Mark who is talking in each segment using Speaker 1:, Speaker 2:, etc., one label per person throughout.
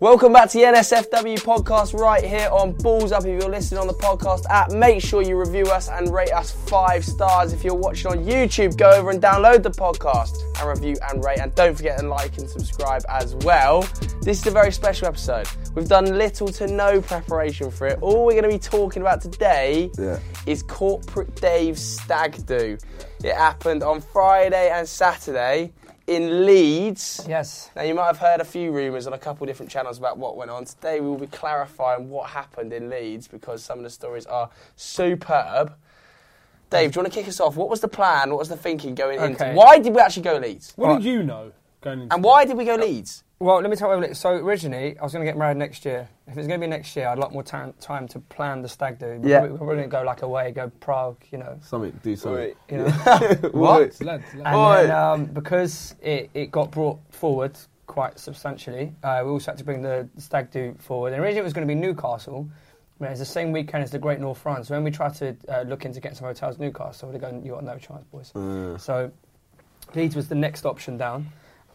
Speaker 1: Welcome back to the NSFW podcast right here on Balls Up. If you're listening on the podcast app, make sure you review us and rate us five stars. If you're watching on YouTube, go over and download the podcast and review and rate. And don't forget to like and subscribe as well. This is a very special episode. We've done little to no preparation for it. All we're going to be talking about today
Speaker 2: Yeah.
Speaker 1: is Corporate Dave's stag do. It happened on Friday and Saturday in Leeds.
Speaker 3: Yes.
Speaker 1: Now, you might have heard a few rumours on a couple different channels about what went on. Today, we will be clarifying what happened in Leeds because some of the stories are superb. Dave, do you want to kick us off? What was the plan? What was the thinking going into?
Speaker 3: Okay.
Speaker 1: Why did we actually go Leeds?
Speaker 4: What did you know going into
Speaker 1: And why did we go Leeds?
Speaker 3: Well, let me tell you. what- So originally, I was going to get married next year. If it's going to be next year, I'd like more time, time to plan the stag do.
Speaker 1: Yeah.
Speaker 3: We're probably going to go like away, go Prague, you know.
Speaker 2: Something, do something.
Speaker 3: You know.
Speaker 2: What?
Speaker 4: Lads, lads.
Speaker 3: And
Speaker 2: Oi.
Speaker 3: then, um, because it, it got brought forward quite substantially, uh, we also had to bring the stag do forward. And originally it was going to be Newcastle, but it's the same weekend as the Great North Run. So when we tried to uh, look into getting some hotels in Newcastle, they go, you got no chance, boys.
Speaker 1: Mm.
Speaker 3: So Leeds was the next option down.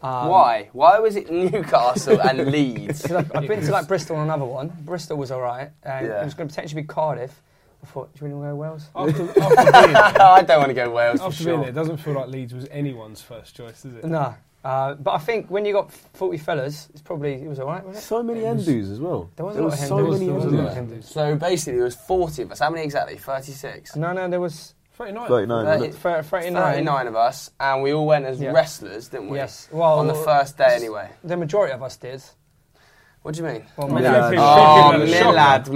Speaker 3: Um,
Speaker 1: why? Why was it Newcastle and Leeds?
Speaker 3: Because I've, I've been to like Bristol on another one. Bristol was all right. And
Speaker 1: Yeah.
Speaker 3: It was going to potentially be Cardiff. I thought, do you want to go Wales?
Speaker 4: After, after being, there-
Speaker 1: I don't want to go Wales for
Speaker 4: after being there,
Speaker 1: sure.
Speaker 4: it doesn't feel like Leeds was anyone's first choice, does it?
Speaker 3: No. Uh, but I think when you got 40 fellas, it's probably, it was all right, wasn't it?
Speaker 2: So many Hindus as well.
Speaker 3: There was a
Speaker 2: There
Speaker 3: lot
Speaker 2: was
Speaker 3: of
Speaker 2: so
Speaker 3: Hindus.
Speaker 2: many
Speaker 3: There was a lot of
Speaker 2: Hindus.
Speaker 3: Hindus.
Speaker 1: So basically, there was 40 of us. How many exactly? 36?
Speaker 3: No, no, there was
Speaker 4: 39.
Speaker 2: 39.
Speaker 1: Thirty-
Speaker 2: wasn't it?
Speaker 3: thir- 39.
Speaker 1: 39 of us, and we all went as
Speaker 3: Yeah.
Speaker 1: wrestlers, didn't we?
Speaker 3: Yes. Well,
Speaker 1: on the first day, anyway.
Speaker 3: The majority of us did.
Speaker 1: What do you mean?
Speaker 3: Well,
Speaker 4: Milad.
Speaker 3: Milad.
Speaker 4: Yeah.
Speaker 1: Oh,
Speaker 4: Shocking.
Speaker 1: Milad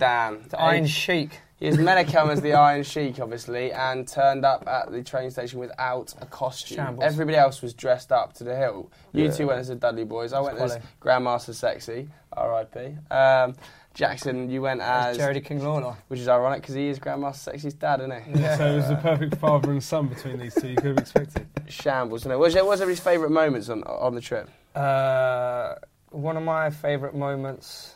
Speaker 1: Mogadan.
Speaker 3: The Iron
Speaker 1: Eh,
Speaker 3: Sheik.
Speaker 1: He was meant to come as the Iron Sheik, obviously, and turned up at the train station without a costume.
Speaker 3: Shambles.
Speaker 1: Everybody else was dressed up to the hill. You
Speaker 2: Yeah.
Speaker 1: two went as the Dudley Boys. I went as
Speaker 3: quality.
Speaker 1: Grandmaster Sexy, R.I.P. Um, Jackson, you went as,
Speaker 3: That's Jerry King Lawler.
Speaker 1: which is ironic because he is Grandmaster Sexy's dad, isn't he?
Speaker 3: Yeah.
Speaker 4: So it was the perfect father and son between these two. You could have expected.
Speaker 1: Shambles, isn't it? What was his favourite moments on on the trip?
Speaker 3: Uh, one of my favourite moments.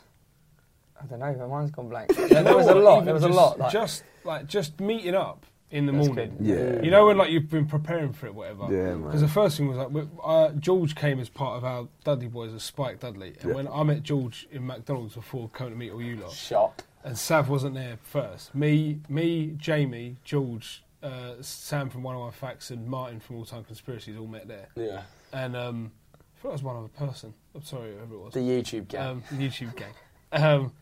Speaker 3: I don't know, my mind's gone blank. There, there was a lot. There was a
Speaker 4: Even
Speaker 3: lot.
Speaker 4: Just
Speaker 3: Like,
Speaker 4: just, like, just meeting up in the
Speaker 3: That's
Speaker 4: morning.
Speaker 3: good.
Speaker 2: Yeah.
Speaker 4: You know when like you've been preparing for it, whatever.
Speaker 2: Yeah, man.
Speaker 4: Because the first thing was like we- uh, George came as part of our Dudley Boys as Spike Dudley, and
Speaker 2: Yeah.
Speaker 4: when I met George in McDonald's before coming to meet all you lot,
Speaker 1: Shock.
Speaker 4: and Sav wasn't there first. Me, me, Jamie, George, uh, Sam from One of My Facts, and Martin from All Time Conspiracies all met there.
Speaker 1: Yeah.
Speaker 4: And um, I thought it was one other person. I'm sorry, whoever it was.
Speaker 1: The YouTube game.
Speaker 4: Um, the YouTube gang. Um,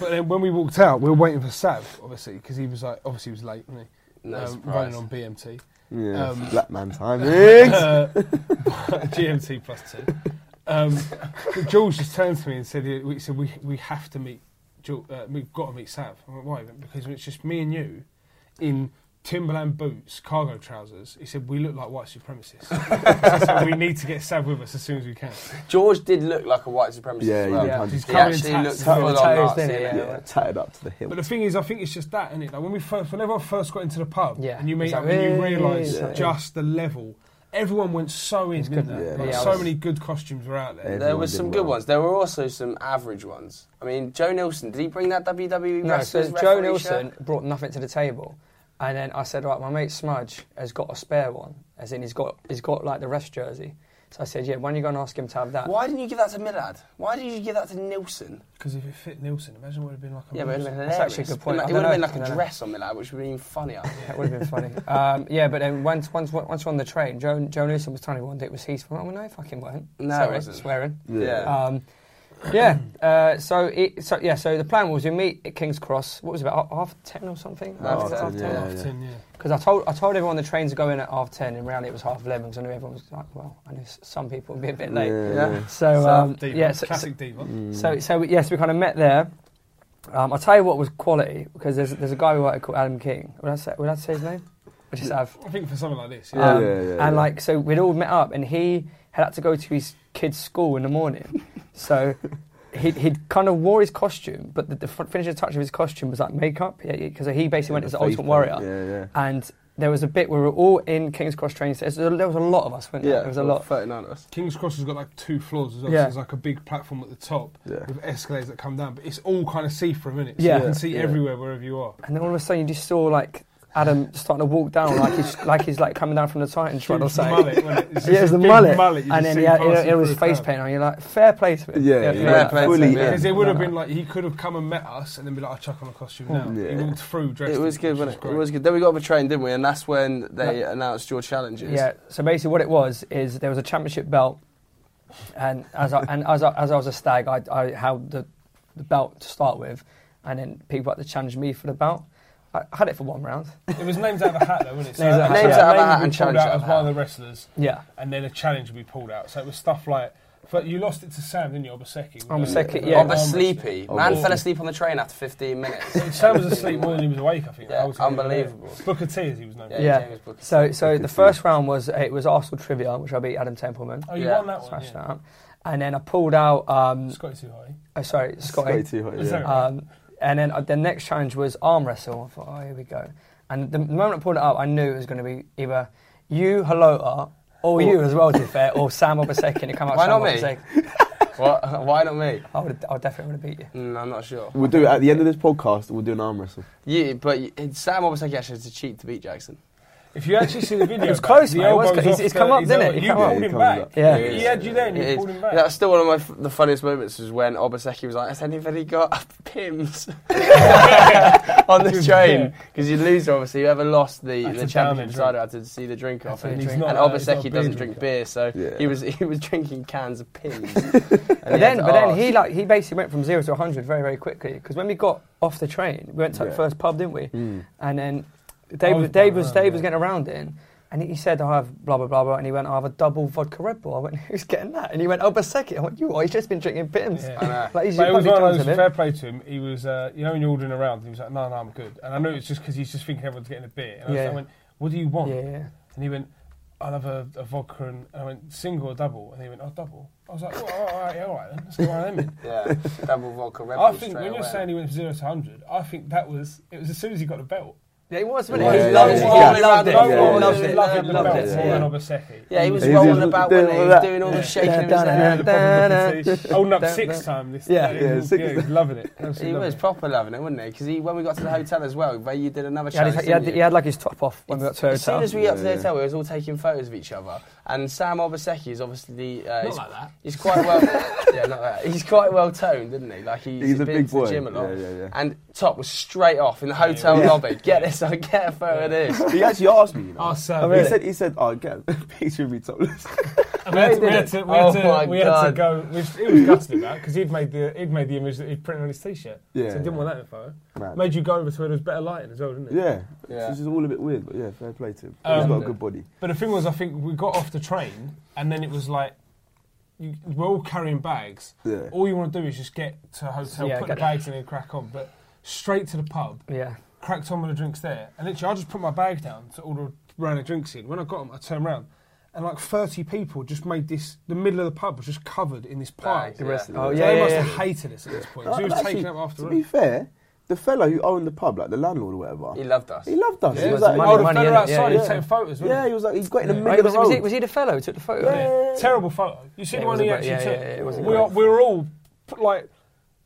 Speaker 4: but then when we walked out, we were waiting for Sav, obviously, because he was like, obviously he was late, wasn't he?
Speaker 1: No
Speaker 4: um,
Speaker 1: surprise.
Speaker 4: running on BMT.
Speaker 2: Yeah.
Speaker 4: Um,
Speaker 2: Black man time. Higgs.
Speaker 4: Uh, GMT plus two. Um, but George just turned to me and said, yeah, we, said we, we have to meet, George, uh, we've got to meet Sav. I went, why? He went, Because it's just me and you in Timberland boots, cargo trousers. He said, we look like white supremacists. so, so we need to get Sav with us as soon as we can.
Speaker 1: George did look like a white supremacist.
Speaker 2: Yeah,
Speaker 1: as
Speaker 2: he
Speaker 1: well.
Speaker 2: did, Yeah. 100%.
Speaker 4: He's
Speaker 1: He
Speaker 4: covered in
Speaker 1: actually
Speaker 4: tats
Speaker 1: looked
Speaker 4: as
Speaker 1: full
Speaker 4: well.
Speaker 1: on
Speaker 3: Tattoos,
Speaker 1: Nazi.
Speaker 3: didn't he?
Speaker 1: Yeah.
Speaker 3: Yeah.
Speaker 2: Yeah, tatted up to the hill.
Speaker 4: But the thing is, I think it's just that, isn't it? Like when we first, whenever I first got into the pub,
Speaker 3: Yeah,
Speaker 4: and you meet
Speaker 3: it's
Speaker 4: up
Speaker 3: like,
Speaker 4: and you
Speaker 3: "Hey,
Speaker 4: realise
Speaker 3: yeah."
Speaker 4: just the level. Everyone went so in,
Speaker 3: good,
Speaker 4: didn't they?
Speaker 2: yeah.
Speaker 4: Like,
Speaker 3: Yeah, I
Speaker 4: so
Speaker 3: was-
Speaker 4: many good costumes were out there.
Speaker 2: Yeah.
Speaker 1: There
Speaker 2: Everyone
Speaker 1: were
Speaker 2: did
Speaker 1: some
Speaker 2: well.
Speaker 1: good ones. There were also some average ones. I mean, Joe Nilsson, did he bring that WWE
Speaker 3: no,
Speaker 1: wrestler's
Speaker 3: so Joe
Speaker 1: referee
Speaker 3: Nilsson
Speaker 1: shirt?
Speaker 3: brought nothing to the table. And then I said, right, my mate Smudge has got a spare one, as in he's got, he's got like the rest jersey. So I said, yeah, why don't you go and ask him to have that?
Speaker 1: Why didn't you give that to Milad? Why did you give that to Nilsson?
Speaker 4: Because if it fit Nielsen, imagine what it'd been like. on
Speaker 1: Yeah, but it would have been
Speaker 4: Nielsen.
Speaker 1: hilarious.
Speaker 3: actually a good point.
Speaker 1: It
Speaker 3: I
Speaker 1: would have
Speaker 3: don't
Speaker 1: been
Speaker 3: know.
Speaker 1: like
Speaker 3: I
Speaker 1: a
Speaker 3: don't
Speaker 1: dress on Milad, which would have been even funnier.
Speaker 3: That would have been funny. um, yeah, but then once, once, once we're on the train, Joe, Joe Newsom was telling me one day it was his. Well, no, fucking weren't.
Speaker 1: No, it
Speaker 3: Sorry,
Speaker 1: wasn't.
Speaker 3: swearing.
Speaker 2: Uh,
Speaker 1: Yeah.
Speaker 3: Um, yeah. Uh, so, it, so yeah. So the plan was we meet at King's Cross. What was it about half ten or something?
Speaker 1: Half
Speaker 3: After-
Speaker 1: 10,
Speaker 3: after-
Speaker 2: yeah.
Speaker 4: Half ten, yeah.
Speaker 3: because I told I told everyone the trains are going at half ten, and round it was half eleven. Because I knew everyone was like, well, I knew s- some people would be a bit late.
Speaker 1: Yeah.
Speaker 2: yeah.
Speaker 3: So, um,
Speaker 4: Diva,
Speaker 3: yeah, so, so, Mm.
Speaker 4: classic diva.
Speaker 3: so so yes, we kind of met there. Um, I'll tell you what was quality because there's, there's a guy we work with called Adam King. Would I say would I say his name? I just have.
Speaker 4: I think for something like this, yeah.
Speaker 2: Yeah.
Speaker 3: Um,
Speaker 2: yeah,
Speaker 3: and
Speaker 2: yeah.
Speaker 3: like, so we'd all met up, and he had to go to his kid's school in the morning. so he he'd, he'd kind of wore his costume, but the, the fin- finishing touch of his costume was like makeup, because he basically went as the
Speaker 2: Faith
Speaker 3: Ultimate Warrior.
Speaker 2: thing. Yeah, yeah.
Speaker 3: And there was a bit where we were all in King's Cross train station. There was a lot of us, weren't there?
Speaker 1: Yeah,
Speaker 3: there was a lot.
Speaker 1: 39 of us.
Speaker 4: King's Cross has got like two floors as well.
Speaker 3: Yeah.
Speaker 4: So there's like a big platform at the top
Speaker 2: Yeah.
Speaker 4: with escalators that come down, but it's all kind of see through, innit? So
Speaker 3: Yeah.
Speaker 4: you can see
Speaker 2: Yeah.
Speaker 4: everywhere wherever you are.
Speaker 3: And then all of a sudden, you just saw like Adam starting to walk down, like he's like he's like coming down from the Titans. Right, or
Speaker 4: It's the
Speaker 3: something.
Speaker 4: mullet, wasn't it? It's just
Speaker 3: Yeah, it was
Speaker 4: a
Speaker 3: the
Speaker 4: big
Speaker 3: mullet,
Speaker 4: you
Speaker 3: and
Speaker 4: just
Speaker 3: then
Speaker 4: see
Speaker 3: he had, it,
Speaker 4: passing
Speaker 3: it was
Speaker 4: through the
Speaker 3: face
Speaker 4: crowd.
Speaker 3: paint on. You're like, fair play to him.
Speaker 2: Yeah,
Speaker 3: fair
Speaker 2: yeah.
Speaker 3: play.
Speaker 2: Yeah, fair
Speaker 1: Fully
Speaker 2: play,
Speaker 1: in.
Speaker 2: yeah.
Speaker 4: Because it would have
Speaker 3: No, no.
Speaker 4: been like he could have come and met us and then be like, I chuck on a costume now.
Speaker 2: Yeah.
Speaker 4: He walked through dressed.
Speaker 1: It was good,
Speaker 4: which
Speaker 1: wasn't it? It
Speaker 4: great.
Speaker 1: was good. Then we got off a train, didn't we? And that's when they announced your challenges.
Speaker 3: Yeah. So basically, what it was is there was a championship belt, and as I and as I, as I was a stag, I, I held the, the belt to start with, and then people had to challenge me for the belt. I had it for one round.
Speaker 4: It was names out of a hat, though, wasn't it? So
Speaker 3: Names out of a
Speaker 4: that
Speaker 3: hat.
Speaker 4: name
Speaker 1: Names out of a hat
Speaker 4: would be
Speaker 1: and challenge
Speaker 4: pulled
Speaker 1: out
Speaker 4: out
Speaker 1: of a
Speaker 4: as one of the wrestlers,
Speaker 3: Yeah.
Speaker 4: and then a challenge would be pulled out. So it was stuff like. But you lost it to Sam, didn't you, Obaseki?
Speaker 3: Obaseki,
Speaker 4: Wasn't it?
Speaker 3: yeah.
Speaker 1: Bob was
Speaker 4: Arm
Speaker 1: sleepy.
Speaker 4: wrestling.
Speaker 1: Man fell asleep on the train after 15 minutes.
Speaker 4: Well, Sam was asleep more than he was awake, I think.
Speaker 1: Yeah,
Speaker 4: ultimately.
Speaker 1: unbelievable.
Speaker 4: Booker T, as he was known.
Speaker 1: Yeah,
Speaker 3: Yeah.
Speaker 1: James Booker.
Speaker 3: So so the first round was it was Arsenal trivia, which I beat Adam Templeman.
Speaker 4: Oh, you
Speaker 1: Yeah,
Speaker 4: won that one.
Speaker 3: Smashed
Speaker 4: Yeah.
Speaker 3: that out. And then I pulled out. Um,
Speaker 4: Scotty too high.
Speaker 3: oh, sorry,
Speaker 2: Way
Speaker 3: Scotty.
Speaker 2: too hot,
Speaker 4: Is
Speaker 2: yeah.
Speaker 4: that-
Speaker 3: Um, and then uh, the next challenge was arm wrestle. I thought, oh, here we go. And the moment I pulled it up, I knew it was going to be either you, Halota, or you as well, to be fair, or Sam Obaseki. And it came out
Speaker 1: Why
Speaker 3: Sam
Speaker 1: not me?
Speaker 3: Obaseki.
Speaker 1: What? Why not me?
Speaker 3: I, would, I definitely would have beat you.
Speaker 1: Mm, I'm not sure.
Speaker 2: We'll do it at the end of this podcast. We'll do an arm wrestle.
Speaker 1: Yeah, but y- Sam obviously actually had to cheat to beat Jackson.
Speaker 4: If you actually see the video,
Speaker 3: It was
Speaker 4: back,
Speaker 3: close,
Speaker 4: the
Speaker 3: mate. It was
Speaker 4: elbow
Speaker 3: close. It's-
Speaker 4: off
Speaker 3: it's come
Speaker 4: the-
Speaker 3: up,
Speaker 4: his
Speaker 3: didn't it?
Speaker 4: elbow.
Speaker 3: It
Speaker 4: You
Speaker 3: come
Speaker 2: up.
Speaker 4: pulled
Speaker 2: Yeah,
Speaker 4: him
Speaker 2: it
Speaker 4: back.
Speaker 2: comes up.
Speaker 3: Yeah.
Speaker 4: He had you there and
Speaker 1: It
Speaker 4: you
Speaker 1: is.
Speaker 4: pulled him back.
Speaker 1: That's still one of my f- the funniest moments is when Obaseki was like, "Has anybody got pims on the train?" Because you lose obviously. Whoever lost the,
Speaker 4: That's
Speaker 1: the
Speaker 4: a
Speaker 1: championship
Speaker 4: damage,
Speaker 1: side had to see the drink off,
Speaker 3: That's
Speaker 1: and,
Speaker 3: a
Speaker 1: and
Speaker 3: drink.
Speaker 4: He's not a- he's not a
Speaker 1: Obaseki
Speaker 4: beer
Speaker 1: doesn't drink
Speaker 4: drinker.
Speaker 1: beer, so
Speaker 2: Yeah.
Speaker 1: he was he was drinking cans of pims.
Speaker 3: But then, but then he like he basically went from zero to 100 very, very quickly. Because when we got off the train, we went to the
Speaker 2: Yeah.
Speaker 3: first pub, didn't we?
Speaker 2: Mm.
Speaker 3: And then Dave,
Speaker 4: I was
Speaker 3: was, Dave,
Speaker 4: going
Speaker 3: was,
Speaker 4: around,
Speaker 3: Dave
Speaker 4: yeah.
Speaker 3: was getting around in, and he, he said, I have blah, blah, blah, blah. And he went, I have a double vodka Red Bull. I went, who's getting that? And he went, oh, Obaseki. I went, you are. He's just been drinking Pims.
Speaker 4: Yeah.
Speaker 3: Like, he's
Speaker 4: But it was
Speaker 3: probably
Speaker 4: one of
Speaker 3: drunk
Speaker 4: those
Speaker 3: a bit.
Speaker 4: fair play to him. He was, uh, you know, when you're ordering around, he was like, "No, no, I'm good." And I knew it's just because he's just thinking everyone's getting a beer. And I, was
Speaker 3: Yeah.
Speaker 4: like, I went, "What do you want?"
Speaker 3: Yeah, yeah.
Speaker 4: And he went, "I'll have a, a vodka." And and I went, "Single or double?" And he went, "Oh, double." I was like, well, "All right, yeah, all right, then. Let's get one of them." In.
Speaker 1: yeah, double vodka Red Bull
Speaker 4: I think
Speaker 1: straight
Speaker 4: when you're
Speaker 1: away.
Speaker 4: saying he went from zero to hundred, I think that was it was as soon as he got the belt.
Speaker 3: Yeah, he was,
Speaker 2: Yeah,
Speaker 3: wasn't he?
Speaker 2: yeah,
Speaker 3: He loved it. He loved
Speaker 2: yeah. Yeah.
Speaker 3: it.
Speaker 4: No
Speaker 2: Yeah,
Speaker 4: one
Speaker 2: yeah,
Speaker 3: Loved
Speaker 4: was
Speaker 2: yeah.
Speaker 3: it.
Speaker 4: loving the
Speaker 3: Loved
Speaker 4: belt
Speaker 3: it.
Speaker 4: more than Obaseki.
Speaker 1: yeah, he was
Speaker 2: He did-
Speaker 1: rolling about
Speaker 2: did
Speaker 1: when he
Speaker 2: all
Speaker 1: was
Speaker 2: that.
Speaker 1: doing all the shaking of his head.
Speaker 4: Holding up
Speaker 3: Dun,
Speaker 4: six
Speaker 3: dun.
Speaker 4: time this
Speaker 3: Yeah.
Speaker 4: yeah,
Speaker 2: Yeah, six.
Speaker 4: he was loving it. Absolutely
Speaker 1: He
Speaker 4: loving
Speaker 1: was
Speaker 4: it.
Speaker 1: proper loving it, wasn't he? Because he, when we got to the hotel as well, where you did another
Speaker 3: He had,
Speaker 1: challenge.
Speaker 3: his, he, had,
Speaker 1: didn't
Speaker 3: he
Speaker 1: you?
Speaker 3: had like his top off when we got to the
Speaker 1: As soon
Speaker 3: hotel.
Speaker 1: as we got to the
Speaker 2: Yeah,
Speaker 1: hotel, we was all taking photos of each other. And Sam Obaseki is obviously uh, he's,
Speaker 4: Not like that.
Speaker 1: he's quite well. yeah, not like that. He's quite well toned, isn't he? Like he's,
Speaker 2: He's a
Speaker 1: been
Speaker 2: big
Speaker 1: to the
Speaker 2: boy.
Speaker 1: gym a lot.
Speaker 2: Yeah, yeah, yeah.
Speaker 1: And Top was straight off in the hotel
Speaker 4: Yeah.
Speaker 1: lobby. Get this, I get a photo of this.
Speaker 2: He actually asked me. You know.
Speaker 4: Oh, so
Speaker 3: Oh, really?
Speaker 2: He said, "He said, oh, get a picture of me topless."
Speaker 4: we had to, we had to, we had
Speaker 1: Oh my
Speaker 4: to, we had to
Speaker 1: God.
Speaker 4: go. We, he was gutted about because he'd made the he'd made the image that he'd printed on his t-shirt.
Speaker 2: Yeah,
Speaker 4: so he didn't
Speaker 2: yeah.
Speaker 4: want that in photo.
Speaker 2: Man.
Speaker 4: Made you go over to where there was better lighting as well, didn't it?
Speaker 2: yeah.
Speaker 1: Yeah.
Speaker 2: This is all a bit weird, but yeah, fair play to him. He's
Speaker 4: Um,
Speaker 2: got a good body.
Speaker 4: But the thing was, I think we got off the train and then it was like. You, we're all carrying bags.
Speaker 2: Yeah.
Speaker 4: All you want to do is just get to a hotel,
Speaker 3: Yeah,
Speaker 4: put the
Speaker 3: get-
Speaker 4: bags in, and crack on. But straight to the pub,
Speaker 3: yeah.
Speaker 4: cracked on with the drinks there. And literally, I just put my bag down to order a round of drinks in. When I got them, I turned around, and like 30 people just made this. The middle of the pub was just covered in this pie.
Speaker 1: Bags, The rest
Speaker 3: yeah. of it.
Speaker 4: So
Speaker 3: Oh,
Speaker 4: they
Speaker 3: yeah,
Speaker 4: must
Speaker 3: yeah,
Speaker 4: have hated us at this point. 'cause
Speaker 2: Like,
Speaker 4: we was
Speaker 2: actually,
Speaker 4: taking up after
Speaker 2: To be
Speaker 4: all.
Speaker 2: fair, the fellow who owned the pub, like the landlord or whatever,
Speaker 1: He
Speaker 2: he,
Speaker 1: loved us.
Speaker 2: loved us.
Speaker 4: Yeah,
Speaker 2: He
Speaker 4: it
Speaker 2: was
Speaker 4: was
Speaker 2: like,
Speaker 3: money,
Speaker 4: oh, the
Speaker 3: money,
Speaker 4: fella
Speaker 3: innit? Yeah,
Speaker 4: outside, he was
Speaker 2: yeah.
Speaker 4: taking photos, wasn't
Speaker 2: yeah, he was like, he's got in the
Speaker 4: Yeah.
Speaker 2: middle
Speaker 3: Right,
Speaker 2: of
Speaker 3: was,
Speaker 2: the
Speaker 3: was
Speaker 2: road.
Speaker 3: he, was he the fellow who took the photo?
Speaker 4: Yeah. Terrible photo. You see
Speaker 3: Yeah,
Speaker 4: the
Speaker 3: it
Speaker 4: one
Speaker 3: wasn't
Speaker 4: he
Speaker 3: great.
Speaker 4: actually
Speaker 3: Yeah,
Speaker 4: took?
Speaker 3: yeah, yeah, it wasn't
Speaker 4: we,
Speaker 3: great.
Speaker 4: are, we were all p- like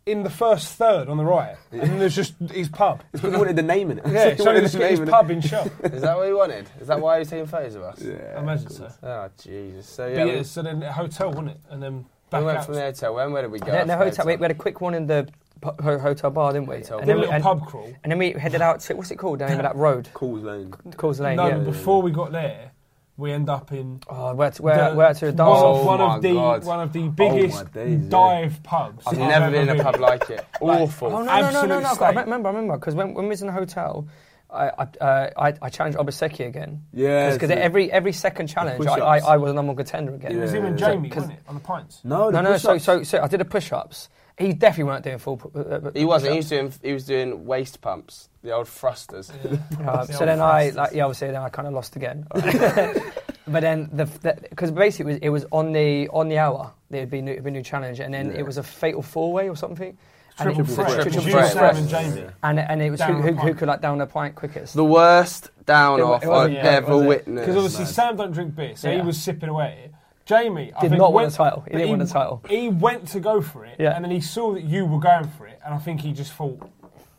Speaker 4: in the first third on the right, and there's just his pub.
Speaker 2: He wanted the name in it.
Speaker 4: Yeah,
Speaker 2: he
Speaker 4: so
Speaker 2: wanted
Speaker 4: he's
Speaker 2: the
Speaker 4: got his
Speaker 2: name in it.
Speaker 4: pub in shop.
Speaker 1: Is that what he wanted? Is that why he was taking photos of us?
Speaker 4: I
Speaker 2: Yeah.
Speaker 4: imagine so.
Speaker 1: Oh, Jesus. So, yeah,
Speaker 4: But
Speaker 1: we,
Speaker 4: yeah, so then a hotel, wasn't it? And then
Speaker 1: we
Speaker 4: back
Speaker 1: went
Speaker 4: out.
Speaker 1: from the hotel. When, where did we go?
Speaker 3: Yeah, in the
Speaker 1: after
Speaker 3: hotel. We, we had a quick one in the p- ho- hotel bar, didn't we?
Speaker 1: Hotel
Speaker 3: And
Speaker 4: and then
Speaker 3: then,
Speaker 4: a
Speaker 3: we,
Speaker 4: little
Speaker 3: and,
Speaker 4: pub crawl.
Speaker 3: and then we headed out to, what's it called down that road?
Speaker 2: Calls Lane.
Speaker 3: Cause Lane,
Speaker 4: no,
Speaker 3: yeah.
Speaker 4: but before we got there, we end up in
Speaker 3: Oh, where to, where,
Speaker 4: the-
Speaker 3: where to a
Speaker 4: one
Speaker 3: dance
Speaker 4: of-
Speaker 3: off.
Speaker 1: Oh
Speaker 4: one
Speaker 1: my
Speaker 4: of the
Speaker 1: God.
Speaker 4: one of the
Speaker 2: my
Speaker 4: biggest
Speaker 2: days, yeah.
Speaker 4: dive pubs.
Speaker 1: I've never been in a pub like it. Awful.
Speaker 3: Oh no, no, no,
Speaker 4: Absolute
Speaker 3: no, no!
Speaker 4: state.
Speaker 3: I remember, I remember, because when, when we was in the hotel, I I, uh, I, I challenged Obaseki again.
Speaker 2: Yeah,
Speaker 3: Because
Speaker 2: so-
Speaker 3: every every second challenge, I, I,
Speaker 2: push-ups.
Speaker 3: I was a number one contender again.
Speaker 4: It was him and
Speaker 2: Yeah.
Speaker 4: Jamie, wasn't it, on the pints?
Speaker 2: No,
Speaker 3: No,
Speaker 2: the
Speaker 3: no. So,
Speaker 2: push-ups.
Speaker 3: so so I did a push ups. He definitely weren't doing full. pu- Uh,
Speaker 1: He wasn't. He
Speaker 3: push-ups.
Speaker 1: was doing. He was doing waist pumps, the old thrusters.
Speaker 3: Uh, so then I like yeah, obviously then I kind of lost again. But then the because basically it was, it was on the on the hour there'd be new, it'd be a new challenge, and then
Speaker 2: Yeah.
Speaker 3: it was a fatal four way or something. And
Speaker 4: Triple
Speaker 3: it-
Speaker 4: threat.
Speaker 3: triple
Speaker 4: Triple
Speaker 3: threat.
Speaker 4: threat. Sam and Jamie.
Speaker 3: And, and it was who,
Speaker 4: Down
Speaker 3: who,
Speaker 4: the
Speaker 3: who
Speaker 4: pint.
Speaker 3: could like down the pint quickest.
Speaker 1: The worst down
Speaker 3: It wa-
Speaker 1: off
Speaker 3: it wasn't
Speaker 1: I've
Speaker 3: you,
Speaker 1: ever
Speaker 3: was it?
Speaker 1: witnessed.
Speaker 4: Because obviously Sam don't drink beer, so
Speaker 3: Yeah.
Speaker 4: he was sipping away at it. Jamie I
Speaker 3: Did
Speaker 4: think
Speaker 3: not want
Speaker 4: went-
Speaker 3: the title. He
Speaker 4: but
Speaker 3: didn't want the title.
Speaker 4: He went to go for it,
Speaker 3: Yeah.
Speaker 4: and then he saw that you were going for it, and I think he just thought,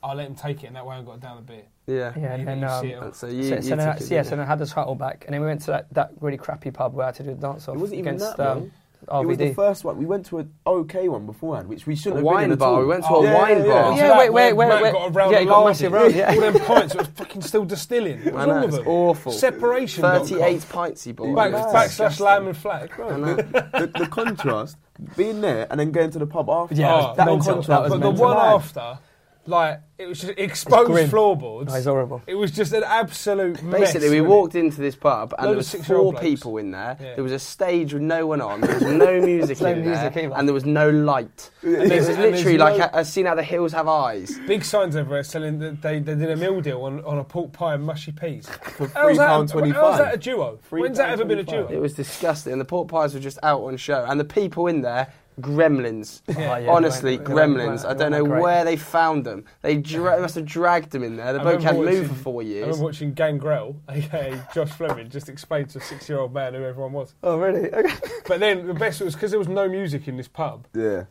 Speaker 4: "I'll let him take it," and that way I got down the beer.
Speaker 1: yeah.
Speaker 3: Yeah, and
Speaker 4: You-
Speaker 3: then
Speaker 4: you
Speaker 3: um,
Speaker 4: see it
Speaker 3: so,
Speaker 4: all.
Speaker 1: And So you, you
Speaker 3: so then, I-
Speaker 1: took it,
Speaker 3: so yeah,
Speaker 1: didn't
Speaker 3: so then I had the title back, and then we went to that, that really crappy pub where I had to do the dance off
Speaker 2: It wasn't even
Speaker 3: against
Speaker 2: that
Speaker 3: um,
Speaker 2: long.
Speaker 3: RVD.
Speaker 2: It was the first one. We went to an okay one beforehand, which we
Speaker 1: you?
Speaker 2: shouldn't
Speaker 1: a
Speaker 2: have been in
Speaker 1: wine
Speaker 2: at
Speaker 1: bar.
Speaker 2: all.
Speaker 1: We went to
Speaker 2: Oh,
Speaker 1: a
Speaker 2: yeah,
Speaker 1: wine
Speaker 2: yeah,
Speaker 1: bar.
Speaker 3: Yeah, wait, wait, wait,
Speaker 4: Matt
Speaker 3: wait.
Speaker 4: got a round
Speaker 3: Yeah,
Speaker 4: of
Speaker 3: he got
Speaker 4: lardy.
Speaker 3: massive round, yeah.
Speaker 4: All them pints, it was fucking still distilling. It was
Speaker 1: I
Speaker 4: all
Speaker 1: know,
Speaker 4: of
Speaker 1: it's
Speaker 4: them.
Speaker 1: awful.
Speaker 4: Separation.
Speaker 1: Thirty-eight pints he bought.
Speaker 4: Back,
Speaker 1: It was
Speaker 4: backslash lamb and Oh, flag.
Speaker 1: I
Speaker 2: Bro,
Speaker 1: know.
Speaker 2: the, the, the contrast being there and then going to the pub after.
Speaker 3: Yeah,
Speaker 4: Oh,
Speaker 3: that
Speaker 2: that
Speaker 3: was mental.
Speaker 2: contrast.
Speaker 3: That was
Speaker 4: but the
Speaker 3: mental.
Speaker 4: one
Speaker 2: Why?
Speaker 4: after, like, it was just exposed
Speaker 3: grim.
Speaker 4: floorboards.
Speaker 3: No, it's horrible.
Speaker 4: It was just an absolute mess.
Speaker 1: Basically, we
Speaker 4: wasn't it?
Speaker 1: walked into this pub and
Speaker 4: Load
Speaker 1: there
Speaker 4: of
Speaker 1: was
Speaker 4: six-year-old
Speaker 1: four
Speaker 4: blokes.
Speaker 1: people in there.
Speaker 4: Yeah.
Speaker 1: There was a stage with no one on. There was no music
Speaker 3: No
Speaker 1: in
Speaker 3: music
Speaker 1: there,
Speaker 3: either.
Speaker 1: and there was no light.
Speaker 4: And
Speaker 1: It
Speaker 4: there's-
Speaker 1: was
Speaker 4: and there's
Speaker 1: literally
Speaker 4: no-
Speaker 1: like a, a scene how the hills have eyes.
Speaker 4: Big signs everywhere selling that they, they did a meal deal on, on a pork pie and mushy peas.
Speaker 2: For
Speaker 4: How's that,
Speaker 2: £3.25.
Speaker 4: how's that a duo? When's that ever been a
Speaker 2: £3.25?
Speaker 4: duo?
Speaker 1: It was disgusting. And the pork pies were just out on show, and the people in there, gremlins.
Speaker 3: Oh, yeah,
Speaker 1: Honestly,
Speaker 3: they weren't- they weren't-
Speaker 1: gremlins.
Speaker 3: they
Speaker 1: I don't know
Speaker 3: weren't great.
Speaker 1: where they found them. They dra- they must have dragged them in there. The
Speaker 4: I
Speaker 1: bloke had
Speaker 4: remember
Speaker 1: moved for
Speaker 4: watching-
Speaker 1: four
Speaker 4: I
Speaker 1: years.
Speaker 4: remember watching Gangrel, aka Josh Fleming, just explain to a six year old man who everyone was.
Speaker 3: Oh, really? Okay.
Speaker 4: But then the best was because there was no music in this pub,
Speaker 2: Yeah.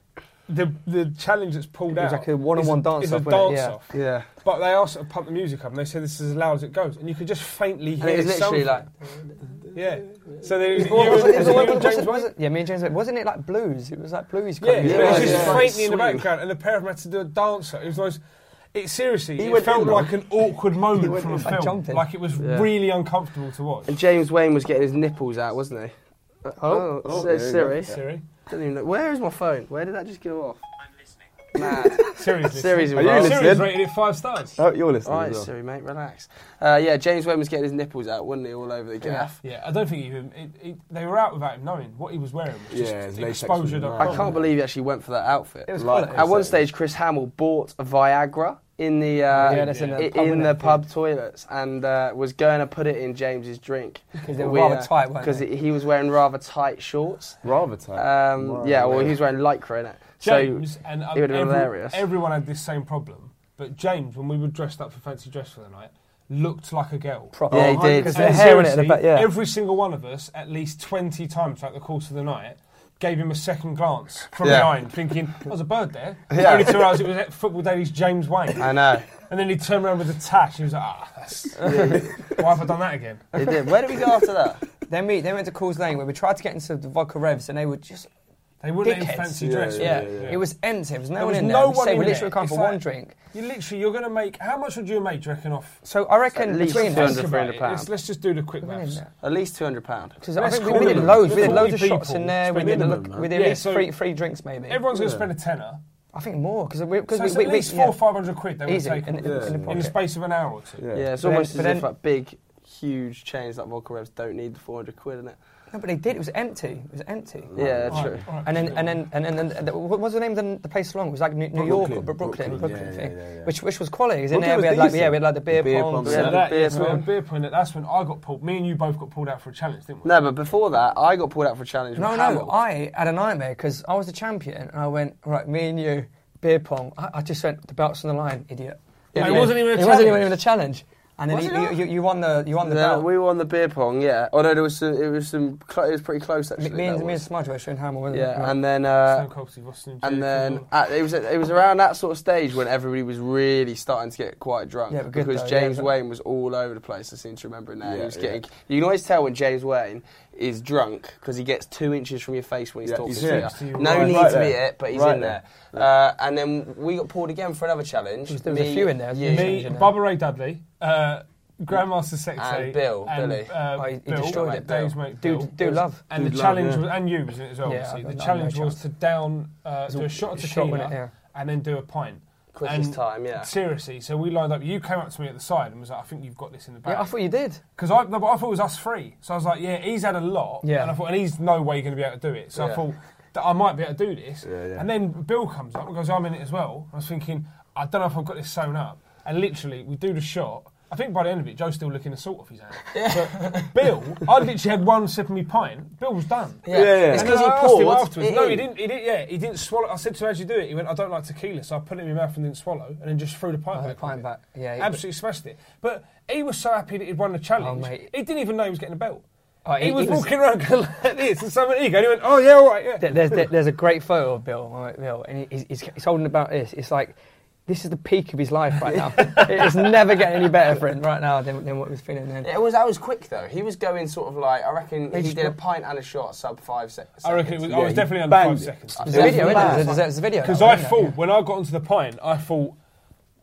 Speaker 4: the, the challenge that's pulled
Speaker 3: It was
Speaker 4: out.
Speaker 3: like a one-on-one
Speaker 4: is
Speaker 3: dance
Speaker 4: is a
Speaker 3: off, wasn't it?
Speaker 4: dance
Speaker 3: Yeah.
Speaker 4: off.
Speaker 1: Yeah.
Speaker 4: But they asked to pump the music up and they said this is as loud as it goes. And you could just faintly
Speaker 1: And
Speaker 4: hear
Speaker 1: it was literally
Speaker 4: something.
Speaker 1: like,
Speaker 4: Yeah. So then it was, you,
Speaker 3: Well, wasn't it- wasn't
Speaker 4: and- you
Speaker 3: it-
Speaker 4: and
Speaker 3: wasn't-
Speaker 4: James
Speaker 3: wasn't- Yeah, me and James. went- Wasn't it like blues? It was like blues.
Speaker 4: Yeah,
Speaker 3: kind of
Speaker 4: it
Speaker 3: music.
Speaker 4: was
Speaker 1: Yeah,
Speaker 4: just
Speaker 1: yeah.
Speaker 4: faintly in the
Speaker 1: Swing.
Speaker 4: background, and the pair of them had to do a dance. It was the most. It seriously, it
Speaker 2: went
Speaker 4: felt
Speaker 2: in, though.
Speaker 4: like an awkward moment
Speaker 3: went
Speaker 4: from
Speaker 3: in
Speaker 4: a
Speaker 3: by
Speaker 4: film.
Speaker 3: jumping.
Speaker 4: Like it was
Speaker 1: Yeah.
Speaker 4: really uncomfortable to watch.
Speaker 1: and James Wayne was getting his nipples out, wasn't he? Oh, oh,
Speaker 2: oh,
Speaker 1: so
Speaker 2: there you
Speaker 1: Siri.
Speaker 4: Siri,
Speaker 1: Don't even know. Where is my phone? Where did that just go off?
Speaker 4: seriously,
Speaker 1: Siri's
Speaker 2: Are you
Speaker 1: involved.
Speaker 2: listening?
Speaker 4: Siri's rated it five stars.
Speaker 2: Oh, you're listening
Speaker 1: Alright,
Speaker 2: as well.
Speaker 1: Siri, mate, relax. Uh, yeah, James Wayne was getting his nipples out, wasn't he, all over the gaff?
Speaker 4: Yeah, I don't think he even it, it, they were out without him knowing what he was wearing. Was
Speaker 2: Yeah, his
Speaker 4: just
Speaker 2: latex
Speaker 4: exposure.
Speaker 2: was
Speaker 4: dot
Speaker 2: nice.
Speaker 4: com.
Speaker 1: I can't believe he actually went for that outfit.
Speaker 3: It was
Speaker 2: Like-
Speaker 3: quality.
Speaker 1: At one stage, Chris Hamill bought a Viagra in the uh,
Speaker 3: Yeah, that's in the
Speaker 1: i-
Speaker 3: pub,
Speaker 1: in
Speaker 3: innit?
Speaker 1: the pub toilets and uh, was going to put it in James's drink
Speaker 3: Because they were
Speaker 1: We,
Speaker 3: rather
Speaker 1: uh,
Speaker 3: tight, weren't
Speaker 1: because
Speaker 3: they?
Speaker 1: he was wearing rather tight shorts.
Speaker 2: Rather tight.
Speaker 1: Um,
Speaker 2: Wow.
Speaker 1: yeah, well, he was wearing lycra in it.
Speaker 4: James
Speaker 1: so
Speaker 3: um,
Speaker 4: and uh,
Speaker 1: it would have been
Speaker 4: every-
Speaker 1: hilarious.
Speaker 4: everyone had this same problem. But James, when we were dressed up for fancy dress for the night, looked like a girl.
Speaker 3: Proper.
Speaker 1: Yeah, he did.
Speaker 3: Because
Speaker 4: And
Speaker 3: the hair in it, at the
Speaker 4: seriously,
Speaker 3: back, yeah.
Speaker 4: Every single one of us, at least 20 times throughout the course of the night, gave him a second glance from
Speaker 1: Yeah.
Speaker 4: behind, thinking, there's a bird there.
Speaker 1: Yeah.
Speaker 4: Only to realise it was at Football Daily's James Wayne.
Speaker 1: I know.
Speaker 4: and then he turned around with a tash. He was like, ah, that's, why have I done that again?
Speaker 1: He did. Where did we go after that?
Speaker 3: Then we then went to Coors Lane where we tried to get into the vodka revs and they were just
Speaker 4: They wouldn't let
Speaker 3: Dickheads.
Speaker 4: him fancy
Speaker 2: Yeah,
Speaker 4: dress.
Speaker 3: yeah,
Speaker 4: would they?
Speaker 3: it was empty. There was no
Speaker 4: There
Speaker 3: one
Speaker 4: was
Speaker 3: in
Speaker 4: no
Speaker 3: there. We
Speaker 4: one
Speaker 3: said
Speaker 4: in
Speaker 3: we
Speaker 4: there.
Speaker 3: literally come
Speaker 4: It's
Speaker 3: for
Speaker 4: like-
Speaker 3: one drink.
Speaker 4: You literally, you're going to make, how much would you make, do you reckon, off?
Speaker 3: So I
Speaker 1: At
Speaker 3: reckon
Speaker 1: least
Speaker 3: between
Speaker 4: Think
Speaker 1: 200
Speaker 3: us,
Speaker 1: £300.
Speaker 4: about it. Let's, let's just do the quick maths.
Speaker 1: At least £200.
Speaker 3: because I
Speaker 4: Let's
Speaker 3: think we,
Speaker 4: call
Speaker 3: we did
Speaker 4: them.
Speaker 3: loads. We did
Speaker 4: Forty
Speaker 3: loads of shots
Speaker 4: people.
Speaker 3: in there. We did,
Speaker 2: Minimum,
Speaker 3: look,
Speaker 2: man.
Speaker 3: we did
Speaker 4: Yeah,
Speaker 3: at least
Speaker 4: so-
Speaker 3: three three drinks maybe.
Speaker 4: Everyone's going to
Speaker 2: Yeah.
Speaker 4: spend a tenner.
Speaker 3: I think more because we
Speaker 4: So
Speaker 3: because
Speaker 4: it's
Speaker 3: we,
Speaker 4: at
Speaker 3: we,
Speaker 4: least
Speaker 3: we,
Speaker 4: four
Speaker 3: yeah.
Speaker 4: or five hundred quid they would
Speaker 3: Easy,
Speaker 4: take
Speaker 3: in, in,
Speaker 4: in,
Speaker 3: in the
Speaker 2: Yeah.
Speaker 4: the
Speaker 3: pocket.
Speaker 4: space of an hour or two.
Speaker 2: Yeah.
Speaker 1: Yeah, it's
Speaker 3: But then-
Speaker 1: almost
Speaker 3: but
Speaker 1: as
Speaker 3: then-
Speaker 1: if like big, huge chains like vodka revs don't need the 400 quid in it.
Speaker 3: No, but they did. It was empty. It was empty.
Speaker 1: Yeah,
Speaker 4: All right,
Speaker 1: true.
Speaker 4: all right,
Speaker 3: And then,
Speaker 4: keep
Speaker 3: and
Speaker 4: going.
Speaker 3: then, and then, and then what was the name of the, the place along? It was like New, New York or Bro- Brooklyn, Brooklyn,
Speaker 2: Brooklyn, yeah,
Speaker 3: thing,
Speaker 2: yeah, yeah, yeah.
Speaker 3: which which was quality. 'cause in
Speaker 2: Brooklyn
Speaker 3: there, we had
Speaker 2: was
Speaker 3: like, yeah,
Speaker 2: decent.
Speaker 3: we had like the beer,
Speaker 2: beer
Speaker 3: pong.
Speaker 2: pong,
Speaker 3: we
Speaker 1: yeah.
Speaker 3: had
Speaker 4: So
Speaker 3: the
Speaker 4: that,
Speaker 1: beer
Speaker 4: yeah, so we had
Speaker 1: pong.
Speaker 4: a beer pong. That's when I got pulled. Me and you both got pulled out for a challenge, didn't we?
Speaker 1: No, but before that, I got pulled out for a challenge.
Speaker 3: No,
Speaker 1: with
Speaker 3: no,
Speaker 1: Hamill.
Speaker 3: I had a nightmare because I was the champion and I went, right, me and you, beer pong. I, I just went, the belt's on the line, idiot.
Speaker 4: It
Speaker 3: You know,
Speaker 4: wasn't even a
Speaker 3: It wasn't even
Speaker 4: challenge.
Speaker 3: a challenge. And then
Speaker 1: Was
Speaker 3: you,
Speaker 1: it not?
Speaker 3: you, you, you won the, you won the
Speaker 1: Yeah,
Speaker 3: belt.
Speaker 1: we won the beer pong, yeah. Although there was some, it was some, cl- it was pretty close
Speaker 3: me,
Speaker 1: actually.
Speaker 3: me, and,
Speaker 1: that
Speaker 3: me and
Speaker 1: was.
Speaker 3: Smudge were showing Hamill, wasn't it?
Speaker 1: yeah,
Speaker 3: Right.
Speaker 1: and then
Speaker 4: Stone
Speaker 1: uh,
Speaker 4: Cold Steve Austin and
Speaker 1: and
Speaker 4: Jerry
Speaker 1: then
Speaker 4: Caldwell.
Speaker 1: at, it was it was around that sort of stage when everybody was really starting to get quite drunk
Speaker 3: Yeah, but good
Speaker 1: because
Speaker 3: though, yeah,
Speaker 1: James
Speaker 3: but-
Speaker 1: Wayne was all over the place. I seem to remember in that he
Speaker 2: Yeah,
Speaker 1: was
Speaker 2: yeah.
Speaker 1: getting. You can always tell when James Wayne is drunk because he gets two inches from your face when he's
Speaker 2: Yeah,
Speaker 1: talking
Speaker 2: he's
Speaker 1: to
Speaker 2: here.
Speaker 1: you.
Speaker 4: Next to you,
Speaker 1: no
Speaker 4: right.
Speaker 1: need
Speaker 2: Right
Speaker 1: to be
Speaker 2: there.
Speaker 1: it, but he's
Speaker 2: Right
Speaker 1: in there.
Speaker 2: there.
Speaker 1: Uh, and then we got pulled again for another challenge.
Speaker 3: There was a few in there, wasn't
Speaker 1: you,
Speaker 3: there?
Speaker 4: me,
Speaker 3: Yeah.
Speaker 4: Bubba Ray Dudley, uh, Grandmaster Sexy,
Speaker 1: And Bill,
Speaker 4: and,
Speaker 1: Billy.
Speaker 4: Uh,
Speaker 3: Oh, he- he
Speaker 4: Bill,
Speaker 3: destroyed it, Bill.
Speaker 4: Dave's mate,
Speaker 3: Do-
Speaker 4: Bill.
Speaker 3: do love.
Speaker 4: and
Speaker 2: Dude
Speaker 4: the
Speaker 2: love,
Speaker 4: challenge
Speaker 2: yeah.
Speaker 4: was, and you was in it as well.
Speaker 3: Yeah,
Speaker 4: obviously.
Speaker 3: I've
Speaker 4: The
Speaker 3: got no
Speaker 4: challenge was
Speaker 3: chance.
Speaker 4: to down, uh, do a shot of
Speaker 3: shot, wasn't
Speaker 4: tequila,
Speaker 3: it? Yeah.
Speaker 4: and then do a pint.
Speaker 1: quickest
Speaker 4: And
Speaker 1: time, yeah.
Speaker 4: Seriously, so we lined up. You came up to me at the side and was like, "I think you've got this in the bag."
Speaker 3: Yeah, I thought you did.
Speaker 4: Because I, no, but I thought it was us three. So I was like, yeah, he's had a lot.
Speaker 3: Yeah.
Speaker 4: And I thought, and he's no way going to be able to do it. So
Speaker 1: Yeah.
Speaker 4: I thought that I might be able to do this.
Speaker 2: Yeah, yeah.
Speaker 4: And then Bill comes up and goes, I'm in it as well. I was thinking, I don't know if I've got this sewn up. And literally, we do the shot. I think by the end of it, Joe's still licking the salt off his hand. But Bill, I literally had one sip of my pint. Bill was done.
Speaker 2: Yeah, yeah.
Speaker 1: It's
Speaker 4: And then
Speaker 1: because he
Speaker 4: I asked him
Speaker 1: paused.
Speaker 4: afterwards.
Speaker 1: It
Speaker 4: no, he
Speaker 1: is.
Speaker 4: didn't. He didn't. Yeah, he didn't swallow. I said to him, "How'd you do it?" He went, "I don't like tequila, so I put it in my mouth and didn't swallow, and then just threw the pint
Speaker 3: Oh, the
Speaker 4: back."
Speaker 3: pint
Speaker 4: on
Speaker 3: back.
Speaker 4: it.
Speaker 3: Yeah, he-
Speaker 4: absolutely smashed it. But he was so happy that he'd won the challenge.
Speaker 3: Oh, mate.
Speaker 4: He didn't even know he was getting a belt.
Speaker 3: Oh,
Speaker 4: he,
Speaker 3: he-
Speaker 4: was
Speaker 3: he was-
Speaker 4: walking around going like this, and someone he go, and he went, "Oh yeah, all right, yeah."
Speaker 3: There- There's, there- there's a great photo of Bill, my mate Bill, and he's, he's, he's holding about this. It's like, this is the peak of his life right now. it's never getting any better for him right now than, than what he was feeling then.
Speaker 1: It was that was quick though. He was going sort of like I reckon he
Speaker 3: just
Speaker 1: did a
Speaker 3: got-
Speaker 1: pint and a shot sub five sec- seconds.
Speaker 4: I reckon it was, I
Speaker 2: Yeah,
Speaker 4: was
Speaker 2: he
Speaker 4: definitely under five
Speaker 2: banged it.
Speaker 4: seconds.
Speaker 3: There's a video, isn't there? There's, there's a video.
Speaker 4: Because
Speaker 3: now,
Speaker 4: I
Speaker 3: isn't there?
Speaker 4: thought when I got onto the pint, I thought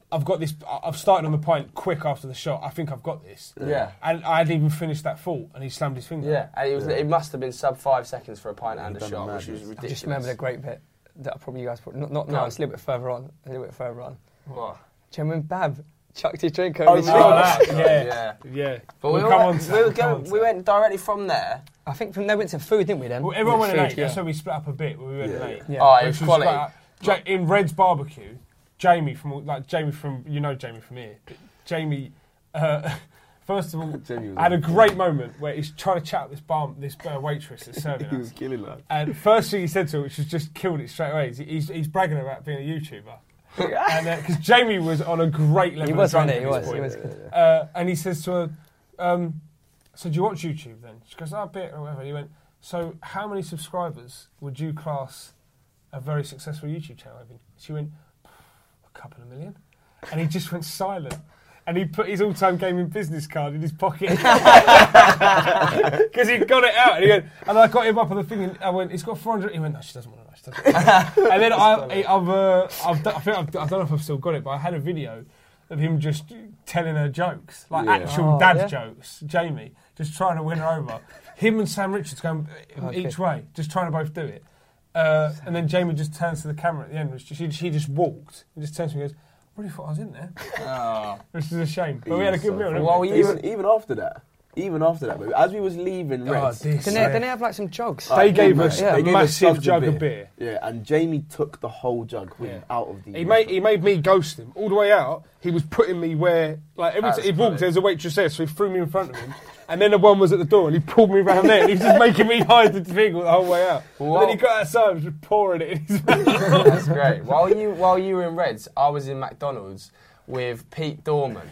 Speaker 4: I've got this. I- I've started on the pint quick after the shot. I think I've got this.
Speaker 1: Yeah.
Speaker 4: And I hadn't even finished that thought, and he slammed his finger.
Speaker 1: Yeah, and it was it must have been sub five seconds for a pint and a
Speaker 2: done
Speaker 1: shot,
Speaker 2: mad,
Speaker 1: which was
Speaker 2: yeah.
Speaker 1: ridiculous.
Speaker 3: I just remembered a great bit that I probably you guys probably not, not now.
Speaker 1: on.
Speaker 3: It's a little bit further on. A little bit further on.
Speaker 1: What?
Speaker 3: Do you remember when Bab chucked his drink over his
Speaker 4: no.
Speaker 3: shoulder?
Speaker 4: that, yeah.
Speaker 1: Oh, yeah.
Speaker 4: Yeah.
Speaker 1: But we,
Speaker 4: We'll
Speaker 1: were,
Speaker 4: come on to
Speaker 1: we,
Speaker 4: that,
Speaker 1: were
Speaker 4: we'll come
Speaker 1: going,
Speaker 4: on to
Speaker 1: we
Speaker 4: that.
Speaker 1: went directly from there.
Speaker 3: I think from there went to food, didn't we? Then
Speaker 4: Well, everyone
Speaker 3: Was
Speaker 4: went
Speaker 3: it
Speaker 4: in
Speaker 3: food?
Speaker 4: eight.
Speaker 3: Yeah.
Speaker 4: That's why we split up a bit. We went in eight.
Speaker 3: Yeah.
Speaker 1: Oh, it
Speaker 4: Which
Speaker 1: was
Speaker 4: was
Speaker 1: quality.
Speaker 4: quite- Ja- in Red's barbecue, Jamie from like Jamie from you know Jamie from here. Jamie, uh, first of all,
Speaker 2: Jamie was
Speaker 4: had a
Speaker 2: on.
Speaker 4: great moment where he's trying to chat with this bar this uh, waitress that's serving
Speaker 2: He
Speaker 4: us.
Speaker 2: was killing that.
Speaker 4: And first thing he said to her, which was just killed it straight away, is he- he's, he's bragging about being a YouTuber. Because Jamie was on a great level.
Speaker 3: He
Speaker 4: of
Speaker 3: was,
Speaker 4: drunk
Speaker 3: wasn't he? He
Speaker 4: at this
Speaker 3: was, he
Speaker 4: point.
Speaker 3: was.
Speaker 4: Uh, and he says to her, um, So do you watch YouTube then? She goes, Oh, a bit or whatever. And he went, So how many subscribers would you class a very successful YouTube channel having? She went, A couple of million. And he just went silent. And he put his all time gaming business card in his pocket. Because he got it out, and, he went, and I got him up on the thing, and I went, "It's got 400." He went, "No, she doesn't want to know." She doesn't want to know." and then I, I've, uh, I've done, I think I've, I don't know if I've still got it, but I had a video of him just telling her jokes, like
Speaker 2: Yeah.
Speaker 4: actual
Speaker 3: Oh,
Speaker 4: dad
Speaker 3: yeah.
Speaker 4: jokes. Jamie just trying to win her over. Him and Sam Richards going uh,
Speaker 3: Okay.
Speaker 4: each way, just trying to both do it. Uh, and then Jamie just turns to the camera at the end. Which she, she just walked and just turns to me and goes, I "Really thought I was in there,"
Speaker 1: Oh.
Speaker 4: which is a shame. But we had a good meal. didn't
Speaker 1: Well,
Speaker 4: we?
Speaker 1: we-
Speaker 2: even, even after that, even after that, baby, as we was leaving,
Speaker 4: Oh,
Speaker 2: Red's,
Speaker 4: this-
Speaker 3: Didn't they, didn't they have like some jugs?
Speaker 4: They gave
Speaker 2: mate,
Speaker 4: us
Speaker 3: a
Speaker 2: gave
Speaker 4: massive
Speaker 2: tubs
Speaker 4: jug of beer.
Speaker 2: Yeah, and Jamie took the whole jug with him
Speaker 4: Yeah.
Speaker 2: out of the.
Speaker 4: He made he made me ghost him all the way out. He was putting me where like every
Speaker 1: That's
Speaker 4: time he
Speaker 1: brilliant.
Speaker 4: walked, there was a waitress there, so he threw me in front of him. And then the one was at the door, and he pulled me round there. And he was just making me hide the thing the whole way out.
Speaker 1: Wow.
Speaker 4: And then he got outside, and was just pouring it in his mouth.
Speaker 1: That's great. While you while you were in Reds, I was in McDonald's with Pete Dorman,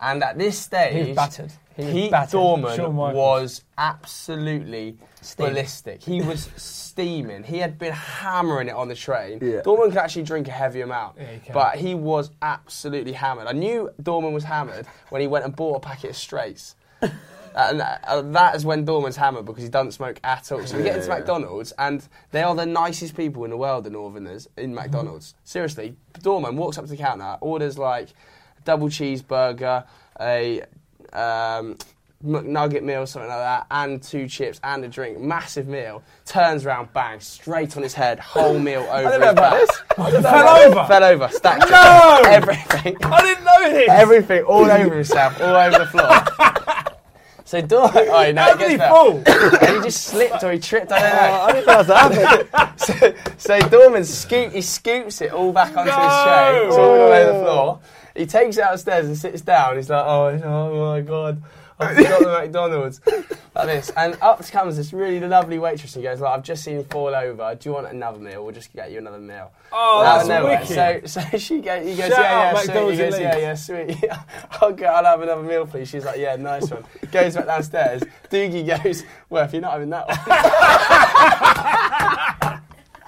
Speaker 1: and at this stage,
Speaker 3: He was battered. He was
Speaker 1: Pete
Speaker 3: battered.
Speaker 1: Dorman
Speaker 4: Shawn Michaels.
Speaker 1: was absolutely
Speaker 3: Steaming.
Speaker 1: ballistic. He was steaming. He had been hammering it on the train.
Speaker 2: Yeah.
Speaker 1: Dorman can actually drink a heavy amount,
Speaker 4: Yeah, he can.
Speaker 1: but he was absolutely hammered. I knew Dorman was hammered when he went and bought a packet of straights. And that, uh, that is when Dorman's hammered because he doesn't smoke at all. So we get into
Speaker 2: Yeah.
Speaker 1: McDonald's and they are the nicest people in the world, the Northerners, in McDonald's.
Speaker 2: Mm-hmm.
Speaker 1: Seriously, Dorman walks up to the counter, orders like a double cheeseburger, a um, McNugget meal, something like that, and two chips and a drink. Massive meal. Turns around, bang, straight on his head, whole meal over. I
Speaker 2: know about
Speaker 1: this.
Speaker 4: Oh, Fell over.
Speaker 1: Fell over, stacked it.
Speaker 4: No!
Speaker 1: everything.
Speaker 4: I didn't know this.
Speaker 1: Everything all over himself, all over the floor. So Dorman, oh, now
Speaker 4: How
Speaker 1: it
Speaker 4: did
Speaker 1: gets
Speaker 4: he
Speaker 1: better.
Speaker 4: fall?
Speaker 1: And he just slipped or he tripped. I don't know.
Speaker 2: I didn't know that happened.
Speaker 1: so, so Dorman scoop, he scoops it all back onto his tray. It's all all over the floor. He takes it upstairs and sits down. He's like, oh, it's- oh my god, I forgot the McDonald's. Like this, and up comes this really lovely waitress and goes, like, I've just seen you fall over. Do you want another meal? We'll just get you another meal.
Speaker 4: Oh,
Speaker 1: Out of
Speaker 4: that's
Speaker 1: nowhere.
Speaker 4: wicked.
Speaker 1: So, so she goes, he goes, yeah,
Speaker 4: Shout out
Speaker 1: yeah, sweet. He
Speaker 4: McDonald's in
Speaker 1: goes, yeah,
Speaker 4: Leeds.
Speaker 1: yeah, sweet. I'll go, I'll have another meal, please. She's like, yeah, nice one. Goes back downstairs. Doogie goes, well, if you're not having that one.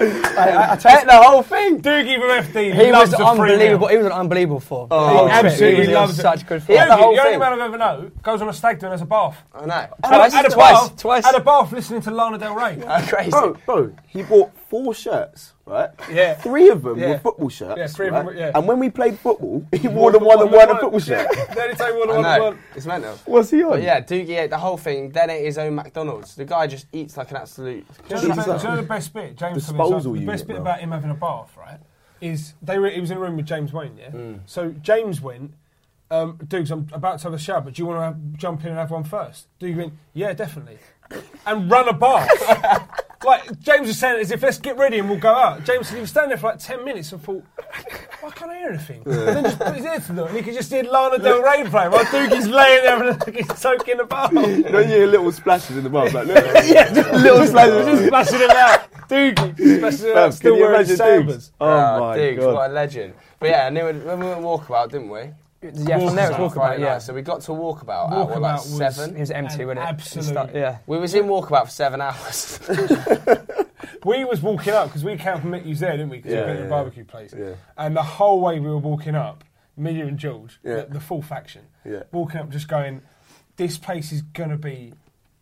Speaker 1: I, take the whole thing.
Speaker 4: Doogie from FD.
Speaker 3: He
Speaker 4: loves
Speaker 3: was
Speaker 4: a free
Speaker 3: unbelievable.
Speaker 4: meal.
Speaker 3: He was an unbelievable form.
Speaker 1: Oh,
Speaker 3: he
Speaker 4: absolutely
Speaker 3: was in
Speaker 4: loves it.
Speaker 3: such good form.
Speaker 1: Yeah, the
Speaker 4: Doogie,
Speaker 1: whole
Speaker 4: the only
Speaker 1: thing. Oh,
Speaker 4: man I've ever known goes on a stag do and has a bath.
Speaker 1: I know.
Speaker 3: Twice,
Speaker 4: Had a
Speaker 3: twice,
Speaker 4: bath,
Speaker 3: twice.
Speaker 4: Had a bath listening to Lana Del Rey.
Speaker 1: I'm crazy.
Speaker 2: bro, bro, he bought four shirts, right?
Speaker 4: Yeah.
Speaker 2: Three of them
Speaker 4: Yeah.
Speaker 2: were football shirts.
Speaker 4: Yeah, three of them
Speaker 2: right?
Speaker 4: were- yeah.
Speaker 2: And when we played football, he wore the one that
Speaker 4: that
Speaker 2: weren't a football shirt.
Speaker 4: Yeah, they only take one
Speaker 1: I
Speaker 4: that weren't a
Speaker 1: know.
Speaker 4: one.
Speaker 1: It's mental.
Speaker 2: What's he on?
Speaker 1: But yeah, Doogie ate the whole thing, then ate his own McDonald's. The guy just eats like an absolute.
Speaker 4: Do you know the
Speaker 2: He's
Speaker 4: best- do you
Speaker 2: like-
Speaker 4: know the best bit? James told me
Speaker 2: Disposal
Speaker 4: this after- The best
Speaker 2: unit
Speaker 4: bit
Speaker 2: now.
Speaker 4: about him having a bath, right? Is they were he was in a room with James Wayne, yeah.
Speaker 2: Mm.
Speaker 4: So James went, um, Dukes, I'm about to have a shower, but do you want to have, jump in and have one first? Dukes went, yeah, definitely, and run a bath. like James was saying, as if let's get ready and we'll go out. James, he was standing there for like ten minutes and thought. why can't I hear anything? And then just put his ear to them, and he could just hear Lana Del Rey play while Doogie's laying there and like he's soaking the bath.
Speaker 2: You know, you hear little splashes in the bath, like little, little
Speaker 4: just
Speaker 2: splashes.
Speaker 4: splashing it out. Doogie, just splashing it
Speaker 2: Fam,
Speaker 4: out, still
Speaker 2: can you
Speaker 4: wearing
Speaker 2: imagine
Speaker 4: sabers.
Speaker 2: Diggs? Oh,
Speaker 1: Ah,
Speaker 2: my
Speaker 1: Diggs,
Speaker 2: god!
Speaker 1: what a legend. But yeah, and then when when we went walkabout, didn't we?
Speaker 3: Yeah, from there it
Speaker 1: Friday
Speaker 3: was walkabout.
Speaker 1: night,
Speaker 3: Yeah,
Speaker 1: So we got to walkabout, at what,
Speaker 4: Walkabout
Speaker 1: like
Speaker 4: was-
Speaker 3: it
Speaker 1: seven.
Speaker 3: was empty,
Speaker 4: An
Speaker 3: wasn't it?
Speaker 4: absolute-
Speaker 3: It started- yeah.
Speaker 1: We was in walkabout for seven hours.
Speaker 4: We was walking up because we came from Mickey's there, didn't we? Because
Speaker 2: Yeah,
Speaker 4: we went to
Speaker 2: yeah,
Speaker 4: the barbecue place.
Speaker 2: yeah.
Speaker 4: And the whole way we were walking up, me, you, and George,
Speaker 2: Yeah.
Speaker 4: the, the full faction,
Speaker 2: Yeah.
Speaker 4: walking up, just going, "This place is gonna be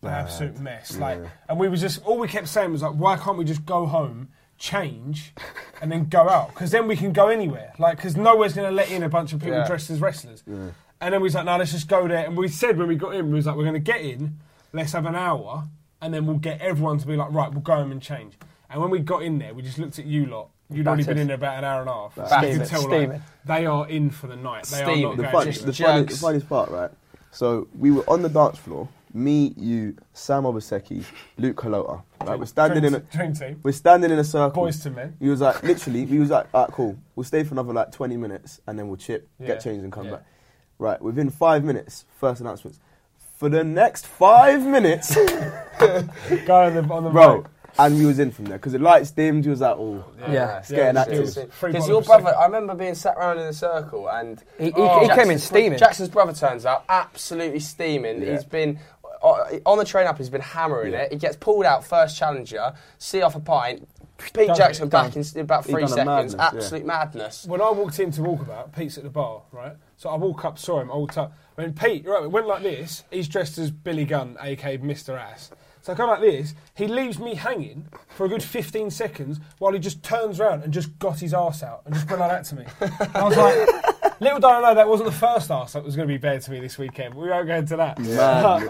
Speaker 4: an absolute mess." Like, and we was just all we kept saying was like, "Why can't we just go home?" Change and then go out because then we can go anywhere. Like, because nowhere's going to let in a bunch of people
Speaker 1: Yeah.
Speaker 4: dressed as wrestlers. And then we was like, no, let's just go there. And we said when we got in, we was like, we're going to get in, let's have an hour, and then we'll get everyone to be like, right, we'll go home and change. And when we got in there, we just looked at you lot. You'd already
Speaker 3: Battered.
Speaker 4: been in there about an hour and a half.
Speaker 3: Battered,
Speaker 4: You could tell, like,
Speaker 3: steaming.
Speaker 4: they are in for the night. They
Speaker 1: Steaming.
Speaker 4: are
Speaker 2: The,
Speaker 4: not
Speaker 2: fun,
Speaker 4: going anywhere.
Speaker 2: the,
Speaker 1: Just
Speaker 2: funny- the
Speaker 1: jugs.
Speaker 2: funniest part, right? So we were on the dance floor. Me, you, Sam Obaseki, Luke Kalota. Right, we're standing in.
Speaker 4: dream,
Speaker 2: A,
Speaker 4: dream team.
Speaker 2: we're standing in a circle.
Speaker 4: Boys to men.
Speaker 2: He was like, literally, we was like, all right, cool. We'll stay for another like 20 minutes and then we'll chip,
Speaker 4: Yeah.
Speaker 2: get changed and come
Speaker 4: Yeah.
Speaker 2: back. Right, within five minutes, first announcements. For the next five minutes,
Speaker 4: Go on the, on the
Speaker 2: bro.
Speaker 4: road.
Speaker 2: And we was in from there because the lights dimmed. He was like, oh,
Speaker 3: Yeah.
Speaker 2: It's getting
Speaker 4: Yeah,
Speaker 2: active.
Speaker 4: it's- it's free
Speaker 1: Because
Speaker 4: bottle
Speaker 1: your
Speaker 4: per second.
Speaker 1: brother, I remember being sat round in a circle and
Speaker 3: He- he- he came in
Speaker 1: Jackson's-
Speaker 3: steaming.
Speaker 1: Jackson's brother turns out absolutely steaming.
Speaker 2: Yeah.
Speaker 1: He's been uh, on the train up. He's been hammering
Speaker 2: Yeah.
Speaker 1: it. He gets pulled out first challenger. See off a pint. Pete
Speaker 4: Done
Speaker 1: Jackson
Speaker 4: it,
Speaker 1: back
Speaker 2: done.
Speaker 1: in s- about
Speaker 2: He
Speaker 1: three
Speaker 2: done a
Speaker 1: seconds.
Speaker 2: madness, yeah.
Speaker 1: Absolute madness.
Speaker 4: When I walked in to walk about, Pete's at the bar, right? So I walk up, saw him, all up. When Pete, right, it went like this. He's dressed as Billy Gunn, aka Mr. Ass. So I go like this. He leaves me hanging for a good 15 seconds while he just turns around and just got his ass out and just went like that to me. And I was like, little did I know that wasn't the first ass that was going to be bared to me this weekend. We won't go into that.
Speaker 2: man.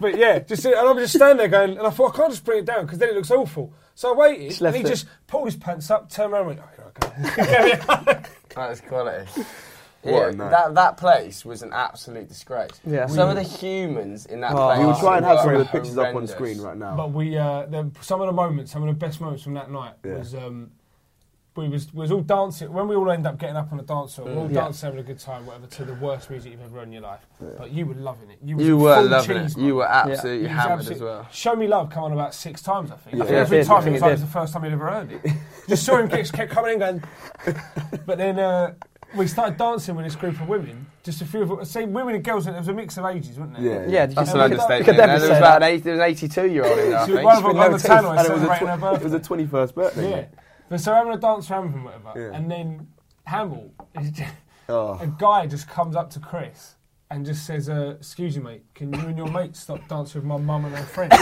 Speaker 4: But yeah, just and I'm just standing there going, and I thought I can't just bring it down because then it looks awful. So I waited, and
Speaker 3: left
Speaker 4: he
Speaker 3: it.
Speaker 4: just pulled his pants up, turned around, and went, oh, here I go.
Speaker 1: That is quality.
Speaker 2: What
Speaker 1: Yeah,
Speaker 2: a night.
Speaker 1: that that place was an absolute disgrace.
Speaker 3: Yeah.
Speaker 1: Some of the humans in that
Speaker 3: Oh.
Speaker 1: place.
Speaker 2: we will try and have some of
Speaker 1: were
Speaker 2: the pictures up on
Speaker 1: horrendous.
Speaker 2: screen right now.
Speaker 4: But we, uh, the, some of the moments, some of the best moments from that night
Speaker 2: Yeah.
Speaker 4: was um, we was, was all dancing. When we all end up getting up on the dance floor, we all
Speaker 2: Mm.
Speaker 3: Yeah.
Speaker 4: dancing, having a good time, whatever, to the worst music you've ever heard in your life. But you were loving it. You, was
Speaker 1: You were
Speaker 4: full
Speaker 1: loving
Speaker 4: cheese,
Speaker 1: it.
Speaker 4: man.
Speaker 1: You were absolutely
Speaker 4: You was
Speaker 1: hammered
Speaker 4: absolute-
Speaker 1: as well.
Speaker 4: Show Me Love come on about six times, I think. I think
Speaker 2: Yeah,
Speaker 4: every
Speaker 3: it did. I
Speaker 4: time it
Speaker 3: think it
Speaker 4: was like it was
Speaker 3: did.
Speaker 4: the first time he'd ever heard it. Just saw him kept, kept coming in going. But then uh, we started dancing with this group of women. Just a few of us, say women and girls, and it was a mix of ages, wasn't it?
Speaker 2: Yeah,
Speaker 3: Yeah, did you
Speaker 1: That's
Speaker 3: know
Speaker 1: an
Speaker 3: that? Could
Speaker 1: understatement. There
Speaker 3: that be
Speaker 1: was
Speaker 3: said?
Speaker 1: about an, eight, there was an 82-year-old in there, I
Speaker 4: So
Speaker 1: think.
Speaker 4: one of them on the
Speaker 3: She's been
Speaker 4: tannoy
Speaker 2: And it was, a
Speaker 4: celebrating her
Speaker 2: tw- it was
Speaker 4: birthday.
Speaker 2: a 21st birthday.
Speaker 4: Yeah. But so having a dance around him, whatever,
Speaker 2: Yeah.
Speaker 4: and then Hamill, is ju-
Speaker 2: Oh.
Speaker 4: a guy just comes up to Chris and just says, uh, "Excuse you, mate, can you and your mate stop dancing with my mum and her friend?"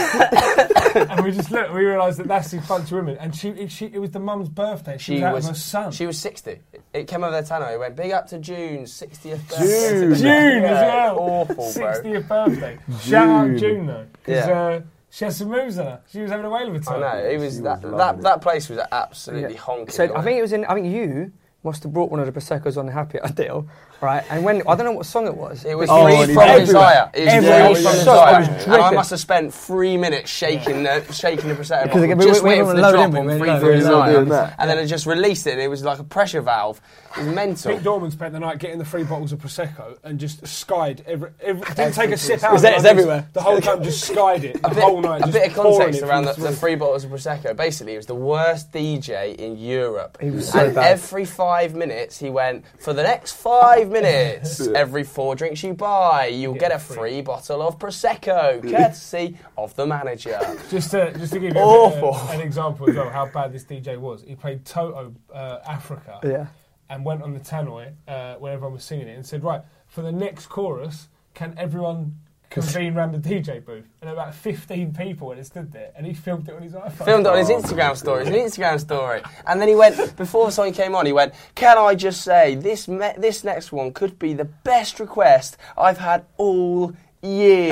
Speaker 4: and we just look, and we realise that that's these bunch of women, and she, she, it was the mum's birthday. She, was out with her son.
Speaker 1: She was 60. It came over their tannoy. It went big up to June's 60th
Speaker 2: June.
Speaker 1: birthday.
Speaker 4: June as
Speaker 1: Yeah,
Speaker 4: well.
Speaker 1: Awful, bro.
Speaker 4: 60th birthday. Shout out
Speaker 2: June.
Speaker 4: June though, because
Speaker 1: Yeah.
Speaker 4: uh, she had some moves on her. She was having a whale of a
Speaker 1: I
Speaker 4: time.
Speaker 1: know. It was
Speaker 2: She
Speaker 1: that
Speaker 2: was loving
Speaker 1: that,
Speaker 2: it.
Speaker 1: that place was absolutely honking.
Speaker 3: So I
Speaker 1: wasn't
Speaker 3: think it was in. I think you must have brought one of the proseccos on the Happy Ideal, right? And when I don't know what song it was.
Speaker 1: It was
Speaker 3: but
Speaker 2: Oh,
Speaker 1: free
Speaker 2: and he's
Speaker 1: from
Speaker 2: everywhere.
Speaker 1: desire. It was
Speaker 3: Everywhere.
Speaker 1: free
Speaker 3: Yeah,
Speaker 1: from
Speaker 3: yeah, yeah.
Speaker 1: desire.
Speaker 3: It was
Speaker 1: And I
Speaker 3: dripping.
Speaker 1: must have spent three minutes shaking the shaking the prosthetic
Speaker 3: Because it-
Speaker 1: bottle,
Speaker 3: we-
Speaker 1: just
Speaker 3: we- we
Speaker 1: waiting for
Speaker 3: were
Speaker 1: the
Speaker 3: loaded,
Speaker 1: drop
Speaker 3: weren't
Speaker 1: on
Speaker 3: we?
Speaker 1: free
Speaker 3: We were
Speaker 1: from
Speaker 3: loaded.
Speaker 1: desire,
Speaker 2: Doing that.
Speaker 1: and then I just released it, and it was like a pressure valve. It was mental.
Speaker 4: Pete Dorman spent the night getting the three bottles of prosecco and just skied every. every didn't take a sip out.
Speaker 3: Is
Speaker 4: of
Speaker 3: that-
Speaker 4: it,
Speaker 3: is
Speaker 4: just-
Speaker 3: everywhere?
Speaker 4: The whole time just skied it. The
Speaker 1: A bit,
Speaker 4: whole night.
Speaker 1: a
Speaker 4: just
Speaker 1: bit of
Speaker 4: pouring
Speaker 1: context
Speaker 4: it
Speaker 1: around the,
Speaker 4: from
Speaker 1: the three bottles of prosecco. Basically, he was the worst DJ in Europe. He
Speaker 3: was so
Speaker 1: and
Speaker 3: bad.
Speaker 1: every five minutes, he went for the next five minutes. every four drinks you buy, you'll get a free, bottle of prosecco, courtesy of the manager.
Speaker 4: Just to, just to give you a
Speaker 1: Awful.
Speaker 4: bit, uh, an example as well, how bad this DJ was. He played Toto uh, Africa
Speaker 3: Yeah.
Speaker 4: and went on the tannoy uh, when everyone was singing it and said, Right, for the next chorus, can everyone convene round the DJ booth? And about 15 people when it stood there, and he filmed it on his iPhone.
Speaker 1: Filmed it on his Instagram story. It's an Instagram story. And then he went before the song came on. He went, "Can I just say this? Me- this next one could be the best request I've had all." year.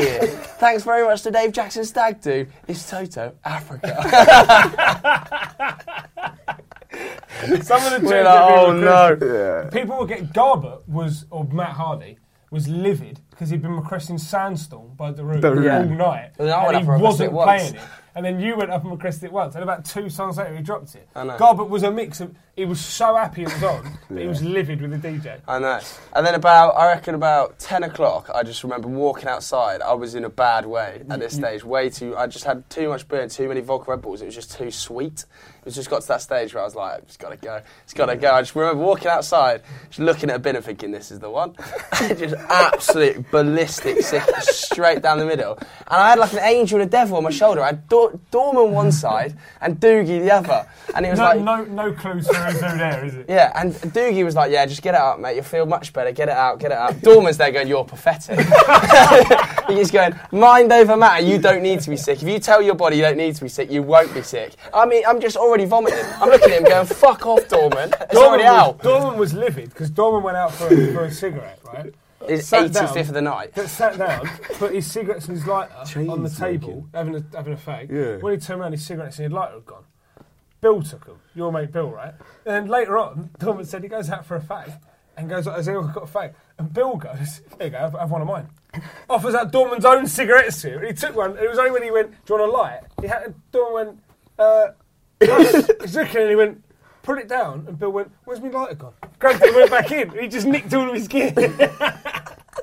Speaker 1: Thanks very much to Dave Jackson Stag Do. It's Toto Africa.
Speaker 4: Some of the tunes
Speaker 1: We're
Speaker 4: that
Speaker 1: like,
Speaker 4: we
Speaker 1: oh
Speaker 4: recruited
Speaker 1: no.
Speaker 2: Yeah.
Speaker 4: People will get Garbutt was or Matt Hardy was livid because he'd been requesting Sandstorm by the Root
Speaker 2: Root.
Speaker 4: all night,
Speaker 1: Well, then I went up and
Speaker 4: and he
Speaker 1: requested
Speaker 4: wasn't
Speaker 1: it once.
Speaker 4: playing it. And then you went up and requested it once, and about two songs later he dropped it.
Speaker 1: I know.
Speaker 4: Garbutt was a mix of He was so happy it was on, but he
Speaker 2: Yeah.
Speaker 4: was livid with the DJ.
Speaker 1: I know. And then about, I reckon about 10 o'clock, I just remember walking outside. I was in a bad way at this stage. Way too, I just had too much beer and too many vodka Red Bulls. It was just too sweet. It was just got to that stage where I was like, it's got to go. It's got to go. I just remember walking outside, just looking at a bin and thinking, this is the one. just absolute ballistic, sick, straight down the middle. And I had like an angel and a devil on my shoulder. I had Dor- Dorman one side and Doogie the other. And it was
Speaker 4: No,
Speaker 1: like,
Speaker 4: no, no clues for who's over there, is it?
Speaker 1: yeah, and Doogie was like, "Yeah, just get it out, mate. You'll feel much better. Get it out, get it out." Dorman's there going, "You're pathetic." He's going, "Mind over matter. You don't need to be sick. If you tell your body you don't need to be sick, you won't be sick." I mean, I'm just already vomiting. I'm looking at him going, "Fuck off, Dorman. It's already
Speaker 4: was,
Speaker 1: out."
Speaker 4: Dorman was livid because Dorman went out for a, for a cigarette, right?
Speaker 1: It's
Speaker 4: sat down.
Speaker 1: 85th of the night.
Speaker 4: But sat down, put his cigarettes and his lighter
Speaker 2: Chain
Speaker 4: on the
Speaker 2: smoking.
Speaker 4: table, having a, having a fag.
Speaker 2: Yeah.
Speaker 4: When he turned around, his cigarettes and his lighter had gone. Bill took them, your mate Bill, right? And then later on, Dorman said he goes out for a fag and goes, Has anyone got a fag? And Bill goes, There you go, have, have one of mine. Offers out Dorman's own cigarettes to him. He took one, and it was only when he went, Do you want a light? He had, Dorman went, uh, He's looking and he went, Put it down. And Bill went, Where's my lighter gone? Grabbed it and went back in. He just nicked all of his gear.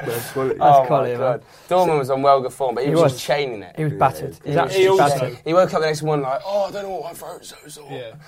Speaker 2: That's quality.
Speaker 1: Oh my
Speaker 3: quality, man.
Speaker 1: God. Dorman was on well good form, but he,
Speaker 3: He
Speaker 1: was,
Speaker 3: was.
Speaker 1: just chaining it.
Speaker 3: He was battered. He was
Speaker 1: He
Speaker 3: absolutely
Speaker 4: also-
Speaker 3: battered.
Speaker 1: He woke up the next morning like, "Oh, I don't know what my throat's so sore."
Speaker 4: Yeah.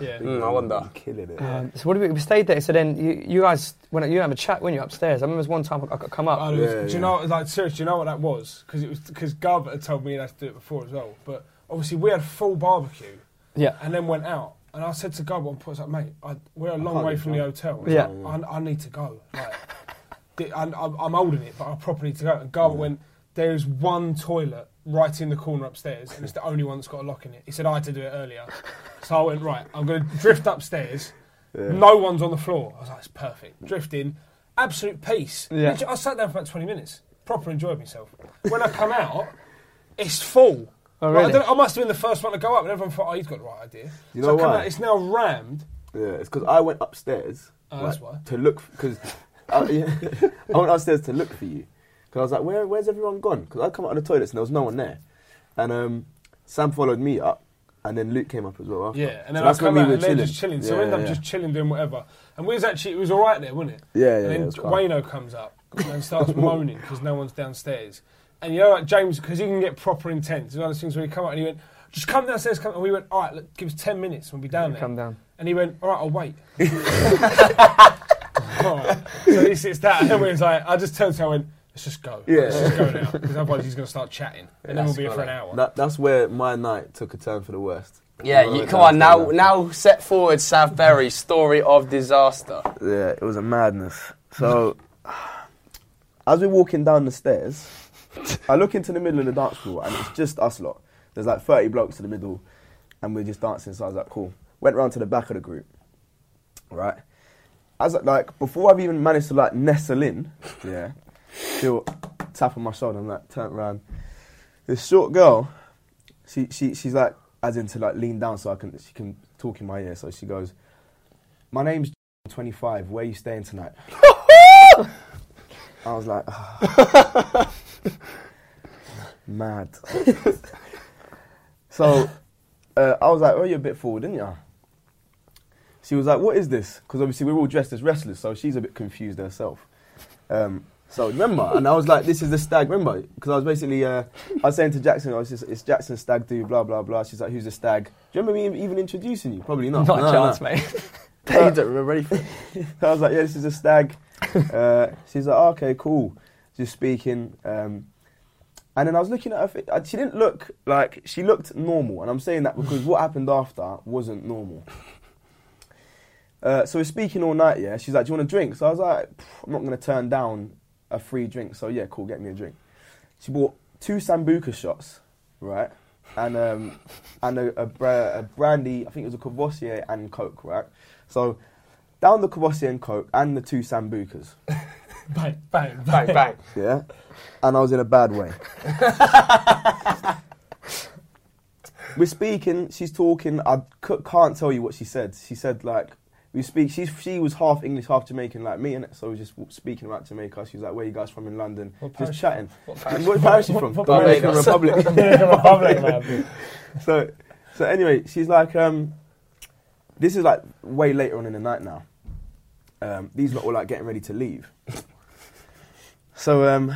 Speaker 4: Yeah.
Speaker 1: Mm, I wonder.
Speaker 2: Killing it.
Speaker 3: Um, so what did we, we stayed there? So then you, you guys, when you have a chat when you're upstairs. I remember there was one time I got come up.
Speaker 4: Oh, it was-
Speaker 2: Yeah,
Speaker 4: do
Speaker 2: yeah.
Speaker 4: you know? Like seriously, do you know what that was? Because it was because Gov had told me I had to do it before as well. But obviously, we had full barbecue
Speaker 3: yeah,
Speaker 4: and then went out. And I said to Gov, "One point, I was like, mate, I, we're a long
Speaker 2: can't
Speaker 4: way
Speaker 2: leave
Speaker 4: from the
Speaker 2: now.
Speaker 4: hotel.
Speaker 3: Yeah.
Speaker 4: I, I need to go. Like, di- I, I'm, I'm holding it, but I properly need to go." And Gov went, "There is one toilet right in the corner upstairs, and it's the only one that's got a lock in it." He said I had to do it earlier, so I went right. I'm going to drift upstairs. No one's on the floor. I was like, "It's perfect." Drifting, absolute peace.
Speaker 3: Yeah.
Speaker 4: Literally, I sat down for about 20 minutes, proper enjoyed myself. When I come out, it's full.
Speaker 3: Oh,
Speaker 4: Like, I,
Speaker 3: really?
Speaker 4: don't- I must have been the first one to go up, and everyone thought, oh, he's got the right idea.
Speaker 2: You
Speaker 4: so
Speaker 2: know
Speaker 4: I come
Speaker 2: why?
Speaker 4: out, it's now rammed.
Speaker 2: Yeah, it's because I went upstairs.
Speaker 4: Oh, that's why.
Speaker 2: To look, because I, yeah, I went upstairs to look for you. Because I was like, where, where's everyone gone? Because I come out of the toilets and there was no one there. And um, Sam followed me up, and then Luke came up as well. After.
Speaker 4: Yeah, and
Speaker 2: So
Speaker 4: then
Speaker 2: that's
Speaker 4: I come
Speaker 2: when
Speaker 4: out,
Speaker 2: we
Speaker 4: and
Speaker 2: were
Speaker 4: they're just
Speaker 2: chilling.
Speaker 4: chilling. So
Speaker 2: Yeah,
Speaker 4: we end up
Speaker 2: yeah.
Speaker 4: just chilling, doing whatever. And we was actually, it was all right there, wasn't it?
Speaker 2: Yeah, yeah,
Speaker 4: And
Speaker 2: yeah,
Speaker 4: then
Speaker 2: it was calm.
Speaker 4: Wayno comes up and starts moaning because no one's downstairs. And you know, like James, because he can get proper intense. It's one of those things where he come out and he went, just come downstairs, come. And we went, all right, look, give us 10 minutes, we'll be down there.
Speaker 3: come down.
Speaker 4: And he went, all right, I'll wait. all right. So he sits down, and then we was like, I just turned to him, I went, let's just go.
Speaker 2: Yeah.
Speaker 4: Let's just go now, because otherwise he's going to start chatting. And then we'll
Speaker 1: That's
Speaker 4: be here for an
Speaker 1: quality.
Speaker 4: hour.
Speaker 2: That, that's where my night took a turn for the worst.
Speaker 1: Yeah,
Speaker 2: When I
Speaker 1: you,
Speaker 2: went
Speaker 1: come on now.
Speaker 2: downstairs
Speaker 1: Now set forward, South Berry story of disaster.
Speaker 2: after. Yeah, it was a madness. So, as we're walking down the stairs, I look into the middle of the dance floor and it's just us lot. There's like 30 blokes in the middle and we're just dancing. So I was like, cool. Went round to the back of the group, right? As like before I've even managed to like nestle in, yeah, feel tap on my shoulder. I'm like, turn around. This short girl, she she she's like as into like lean down so I can she can talk in my ear. So she goes, my name's 25. Where you staying tonight? I was like, "Ah." mad. so uh, I was like, oh, you're a bit forward, didn't you? She was like, what is this? Because obviously we're all dressed as wrestlers, so she's a bit confused herself. Um, so remember, and I was like, this is the stag, remember? Because I was basically, uh, I was saying to Jackson, I was just, it's Jackson's stag do, blah, blah, blah. She's like, who's the stag? Do you remember me even introducing you? Probably not.
Speaker 3: not
Speaker 2: No,
Speaker 3: a
Speaker 2: no.
Speaker 3: chance, mate.
Speaker 2: They don't remember anything. I was like, yeah, this is a stag. Uh, she's like, oh, okay, cool. Just speaking. Um, and then I was looking at her. Fi- uh, she didn't look like she looked normal, and I'm saying that because what happened after wasn't normal. Uh, so we're speaking all night. Yeah, she's like, do you want a drink? So I was like, "Pff, I'm not going to turn down a free drink. So yeah, cool, get me a drink. She bought two sambuca shots, right, and um, and a, a, bra- a brandy. I think it was a Courvoisier and Coke, right. So down the Courvoisier and Coke and the two sambucas.
Speaker 4: Bang, bang, bang.
Speaker 1: Bang bang.
Speaker 2: Yeah. And I was in a bad way. we're speaking, she's talking, I c- can't tell you what she said. She said, like, we speak, she's, she was half English, half Jamaican, like me, innit? So we just speaking about Jamaica. She was like, where you guys from in London?
Speaker 4: What
Speaker 2: just
Speaker 4: parish-
Speaker 2: chatting.
Speaker 4: what parish-
Speaker 2: What parish you from?
Speaker 4: what- what
Speaker 2: Dominican
Speaker 1: parish-
Speaker 2: Republic.
Speaker 4: Republic, man.
Speaker 2: so, so anyway, she's like, um, This is like way later on in the night now. Um, these lot were like getting ready to leave. so um,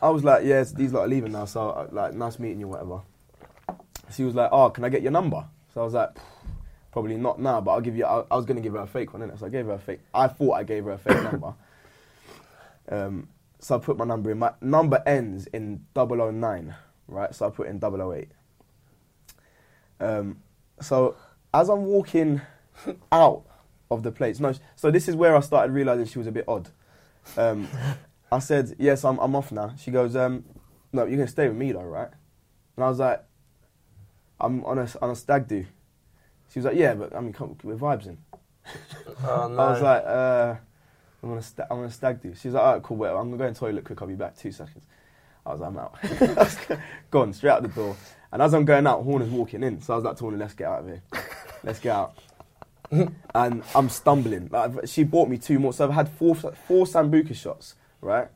Speaker 2: I was like, yeah, these lot are leaving now. So uh, like, nice meeting you, whatever. She was like, oh, can I get your number? So I was like, probably not now, but I'll give you. I, I was gonna give her a fake one, innit? So I gave her a fake. I thought I gave her a fake number. Um, so I put my number in. My number ends in 009, right? So I put in 008. Um, so as I'm walking out of the place, no, so this is where I started realizing she was a bit odd. Um, I said, "Yes, I'm, I'm off now." She goes, um, "No, you're gonna stay with me though, right?" And I was like, "I'm on a on a stag do." She was like, "Yeah, but I mean, come, we're vibes in."
Speaker 1: Oh, no.
Speaker 2: I was like, uh, I'm gonna, sta- I'm gonna stag do. She was like, alright, cool, whatever. I'm gonna go in the toilet quick. I'll be back two seconds. I was like, I'm out. I was go- gone straight out the door. And as I'm going out, Horn is walking in. So I was like, to Horn, let's get out of here. Let's get out. and I'm stumbling. Like, she bought me two more, so I've had four four sambuca shots, right?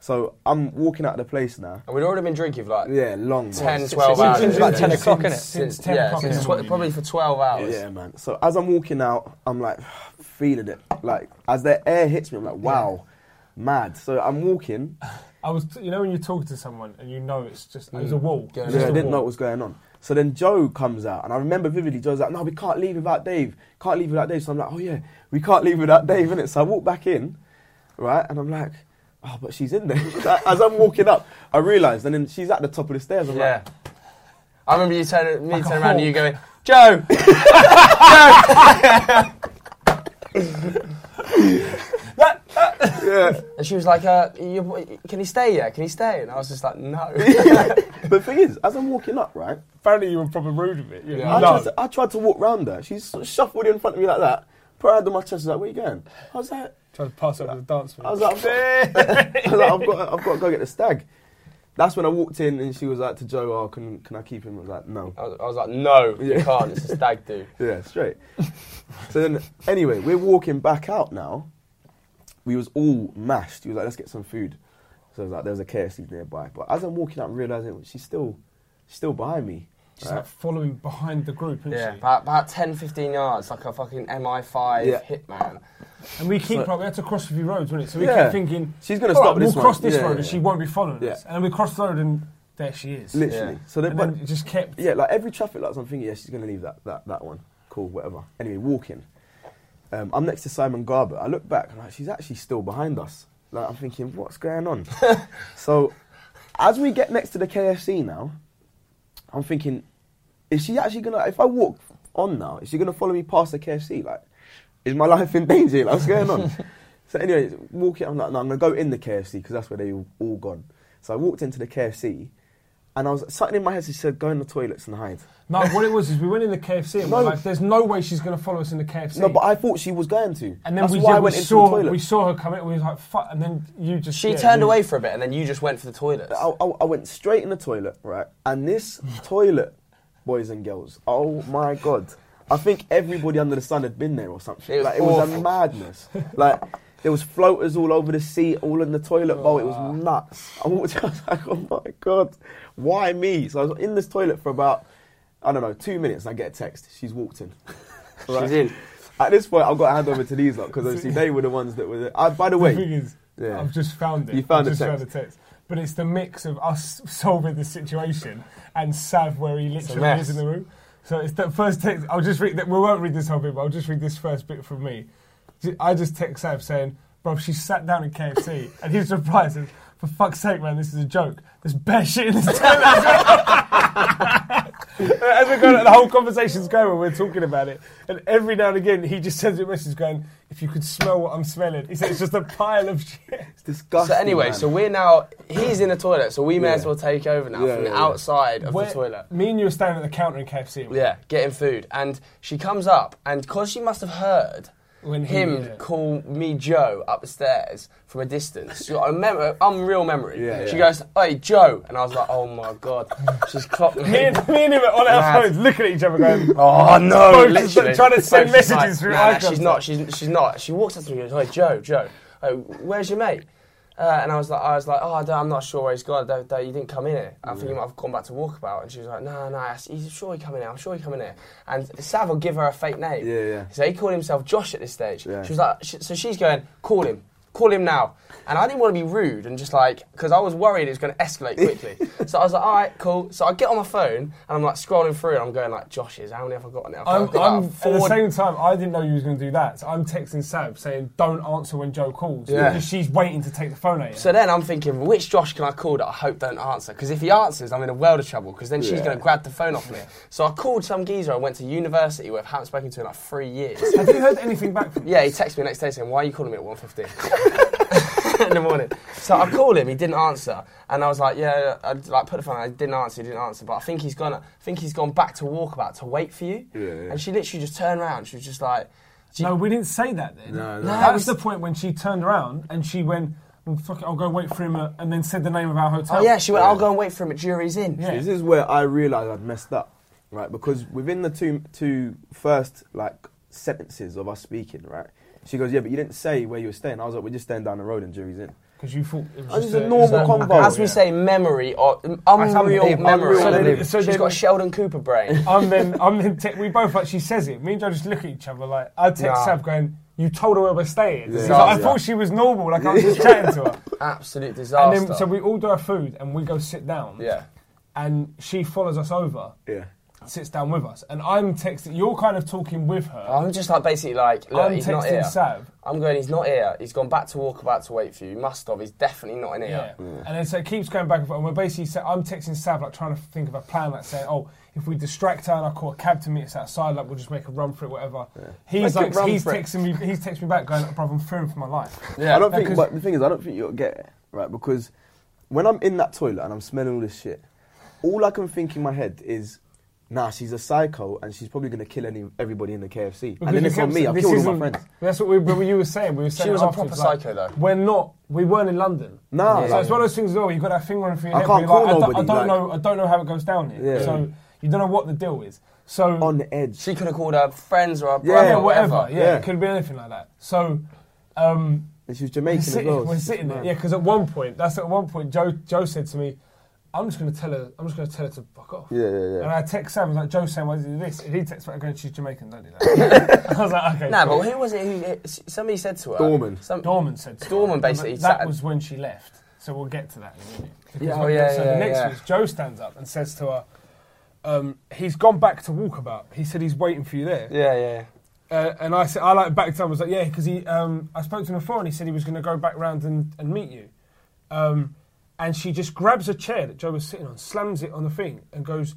Speaker 2: So I'm walking out of the place now.
Speaker 1: and we'd already been drinking for like
Speaker 2: Yeah, long.
Speaker 1: 10,
Speaker 2: ones.
Speaker 1: 12
Speaker 3: since-
Speaker 1: hours.
Speaker 3: since about 10 o'clock,
Speaker 1: Since-
Speaker 3: innit?
Speaker 1: Since,
Speaker 4: Since 10
Speaker 1: yeah,
Speaker 4: o'clock in
Speaker 1: since
Speaker 4: the
Speaker 1: tw-
Speaker 4: morning,
Speaker 1: probably for 12 hours.
Speaker 2: Yeah, man. So as I'm walking out, I'm like feeling it. Like as the air hits me, I'm like, wow, mad. So I'm walking.
Speaker 4: I was, you know, when you're talking to someone and you know it's just there's a wall.
Speaker 1: Yeah,
Speaker 4: It's
Speaker 2: Mm. Yeah,
Speaker 4: just
Speaker 2: I
Speaker 4: a
Speaker 2: didn't know
Speaker 4: wall.
Speaker 2: what was going on. So then Joe comes out, and I remember vividly. Joe's like, "No, we can't leave without Dave. Can't leave without Dave." So I'm like, "Oh yeah, we can't leave without Dave, innit?" So I walk back in, right, and I'm like, "Oh, but she's in there." As I'm walking up, I realised, and then she's at the top of the stairs. I'm
Speaker 1: Yeah. I remember you turning, me turning around and you going,
Speaker 3: Joe!
Speaker 2: like, "Yeah."
Speaker 1: and she was like, uh, you, can he stay yet? Can he stay? And I was just like, no.
Speaker 2: but the thing is, as I'm walking up, right,
Speaker 4: Apparently, you were proper rude with it. You
Speaker 1: Yeah.
Speaker 4: know?
Speaker 2: I,
Speaker 4: No.
Speaker 2: tried to, I tried to walk round her. She sort of shuffled in front of me like that, put her hand on my chest. I was like, "Where you going?" I was like.
Speaker 4: Tried to pass over the dance floor.
Speaker 2: I was like, I've got, I was like, I've got, I've got to go get the stag. That's when I walked in and she was like to Joe, oh, can, can I keep him? I was like, no.
Speaker 1: I was, I was like, no, you
Speaker 2: Yeah.
Speaker 1: can't. It's a stag do.
Speaker 2: Yeah, straight. so then, anyway, we're walking back out now. We was all mashed. He was like, let's get some food. So I was like, there was a KFC nearby. But as I'm walking out, I'm realising she's still, she's still behind me.
Speaker 4: She's like following behind the group, isn't
Speaker 1: Yeah,
Speaker 4: she?
Speaker 1: about, about 10, 15 yards, like a fucking MI5
Speaker 2: Yeah.
Speaker 1: hitman.
Speaker 4: And we keep like, we had to cross a few roads, wasn't it? So we
Speaker 2: Yeah.
Speaker 4: kept thinking
Speaker 2: She's gonna
Speaker 4: "All
Speaker 2: stop
Speaker 4: We'll
Speaker 2: this one."
Speaker 4: cross this
Speaker 2: Yeah,
Speaker 4: road,
Speaker 2: yeah,
Speaker 4: and
Speaker 2: yeah.
Speaker 4: she won't be following
Speaker 2: Yeah.
Speaker 4: us. And then we crossed the road, and there she is.
Speaker 2: Literally.
Speaker 1: Yeah.
Speaker 2: So then,
Speaker 4: And
Speaker 2: but,
Speaker 4: then it just kept.
Speaker 2: yeah, like every traffic light, I'm thinking, yeah, she's gonna leave that, that, that one. Cool, whatever. Anyway, walking. Um, I'm next to Simon Garber. I look back, and like, she's actually still behind us. Like I'm thinking, what's going on? so, as we get next to the KFC now, I'm thinking, is she actually gonna? If I walk on now, is she gonna follow me past the KFC? Like, is my life in danger? Like, what's going on? so anyway, walking, I'm like, no, I'm gonna go in the KFC because that's where they all, all gone. So I walked into the KFC, and I was something in my head. She said, go in the toilets and hide.
Speaker 4: No, what it was is we went in the KFC, and
Speaker 2: No.
Speaker 4: we're like, "There's no way she's going to follow us in the KFC."
Speaker 2: No, but I thought she was going to.
Speaker 4: and then
Speaker 2: that's
Speaker 4: we,
Speaker 2: why
Speaker 4: did-
Speaker 2: I
Speaker 4: we
Speaker 2: went into the
Speaker 4: saw
Speaker 2: toilet.
Speaker 4: we saw her come in. and We was like, "Fuck!" And then you just
Speaker 1: She
Speaker 4: yeah, Oh,
Speaker 1: turned
Speaker 4: you-
Speaker 1: away for a bit and then you just went for the toilet.
Speaker 2: I, I, I went straight in the toilet, right? And this toilet, boys and girls, oh my god! I think everybody under the sun had been there or something.
Speaker 1: It was
Speaker 2: like it was a
Speaker 1: awful.
Speaker 2: madness. like there was floaters all over the seat, all in the toilet bowl. It was nuts. I walked out I was like, oh my god, why me? So I was in this toilet for about I don't know two minutes. and I get a text. She's walked in. Right?
Speaker 1: She's in.
Speaker 2: At this point, I've got to hand over to these lot because obviously they were the ones that were. There. I, by the
Speaker 4: The thing
Speaker 2: way,
Speaker 4: is,
Speaker 2: Yeah.
Speaker 4: I've just found it.
Speaker 2: You found
Speaker 4: I've
Speaker 2: the
Speaker 4: just
Speaker 2: text.
Speaker 4: found the text. But it's the mix of us solving the situation and Sav where he literally
Speaker 1: mess.
Speaker 4: is in the room. So it's that first text. I'll just read that. We won't read this whole bit, but I'll just read this first bit from me. J- I just text Sav saying, "Bro, she sat down in KFC," and his reply is, "For fuck's sake, man, this is a joke. There's bare shit in this toilet." As we're going, the whole conversation's going, and we're talking about it. And every now and again, he just sends me a message going, "If you could smell what I'm smelling," he said, "It's just a pile of shit."
Speaker 2: it's disgusting.
Speaker 1: So anyway,
Speaker 2: man.
Speaker 1: so we're now he's in the toilet, so we may as
Speaker 2: Yeah.
Speaker 1: well take over now
Speaker 2: Yeah,
Speaker 1: from the
Speaker 2: yeah, yeah.
Speaker 1: outside of
Speaker 4: Where-
Speaker 1: the toilet.
Speaker 4: Me and you were standing at the counter in KFC.
Speaker 1: Yeah, getting food, and she comes up, and because she must have heard
Speaker 4: When he-
Speaker 1: him
Speaker 4: yeah.
Speaker 1: call me Joe upstairs from a distance, she got a mem- unreal memory.
Speaker 2: Yeah,
Speaker 1: she
Speaker 2: yeah.
Speaker 1: goes, "Hey Joe," and I was like, "Oh my god, she's clocked me."
Speaker 4: Me and, me and him on our
Speaker 1: Mad.
Speaker 4: phones looking at each other going,
Speaker 1: Oh no!
Speaker 4: Both just
Speaker 1: literally.
Speaker 4: trying to send
Speaker 1: Both just
Speaker 4: messages through
Speaker 1: nah,
Speaker 4: eye
Speaker 1: nah, She's
Speaker 4: contact.
Speaker 1: not. She's, she's not. She walks up to me and goes, "Hey, Joe, Joe, oh, uh, where's your mate?" Uh, and I was like, I was like, oh, I don't- I'm not sure where he's gone. Don't, don't, you didn't come in here. I think he might have gone back to walkabout. And she was like, no, no, I- he's sure he come in here. I'm sure he come in here. And Sav will give her a fake name.
Speaker 2: Yeah, yeah.
Speaker 1: So he called himself Josh at this stage.
Speaker 2: Yeah.
Speaker 1: She was like, sh so she's going, call him, call him now. And I didn't want to be rude and just like, because I was worried it was going to escalate quickly. so I was like, all right, cool. So I get on my phone and I'm like scrolling through and I'm going like, Josh's, how many have I got on it? I've got- I've
Speaker 4: I'm,
Speaker 1: got
Speaker 4: I'm
Speaker 1: about
Speaker 4: at the
Speaker 1: four-
Speaker 4: same time. I didn't know you was going to do that. So I'm texting Sab saying, "Don't answer when Joe calls."
Speaker 1: Yeah.
Speaker 4: Because she's waiting to take the phone at you.
Speaker 1: So then I'm thinking, which Josh can I call that I hope don't answer? Because if he answers, I'm in a world of trouble. Because then she's
Speaker 2: Yeah.
Speaker 1: going to grab the phone off me. So I called some geezer I went to university with, haven't spoken to in like three years.
Speaker 4: Have you heard anything back from?
Speaker 1: yeah, he texted me the next day saying, "Why are you calling me at 1.15 in the morning?" So I called him. He didn't answer, and I was like, "Yeah, I like put the phone." on. I didn't answer. He didn't answer, but I think he's gone. I think he's gone back to walkabout to wait for you.
Speaker 2: Yeah, yeah.
Speaker 1: And she literally just turned around. She was just like,
Speaker 4: No, we didn't say that then.
Speaker 2: No, no.
Speaker 4: That was the point when she turned around and she went, "Mm, "Fuck it, I'll go wait for him," uh, and then said the name of our hotel.
Speaker 1: "Oh yeah." She went, "I'll go and wait for him at Jury's Inn."
Speaker 4: Yeah.
Speaker 2: This is where I realised I'd messed up, right? Because within the two two first like sentences of us speaking, right? She goes, yeah, but you didn't say where you were staying. I was like, we're just staying down the road and Jury's in.
Speaker 4: Because you thought it was
Speaker 2: Oh,
Speaker 4: just
Speaker 2: this is a normal
Speaker 4: it was
Speaker 2: convo.
Speaker 1: Um, As we
Speaker 2: yeah.
Speaker 1: say, memory or um, unreal
Speaker 4: unbelievable.
Speaker 1: memory.
Speaker 4: So then-
Speaker 1: So
Speaker 4: so
Speaker 1: has
Speaker 4: then-
Speaker 1: got Sheldon Cooper brain.
Speaker 4: I'm then, I'm then. Te- we both like she says it. Me and Joe just look at each other like I text
Speaker 1: Nah.
Speaker 4: Sab going, "You told her where we're staying."
Speaker 2: Yeah.
Speaker 4: She's like, I
Speaker 2: Yeah.
Speaker 4: thought she was normal. Like I was just chatting to her.
Speaker 1: Absolute disaster.
Speaker 4: And then so we order our food and we go sit down.
Speaker 1: yeah.
Speaker 4: And she follows us over,
Speaker 2: Yeah.
Speaker 4: sits down with us, and I'm texting. You're kind of talking with her.
Speaker 1: I'm just like basically like, look,
Speaker 4: I'm
Speaker 1: he's not here.
Speaker 4: texting Sav.
Speaker 1: I'm going, he's not here. He's gone back to walkabout to wait for you. He must have. He's definitely not in
Speaker 4: Yeah.
Speaker 1: here.
Speaker 4: And then so it keeps going back and forth. And we're basically, sa- I'm texting Sav, like trying to think of a plan, like saying, oh, if we distract her and I call a cab to meet us outside, like we'll just make a run for it, whatever.
Speaker 1: Make
Speaker 4: He's
Speaker 1: a
Speaker 4: like,
Speaker 1: run
Speaker 4: he's
Speaker 1: for it.
Speaker 4: texting me, he's texting me back, going, brother, I'm fearing for my life.
Speaker 2: I don't think.
Speaker 4: because-
Speaker 2: But the thing is, I don't think you'll get it, right? Because when I'm in that toilet and I'm smelling all this shit, all I can think in my head is, nah, she's a psycho and she's probably gonna kill any everybody in the KFC. and then
Speaker 4: you
Speaker 2: it's on
Speaker 4: kept
Speaker 2: me.
Speaker 4: saying,
Speaker 2: I've
Speaker 4: "This
Speaker 2: killed all my
Speaker 4: isn't-
Speaker 2: friends.
Speaker 4: That's what we, we, you were saying. We were saying
Speaker 1: was a
Speaker 4: afterwards,
Speaker 1: proper
Speaker 4: like,
Speaker 1: psycho, though.
Speaker 4: We're not. We weren't in London.
Speaker 2: No,
Speaker 4: So
Speaker 2: like-
Speaker 4: it's one of those things as well. You got that finger on through your
Speaker 2: I
Speaker 4: neck.
Speaker 2: can't
Speaker 4: where you're
Speaker 2: call
Speaker 4: like, I,
Speaker 2: nobody,
Speaker 4: don't, I don't
Speaker 2: like-
Speaker 4: know. I don't know how it goes down here.
Speaker 2: Yeah.
Speaker 4: So you don't know what the deal is. So
Speaker 2: On the edge.
Speaker 1: She could have called her friends or her
Speaker 2: Yeah,
Speaker 1: brother
Speaker 4: yeah,
Speaker 1: or whatever.
Speaker 4: whatever. Yeah,
Speaker 2: Yeah.
Speaker 4: it could be anything like that. So. Um,
Speaker 2: and she was
Speaker 4: we're
Speaker 2: Jamaican as
Speaker 4: sitting,
Speaker 2: well.
Speaker 4: we're
Speaker 2: It's
Speaker 4: sitting there,
Speaker 2: mad.
Speaker 4: yeah. Because at one point, that's at one point, Joe Joe said to me, "I'm just going to tell her. I'm just going to tell her to fuck off."
Speaker 2: Yeah, yeah, yeah.
Speaker 4: And I text Sam I was like, "Joe saying why did you do this?" And he texts back going, "She's Jamaican, don't do that." I was like, "Okay."
Speaker 1: Nah,
Speaker 4: cool."
Speaker 1: but who was it? Who, somebody said to her.
Speaker 2: Dorman.
Speaker 1: Some,
Speaker 4: Dorman said. to
Speaker 1: Dorman
Speaker 4: her.
Speaker 1: basically
Speaker 4: But That
Speaker 1: sat-
Speaker 4: was when she left. So we'll get to that in a minute. Because
Speaker 1: Yeah, oh,
Speaker 4: when-
Speaker 1: yeah,
Speaker 4: so
Speaker 1: yeah,
Speaker 4: the next
Speaker 1: yeah.
Speaker 4: was Joe stands up and says to her, um, "He's gone back to walkabout. He said he's waiting for you there."
Speaker 1: Yeah, yeah.
Speaker 4: Uh, and I said, "I like backed up." I was like, "Yeah," because he. Um, I spoke to him before, and he said he was going to go back round and, and meet you. Um, and she just grabs a chair that Joe was sitting on, slams it on the thing, and goes.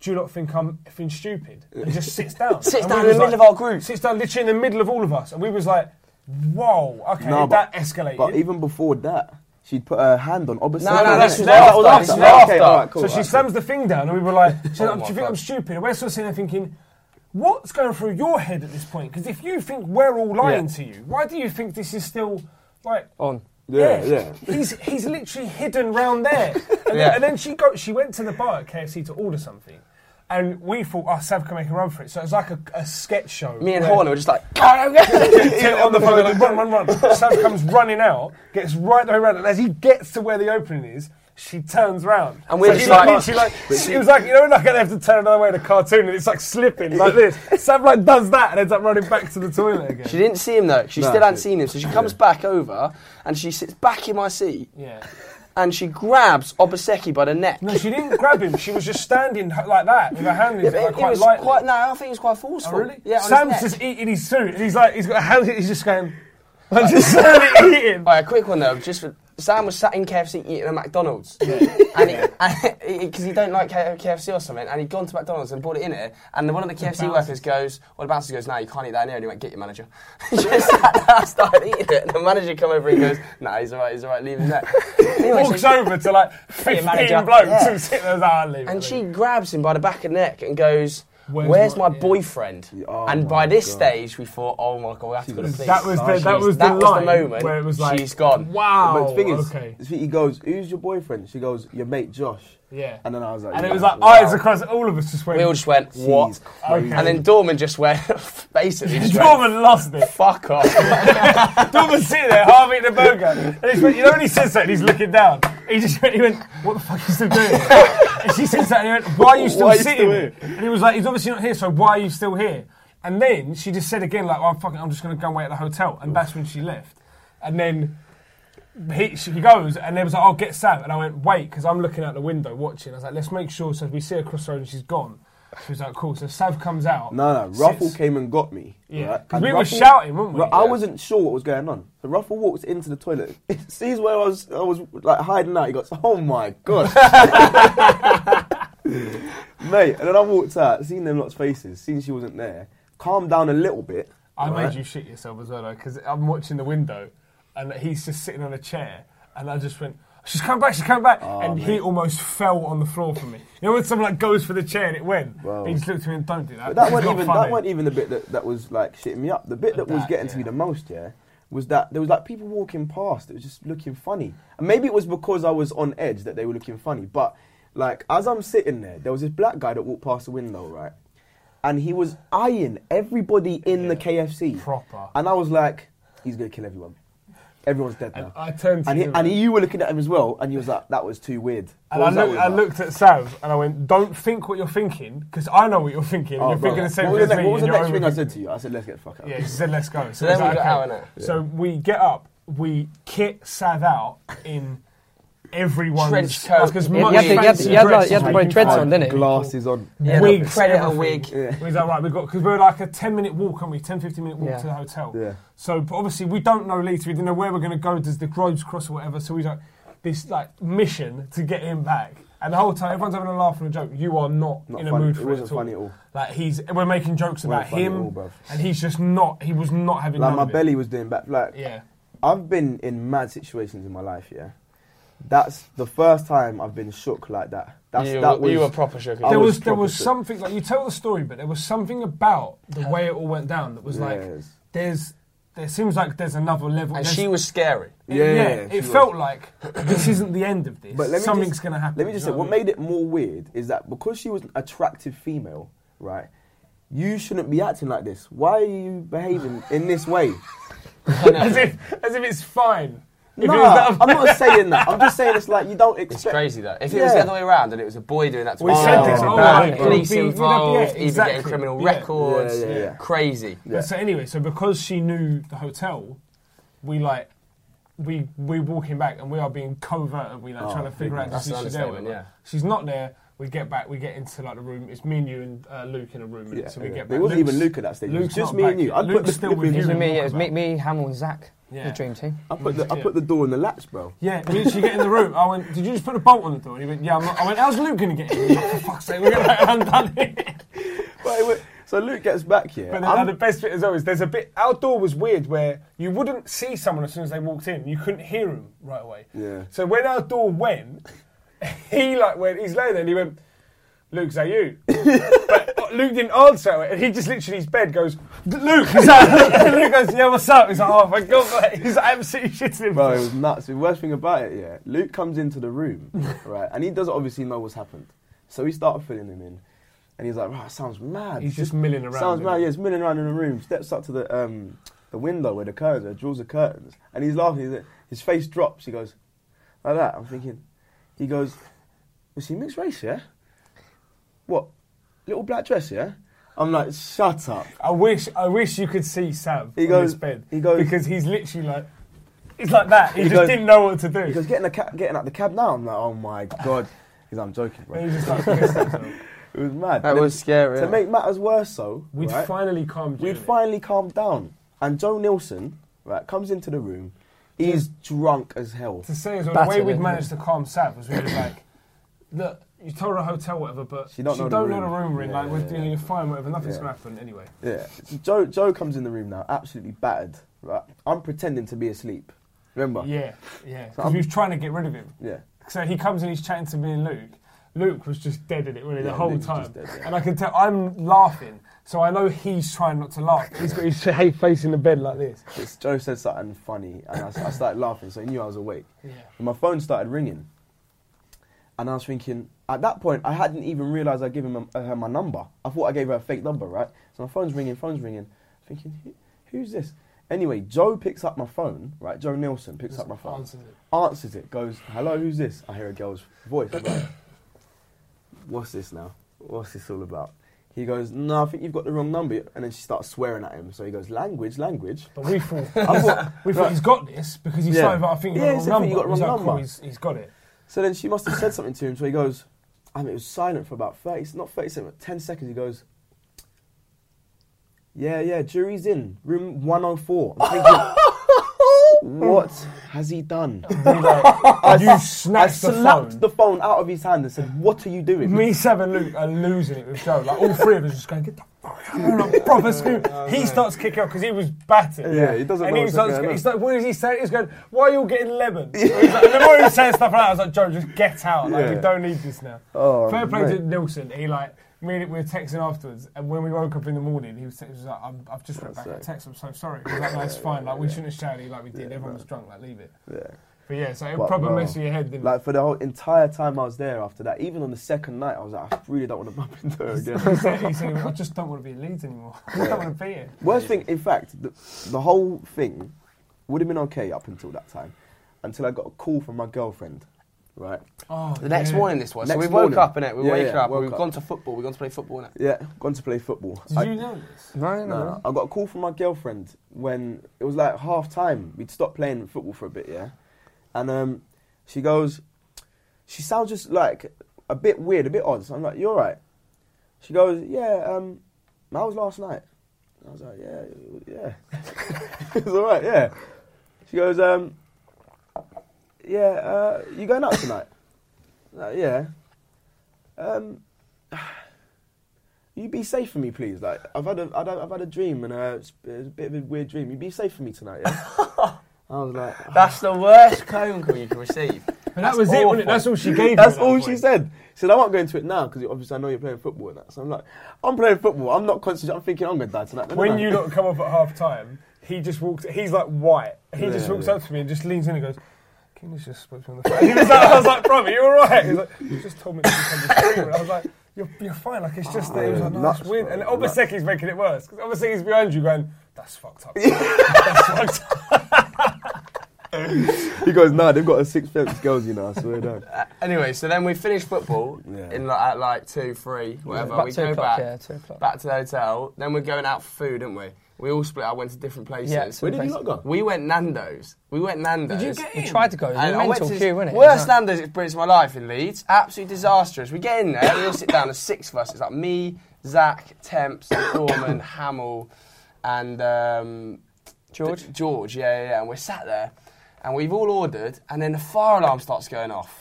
Speaker 4: Do you not think I'm effing stupid? And just sits down.
Speaker 1: Sits
Speaker 4: And
Speaker 1: down
Speaker 4: we
Speaker 1: in the
Speaker 4: was
Speaker 1: middle of our group.
Speaker 4: Sits down literally in the middle of all of us. And we was like, whoa, okay,
Speaker 2: No,
Speaker 4: that
Speaker 2: but-
Speaker 4: escalated.
Speaker 2: But even before that, she'd put her hand on opposite.
Speaker 1: No, no,
Speaker 2: side.
Speaker 1: this was
Speaker 2: That
Speaker 1: after,
Speaker 2: was
Speaker 1: this was
Speaker 2: Okay,
Speaker 1: after.
Speaker 2: alright, cool,
Speaker 4: so she
Speaker 2: alright, cool.
Speaker 4: slams the thing down, and we were like, she said,
Speaker 1: Oh
Speaker 4: "Do
Speaker 1: my
Speaker 4: you think
Speaker 1: God.
Speaker 4: I'm stupid?" And we're sort of sitting there thinking, "What's going through your head at this point?" Because if you think we're all lying
Speaker 2: Yeah.
Speaker 4: to you, why do you think this is still like?
Speaker 1: On.
Speaker 2: Yeah, yeah.
Speaker 4: He's he's literally hidden round there, and,
Speaker 1: Yeah.
Speaker 4: then, and then she go. She went to the bar at KFC to order something, and we thought, "Oh, Sav can make a run for it." So it's like a, a sketch show.
Speaker 1: Me and
Speaker 4: where-
Speaker 1: Horner were just like,
Speaker 4: Get on the phone, like, run, run, run. Sam comes running out, gets right the way around, and as he gets to where the opening is, she turns round.
Speaker 1: And we're
Speaker 4: he
Speaker 1: just
Speaker 4: like,
Speaker 1: like-
Speaker 4: literally, like she was like, you know, like I have to turn another way in a cartoon, and it's like slipping like this. Sam like does that and ends up running back to the toilet again.
Speaker 1: she didn't see him though. She
Speaker 2: No,
Speaker 1: still hadn't
Speaker 2: she-
Speaker 1: seen him. So she comes back over and she sits back in my seat
Speaker 4: yeah.
Speaker 1: and she grabs Obaseki by the neck.
Speaker 4: No, she didn't grab him. She was just standing h- like that with her hand in
Speaker 1: Yeah,
Speaker 4: it, like,
Speaker 1: it
Speaker 4: quite
Speaker 1: was
Speaker 4: lightly.
Speaker 1: quite. No, I think it was quite forceful.
Speaker 4: Oh, really?
Speaker 1: Yeah. on his
Speaker 4: Sam's
Speaker 1: neck.
Speaker 4: just eating his suit, and he's like, he's got a hand. He's just going, I'm just standing eating.
Speaker 1: All right, a quick one though. Just for, Sam was sat in KFC eating at McDonald's, and because he don't like K- KFC or something, and he'd gone to McDonald's and bought it in here, and then one of the KFC workers goes, "Well, the bouncer goes, no, you can't eat that in here." And he went, "Get your manager." he just sat down, started eating it, and the manager come over and goes, "No, he's all right, he's all right, leave him there." Anyway,
Speaker 4: Walks
Speaker 1: so-
Speaker 4: over to like
Speaker 1: your
Speaker 4: 15
Speaker 1: manager.
Speaker 4: blokes
Speaker 1: Yeah.
Speaker 4: and sits there, like, "I'll leave it,
Speaker 1: and
Speaker 4: leave
Speaker 1: she
Speaker 4: it."
Speaker 1: grabs him by the back of the neck and goes,
Speaker 5: Where's
Speaker 1: where's
Speaker 5: my-
Speaker 1: my
Speaker 5: yeah.
Speaker 1: boyfriend?
Speaker 2: Oh
Speaker 1: and
Speaker 2: my
Speaker 1: by this
Speaker 2: God.
Speaker 1: stage, we thought, oh my god, we have to go to
Speaker 2: She's-
Speaker 1: police.
Speaker 2: That
Speaker 4: That was the that was the
Speaker 1: that was the
Speaker 4: line
Speaker 1: moment
Speaker 4: where it was like
Speaker 1: she's gone.
Speaker 4: Wow.
Speaker 2: But the thing is,
Speaker 4: Oh, okay.
Speaker 2: the thing- he goes, "Who's your boyfriend?" She goes, "Your mate Josh."
Speaker 4: Yeah.
Speaker 2: And then I was like,
Speaker 4: And it
Speaker 2: yeah,
Speaker 4: was like "Oh,
Speaker 2: wow.
Speaker 4: eyes across. All of us just went.
Speaker 1: We all just went,
Speaker 2: She's
Speaker 1: what?
Speaker 2: crazy.
Speaker 4: Okay.
Speaker 1: And then Dorman just went, basically, just went,
Speaker 4: Dorman lost it.
Speaker 1: fuck off.
Speaker 4: Dorman's sitting there half eating a burger, and he's went, you know when he says that, and he's looking down. He just went, he went, what the fuck is he doing? and she says that, and he went, why are you still
Speaker 2: Why are you
Speaker 4: sitting
Speaker 2: still
Speaker 4: here? And he was like, he's obviously not here, so why are you still here? And then she just said again, like, well, I'm fucking, I'm just gonna go and wait at the hotel, and that's when she left. And then. He, she, he goes and they was like, "I'll get Sam," and I went, "Wait," because I'm looking out the window watching. I was like, "Let's make sure." So we see her cross the road and she's gone. She was like, "Cool." So Sav comes out.
Speaker 2: No, no.
Speaker 4: sits-
Speaker 2: Ruffle came and got me.
Speaker 4: Yeah,
Speaker 2: right?
Speaker 4: because
Speaker 2: And
Speaker 4: we were
Speaker 2: Ruffle-
Speaker 4: shouting, weren't we?
Speaker 2: Ru- I wasn't sure what was going on. So Ruffle walks into the toilet, sees where I was, I was like hiding out. He goes, "Oh my god, mate!" And then I walked out, seen them lot's faces, seen she wasn't there, calmed down a little bit.
Speaker 4: I
Speaker 2: right?
Speaker 4: made you shit yourself as well, because I'm watching the window, and he's just sitting on a chair, and I just went, "She's coming back, she's coming back," and he almost fell on the floor from me. You know when someone like goes for the chair and it went,
Speaker 2: Bro.
Speaker 4: he just looked at me and don't do that.
Speaker 2: But that
Speaker 4: It's
Speaker 2: wasn't
Speaker 4: not
Speaker 2: even
Speaker 4: funny."
Speaker 2: that wasn't even the bit that, that was like shitting me up. The bit that, was
Speaker 4: That,
Speaker 2: getting to me
Speaker 4: yeah.
Speaker 2: the most, yeah, was that there was like people walking past. It was just looking funny, and maybe it was because I was on edge that they were looking funny. But like as I'm sitting there, there was this black guy that walked past the window, right, and he was eyeing everybody in the KFC
Speaker 4: Proper.
Speaker 2: and I was like, he's gonna kill everyone. Everyone's dead now.
Speaker 4: I turned to
Speaker 2: and, he,
Speaker 4: you
Speaker 2: and you were looking at him as well, and he was like, "That was too weird."
Speaker 4: And I,
Speaker 2: What was that
Speaker 4: look,
Speaker 2: all
Speaker 4: I
Speaker 2: about?
Speaker 4: looked at Sav and I went, "Don't think what you're thinking, because I know what you're thinking. and
Speaker 2: Oh,
Speaker 4: you're
Speaker 2: bro.
Speaker 4: thinking the same
Speaker 2: what
Speaker 4: thing
Speaker 2: was
Speaker 4: as
Speaker 2: the,
Speaker 4: me."
Speaker 2: next- what was the
Speaker 4: and you're
Speaker 2: next thing I
Speaker 4: overthinking
Speaker 2: said
Speaker 4: it."
Speaker 2: to you? I said, "Let's get the fuck out."
Speaker 4: Yeah, she said, let's go. So,
Speaker 1: then
Speaker 4: it's
Speaker 1: we
Speaker 4: like,
Speaker 1: got
Speaker 4: okay.
Speaker 1: out, innit?
Speaker 4: So we get up, we kit Sav out in everyone's
Speaker 1: Trench coat.
Speaker 4: As
Speaker 1: You
Speaker 4: much
Speaker 1: had to- you had to-
Speaker 4: fancy
Speaker 3: you had
Speaker 4: dress
Speaker 3: like- you had
Speaker 4: as
Speaker 3: to
Speaker 4: we
Speaker 3: wear
Speaker 4: can
Speaker 3: dreads
Speaker 4: find.
Speaker 3: on, didn't it?
Speaker 2: Glasses on.
Speaker 1: Yeah,
Speaker 4: Wigs,
Speaker 1: predator
Speaker 4: everything.
Speaker 1: wig.
Speaker 4: We was like, right, we've got, because we're like a 10 minute walk, and we? 10, 15 minute walk
Speaker 3: Yeah.
Speaker 4: to the hotel.
Speaker 2: Yeah.
Speaker 4: So but obviously, we don't know later, we didn't know where we're going to go, does the roads cross or whatever. So we like, this like mission to get him back. And the whole time, everyone's having a laugh and a joke. You are not,
Speaker 2: Not
Speaker 4: in a
Speaker 2: funny.
Speaker 4: mood
Speaker 2: It
Speaker 4: for
Speaker 2: wasn't
Speaker 4: at all.
Speaker 2: funny at all.
Speaker 4: Like he's, we're making jokes
Speaker 2: Weren't
Speaker 4: about
Speaker 2: funny at all,
Speaker 4: him,
Speaker 2: bruv.
Speaker 4: and he's just not. He was not having
Speaker 2: Like
Speaker 4: none
Speaker 2: my
Speaker 4: of it.
Speaker 2: belly was doing back. Like
Speaker 4: Yeah.
Speaker 2: I've been in mad situations in my life. Yeah, that's the first time I've been shook like that. That's
Speaker 1: You,
Speaker 2: that
Speaker 1: were,
Speaker 2: was
Speaker 1: you were proper shook.
Speaker 2: I
Speaker 4: there
Speaker 2: was
Speaker 4: was, there was
Speaker 2: proper
Speaker 4: something like you tell the story, but there was something about the way it all went down that was like
Speaker 2: Yes.
Speaker 4: there's there seems like there's another level.
Speaker 1: And
Speaker 4: there's-
Speaker 1: she was scary.
Speaker 2: Yeah, she
Speaker 4: it
Speaker 2: was.
Speaker 4: felt like this isn't the end of this.
Speaker 2: But let me
Speaker 4: something's
Speaker 2: just-
Speaker 4: going to happen.
Speaker 2: Let me just
Speaker 4: you
Speaker 2: say,
Speaker 4: know
Speaker 2: what
Speaker 4: I mean?
Speaker 2: made it more weird is that because she was an attractive female, right? You shouldn't be acting like this. Why are you behaving in this way?
Speaker 4: as if as if it's fine. If it
Speaker 2: No,
Speaker 4: was that-
Speaker 2: I'm not saying that. I'm just saying it's like you don't expect.
Speaker 1: It's crazy though. If it was the
Speaker 2: Yeah.
Speaker 1: other way around and it was a boy doing that to
Speaker 4: We
Speaker 1: me,
Speaker 4: said
Speaker 1: it
Speaker 4: this,
Speaker 1: would be
Speaker 4: oh,
Speaker 1: bad.
Speaker 4: right, it would
Speaker 1: police
Speaker 4: be- we'd have- yeah,
Speaker 1: involved, even
Speaker 4: exactly.
Speaker 1: getting criminal
Speaker 4: Yeah.
Speaker 1: records.
Speaker 2: Yeah, yeah, yeah.
Speaker 1: Crazy.
Speaker 2: Yeah.
Speaker 4: So anyway, so because she knew the hotel, we like we we walking back and we are being covert and we like
Speaker 2: Oh,
Speaker 4: trying to figure out
Speaker 1: That's
Speaker 4: just
Speaker 1: an
Speaker 4: who she's there with.
Speaker 1: understatement, yeah.
Speaker 4: She's not there. We get back. We get into like the room. It's me and you and uh, Luke in a room.
Speaker 2: Yeah,
Speaker 4: so we
Speaker 2: yeah.
Speaker 4: get
Speaker 2: There
Speaker 4: back.
Speaker 2: wasn't even
Speaker 4: Luke's-
Speaker 2: Luke at that stage, it was
Speaker 4: Luke's
Speaker 2: just
Speaker 4: not
Speaker 2: me and
Speaker 4: back
Speaker 2: you.
Speaker 4: yet.
Speaker 2: I'd put
Speaker 4: Luke's
Speaker 2: the
Speaker 4: still
Speaker 2: flip
Speaker 4: with
Speaker 2: in.
Speaker 4: you.
Speaker 3: It was
Speaker 4: and
Speaker 3: me, yeah,
Speaker 4: walk
Speaker 3: it was me,
Speaker 4: about.
Speaker 3: me, Hamill, and Zach,
Speaker 4: Yeah.
Speaker 3: the dream team.
Speaker 2: I put the I
Speaker 4: Yeah.
Speaker 2: put the door in the latch, bro.
Speaker 4: Yeah, we literally get in the room. I went, did you just put a bolt on the door? And he went, yeah. I'm not. I went, how's Luke going to get in? He went, For fuck's sake, we're going to undone it.
Speaker 2: But it wa- so Luke gets back here.
Speaker 4: But then,
Speaker 2: I'm-
Speaker 4: and the best bit as always, there's a bit outdoor was weird where you wouldn't see someone as soon as they walked in. You couldn't hear him right away.
Speaker 2: Yeah.
Speaker 4: So when outdoor went, he like went. He's laying there and he went, "Luke, is that you?" but Luke didn't answer, and he just literally his bed goes, "Luke, is that?" and Luke goes, "Yeah, what's up?" He's like, "Oh my god, mate." he's absolutely shitting him.
Speaker 2: Bro, it was nuts. The worst thing about it, yeah, Luke comes into the room, right, and he doesn't obviously know what's happened. So we start filling him in, and he's like, "Right, sounds mad."
Speaker 4: He's just milling around,
Speaker 2: Sounds
Speaker 4: isn't
Speaker 2: mad.
Speaker 4: he?
Speaker 2: Yeah, he's milling around in the room. Steps up to the um, the window where the curtains are, draws the curtains, and he's laughing. He's, his face drops. He goes like that. I'm thinking, he goes, "Is he mixed race? Yeah? What? Little black dress? Yeah?" I'm like, "Shut up."
Speaker 4: I wish, I wish you could see Sam
Speaker 2: He
Speaker 4: on
Speaker 2: goes-
Speaker 4: his bed.
Speaker 2: he goes-
Speaker 4: because he's literally like, he's like that. He,
Speaker 2: He
Speaker 4: just
Speaker 2: goes-
Speaker 4: didn't know what to do.
Speaker 2: He goes, "Getting the ca- getting out the cab now." I'm like, "Oh my god." He's, I'm joking, bro.
Speaker 4: And he just like pissed himself.
Speaker 2: It was mad.
Speaker 1: That
Speaker 2: And
Speaker 1: was
Speaker 2: then-
Speaker 1: scary,
Speaker 2: To
Speaker 1: innit?
Speaker 2: make matters worse, though,
Speaker 4: We'd
Speaker 2: right,
Speaker 4: finally calmed you.
Speaker 2: we'd finally calmed down. And Joe Nilsson, right, comes into the room. He's drunk as hell.
Speaker 4: to say as well, the
Speaker 3: Battered,
Speaker 4: way we'd
Speaker 3: isn't
Speaker 4: managed to calm Sav was we was like, look, you told her a hotel, whatever, but
Speaker 2: She don't know the
Speaker 4: know the
Speaker 2: room.
Speaker 4: room we're in.
Speaker 2: Yeah,
Speaker 4: like, we're
Speaker 2: yeah,
Speaker 4: dealing with fine, whatever, nothing's
Speaker 2: Yeah.
Speaker 4: going to happen anyway.
Speaker 2: Yeah. So Joe, Joe comes in the room now, absolutely battered. Right. I'm pretending to be asleep. Remember?
Speaker 4: Yeah, yeah. Because
Speaker 2: I'm-
Speaker 4: we was trying to get rid of him.
Speaker 2: Yeah.
Speaker 4: So he comes and he's chatting to me and Luke. Luke was just dead in it really
Speaker 2: Yeah,
Speaker 4: the whole
Speaker 2: Luke was
Speaker 4: time,
Speaker 2: just dead, yeah.
Speaker 4: and I can tell I'm laughing, so I know he's trying not to laugh. He's got his head face in the bed like this.
Speaker 2: It's- Joe said something funny, and I, s- I started laughing, so he knew I was awake.
Speaker 4: Yeah.
Speaker 2: And my phone started ringing, and I was thinking, at that point, I hadn't even realised I'd given my- her my number. I thought I gave her a fake number, right? So my phone's ringing, phone's ringing, thinking, Who, who's this? Anyway, Joe picks up my phone, right? Joe Nielsen picks up my phone,
Speaker 4: Answers it.
Speaker 2: answers it, goes, hello, who's this? I hear a girl's voice. I'm like, What's this now? What's this all about? He goes, no, I think you've got the wrong number. And then she starts swearing at him. So he goes, language, language.
Speaker 4: But we thought,
Speaker 2: I thought,
Speaker 4: we thought he's got this because he
Speaker 2: Yeah.
Speaker 4: started. I think he got
Speaker 2: Yeah,
Speaker 4: the
Speaker 2: he's
Speaker 4: wrong
Speaker 2: like,
Speaker 4: number.
Speaker 2: "You got the
Speaker 4: He's
Speaker 2: wrong
Speaker 4: like,
Speaker 2: number."
Speaker 4: Cool, he's, he's got it.
Speaker 2: So then she must have said something to him. So he goes, I mean, it was silent for about 30, not 30 seconds, 10 seconds. He goes, Yeah, yeah, jury's in, room 104. I'm thinking, what has he done? I,
Speaker 4: you
Speaker 2: I
Speaker 4: snatched the
Speaker 2: slapped
Speaker 4: phone.
Speaker 2: the phone out of his hand and said, What are you doing?
Speaker 4: Me, Seb, and Luke are losing it with Joe. Like all three of us just going, get the fuck out! Like, proper scoop. He starts kicking up because he was battered.
Speaker 2: Oh, Yeah, he doesn't
Speaker 4: And
Speaker 2: know
Speaker 4: he
Speaker 2: what's
Speaker 4: starts.
Speaker 2: going on.
Speaker 4: He's like, what is he saying? He's going, why are you all getting lemon? He's like, and the more he was saying stuff like that, I was like, Joe, just get out. Like we
Speaker 2: Yeah.
Speaker 4: don't need this now.
Speaker 2: Oh,
Speaker 4: Fair play
Speaker 2: mate.
Speaker 4: to Nilsson. He like. Me and we were texting afterwards, and when we woke up in the morning, he was, he was like, I'm, "I've just read back
Speaker 2: That's
Speaker 4: that
Speaker 2: it.
Speaker 4: text. I'm so sorry." He was like, "No, it's fine. Like we shouldn't have shouted like we did. Everyone was drunk. Like leave it."
Speaker 2: Yeah.
Speaker 4: But yeah, so it
Speaker 2: But,
Speaker 4: probably
Speaker 2: bro,
Speaker 4: messed with your head, didn't it?
Speaker 2: Like for the whole entire time I was there after that, even on the second night, I was like, I really don't want to bump into her
Speaker 4: he
Speaker 2: again.
Speaker 4: said, he said, I just don't want to be in Leeds anymore. I just don't want to be here.
Speaker 2: Worst thing, in fact, the, the whole thing would have been okay up until that time, until I got a call from my girlfriend, right?
Speaker 4: Oh,
Speaker 1: The next
Speaker 4: yeah.
Speaker 1: morning, this was. So
Speaker 2: Next
Speaker 1: we woke
Speaker 2: morning.
Speaker 1: up in it. We
Speaker 2: Yeah,
Speaker 1: wake
Speaker 2: yeah,
Speaker 1: up. We've
Speaker 2: woke up.
Speaker 1: gone to football. We've gone to play football innit?
Speaker 2: Yeah, gone to play football.
Speaker 4: Did
Speaker 2: I,
Speaker 4: you know this?
Speaker 1: No,
Speaker 2: no, I got a call from my girlfriend when it was like half time. We'd stopped playing football for a bit, yeah. And um, she goes, she sounds just like a bit weird, a bit odd. So I'm like, you're right. She goes, yeah. Um, that was last night. I was like, yeah, yeah. it's all right, yeah. She goes, um, yeah. Uh, you going out tonight? like, yeah. Um, you be safe for me, please. Like I've had a I've had- I've had a dream and uh, it's, it's a bit of a weird dream. You be safe for me tonight, yeah. I was like,
Speaker 1: That's the worst phone call you can receive.
Speaker 4: But that was it, wasn't it? That's all she gave
Speaker 2: That's
Speaker 4: him at that
Speaker 2: all she
Speaker 4: point.
Speaker 2: said. She said, I won't go into it now because obviously I know you're playing football and that. So I'm like, I'm playing football. I'm not concentrating. I'm thinking I'm going to die tonight. No, no,
Speaker 4: When
Speaker 2: no.
Speaker 4: you lot come off at half time, he just walked, he's like white. He just
Speaker 2: Yeah,
Speaker 4: walks
Speaker 2: yeah.
Speaker 4: up to me and just leans in and goes, King's just spoke to me on the phone. He was like, I was like, bro, are you alright? He's like, you just told me to come to school. And I was like, you're, you're fine. Like, it's just that. He was like, no,
Speaker 2: Nuts,
Speaker 4: it's weird.
Speaker 2: bro,
Speaker 4: And
Speaker 2: nuts.
Speaker 4: Obaseki's making it worse. Because Obaseki's behind you going, that's fucked up. that's fucked up.
Speaker 2: he goes, nah, they've got a six fence girls, you know. I swear down.
Speaker 1: Uh, anyway, so then we finished football
Speaker 2: Yeah.
Speaker 1: in like, at like two, three, whatever.
Speaker 3: About
Speaker 1: we
Speaker 3: two
Speaker 1: go
Speaker 3: o'clock,
Speaker 1: back
Speaker 3: yeah, two o'clock.
Speaker 1: back to the hotel. Then we're going out for food, aren't we? We all split. I went to different places.
Speaker 3: Yeah, so
Speaker 2: Where did you not go?
Speaker 1: We went Nando's. We went Nando's.
Speaker 3: We tried to go. It was
Speaker 1: And I
Speaker 3: a
Speaker 1: went
Speaker 3: mental
Speaker 1: to this
Speaker 3: queue, wasn't it?
Speaker 1: Worst Nando's experience of my life in Leeds. Absolutely disastrous. We get in there, we all sit down, there's six of us. It's like me, Zach, Temps, Norman, Hamill, and um, George. George, yeah, yeah, yeah. And we're sat there, and we've all ordered, and then the fire alarm starts going off.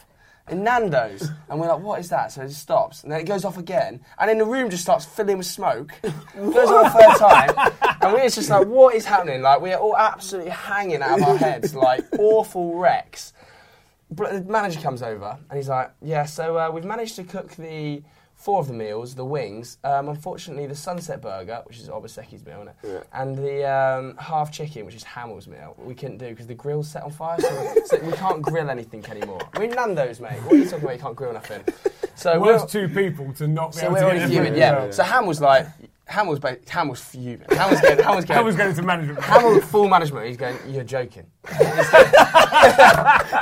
Speaker 1: In Nando's, and we're like, what is that? So it just stops, and then it goes off again, and then the room just starts filling with smoke. goes on a third time, and we're just like, what is happening? Like, we're all absolutely hanging out of our heads, like awful wrecks. But the manager comes over and he's like, "Yeah, so uh, we've managed to cook the four of the meals, the wings. Um, unfortunately, the sunset burger, which is Obaseki's meal, innit? and the um, half chicken, which is Hamill's meal, we couldn't do because the grill's set on fire, so, so we can't grill anything anymore. We're in Nando's, mate. What are you talking about? You can't grill nothing. So we're-
Speaker 4: Worst two people to not be
Speaker 1: so
Speaker 4: able
Speaker 1: we're
Speaker 4: to
Speaker 1: already
Speaker 4: get
Speaker 1: fuming,
Speaker 4: in.
Speaker 1: yeah. So Ham was like, Ham was, ba- Ham was fuming. Ham was going, Ham was going,
Speaker 4: That was going to management.
Speaker 1: Hamill, full management, he's going, you're joking.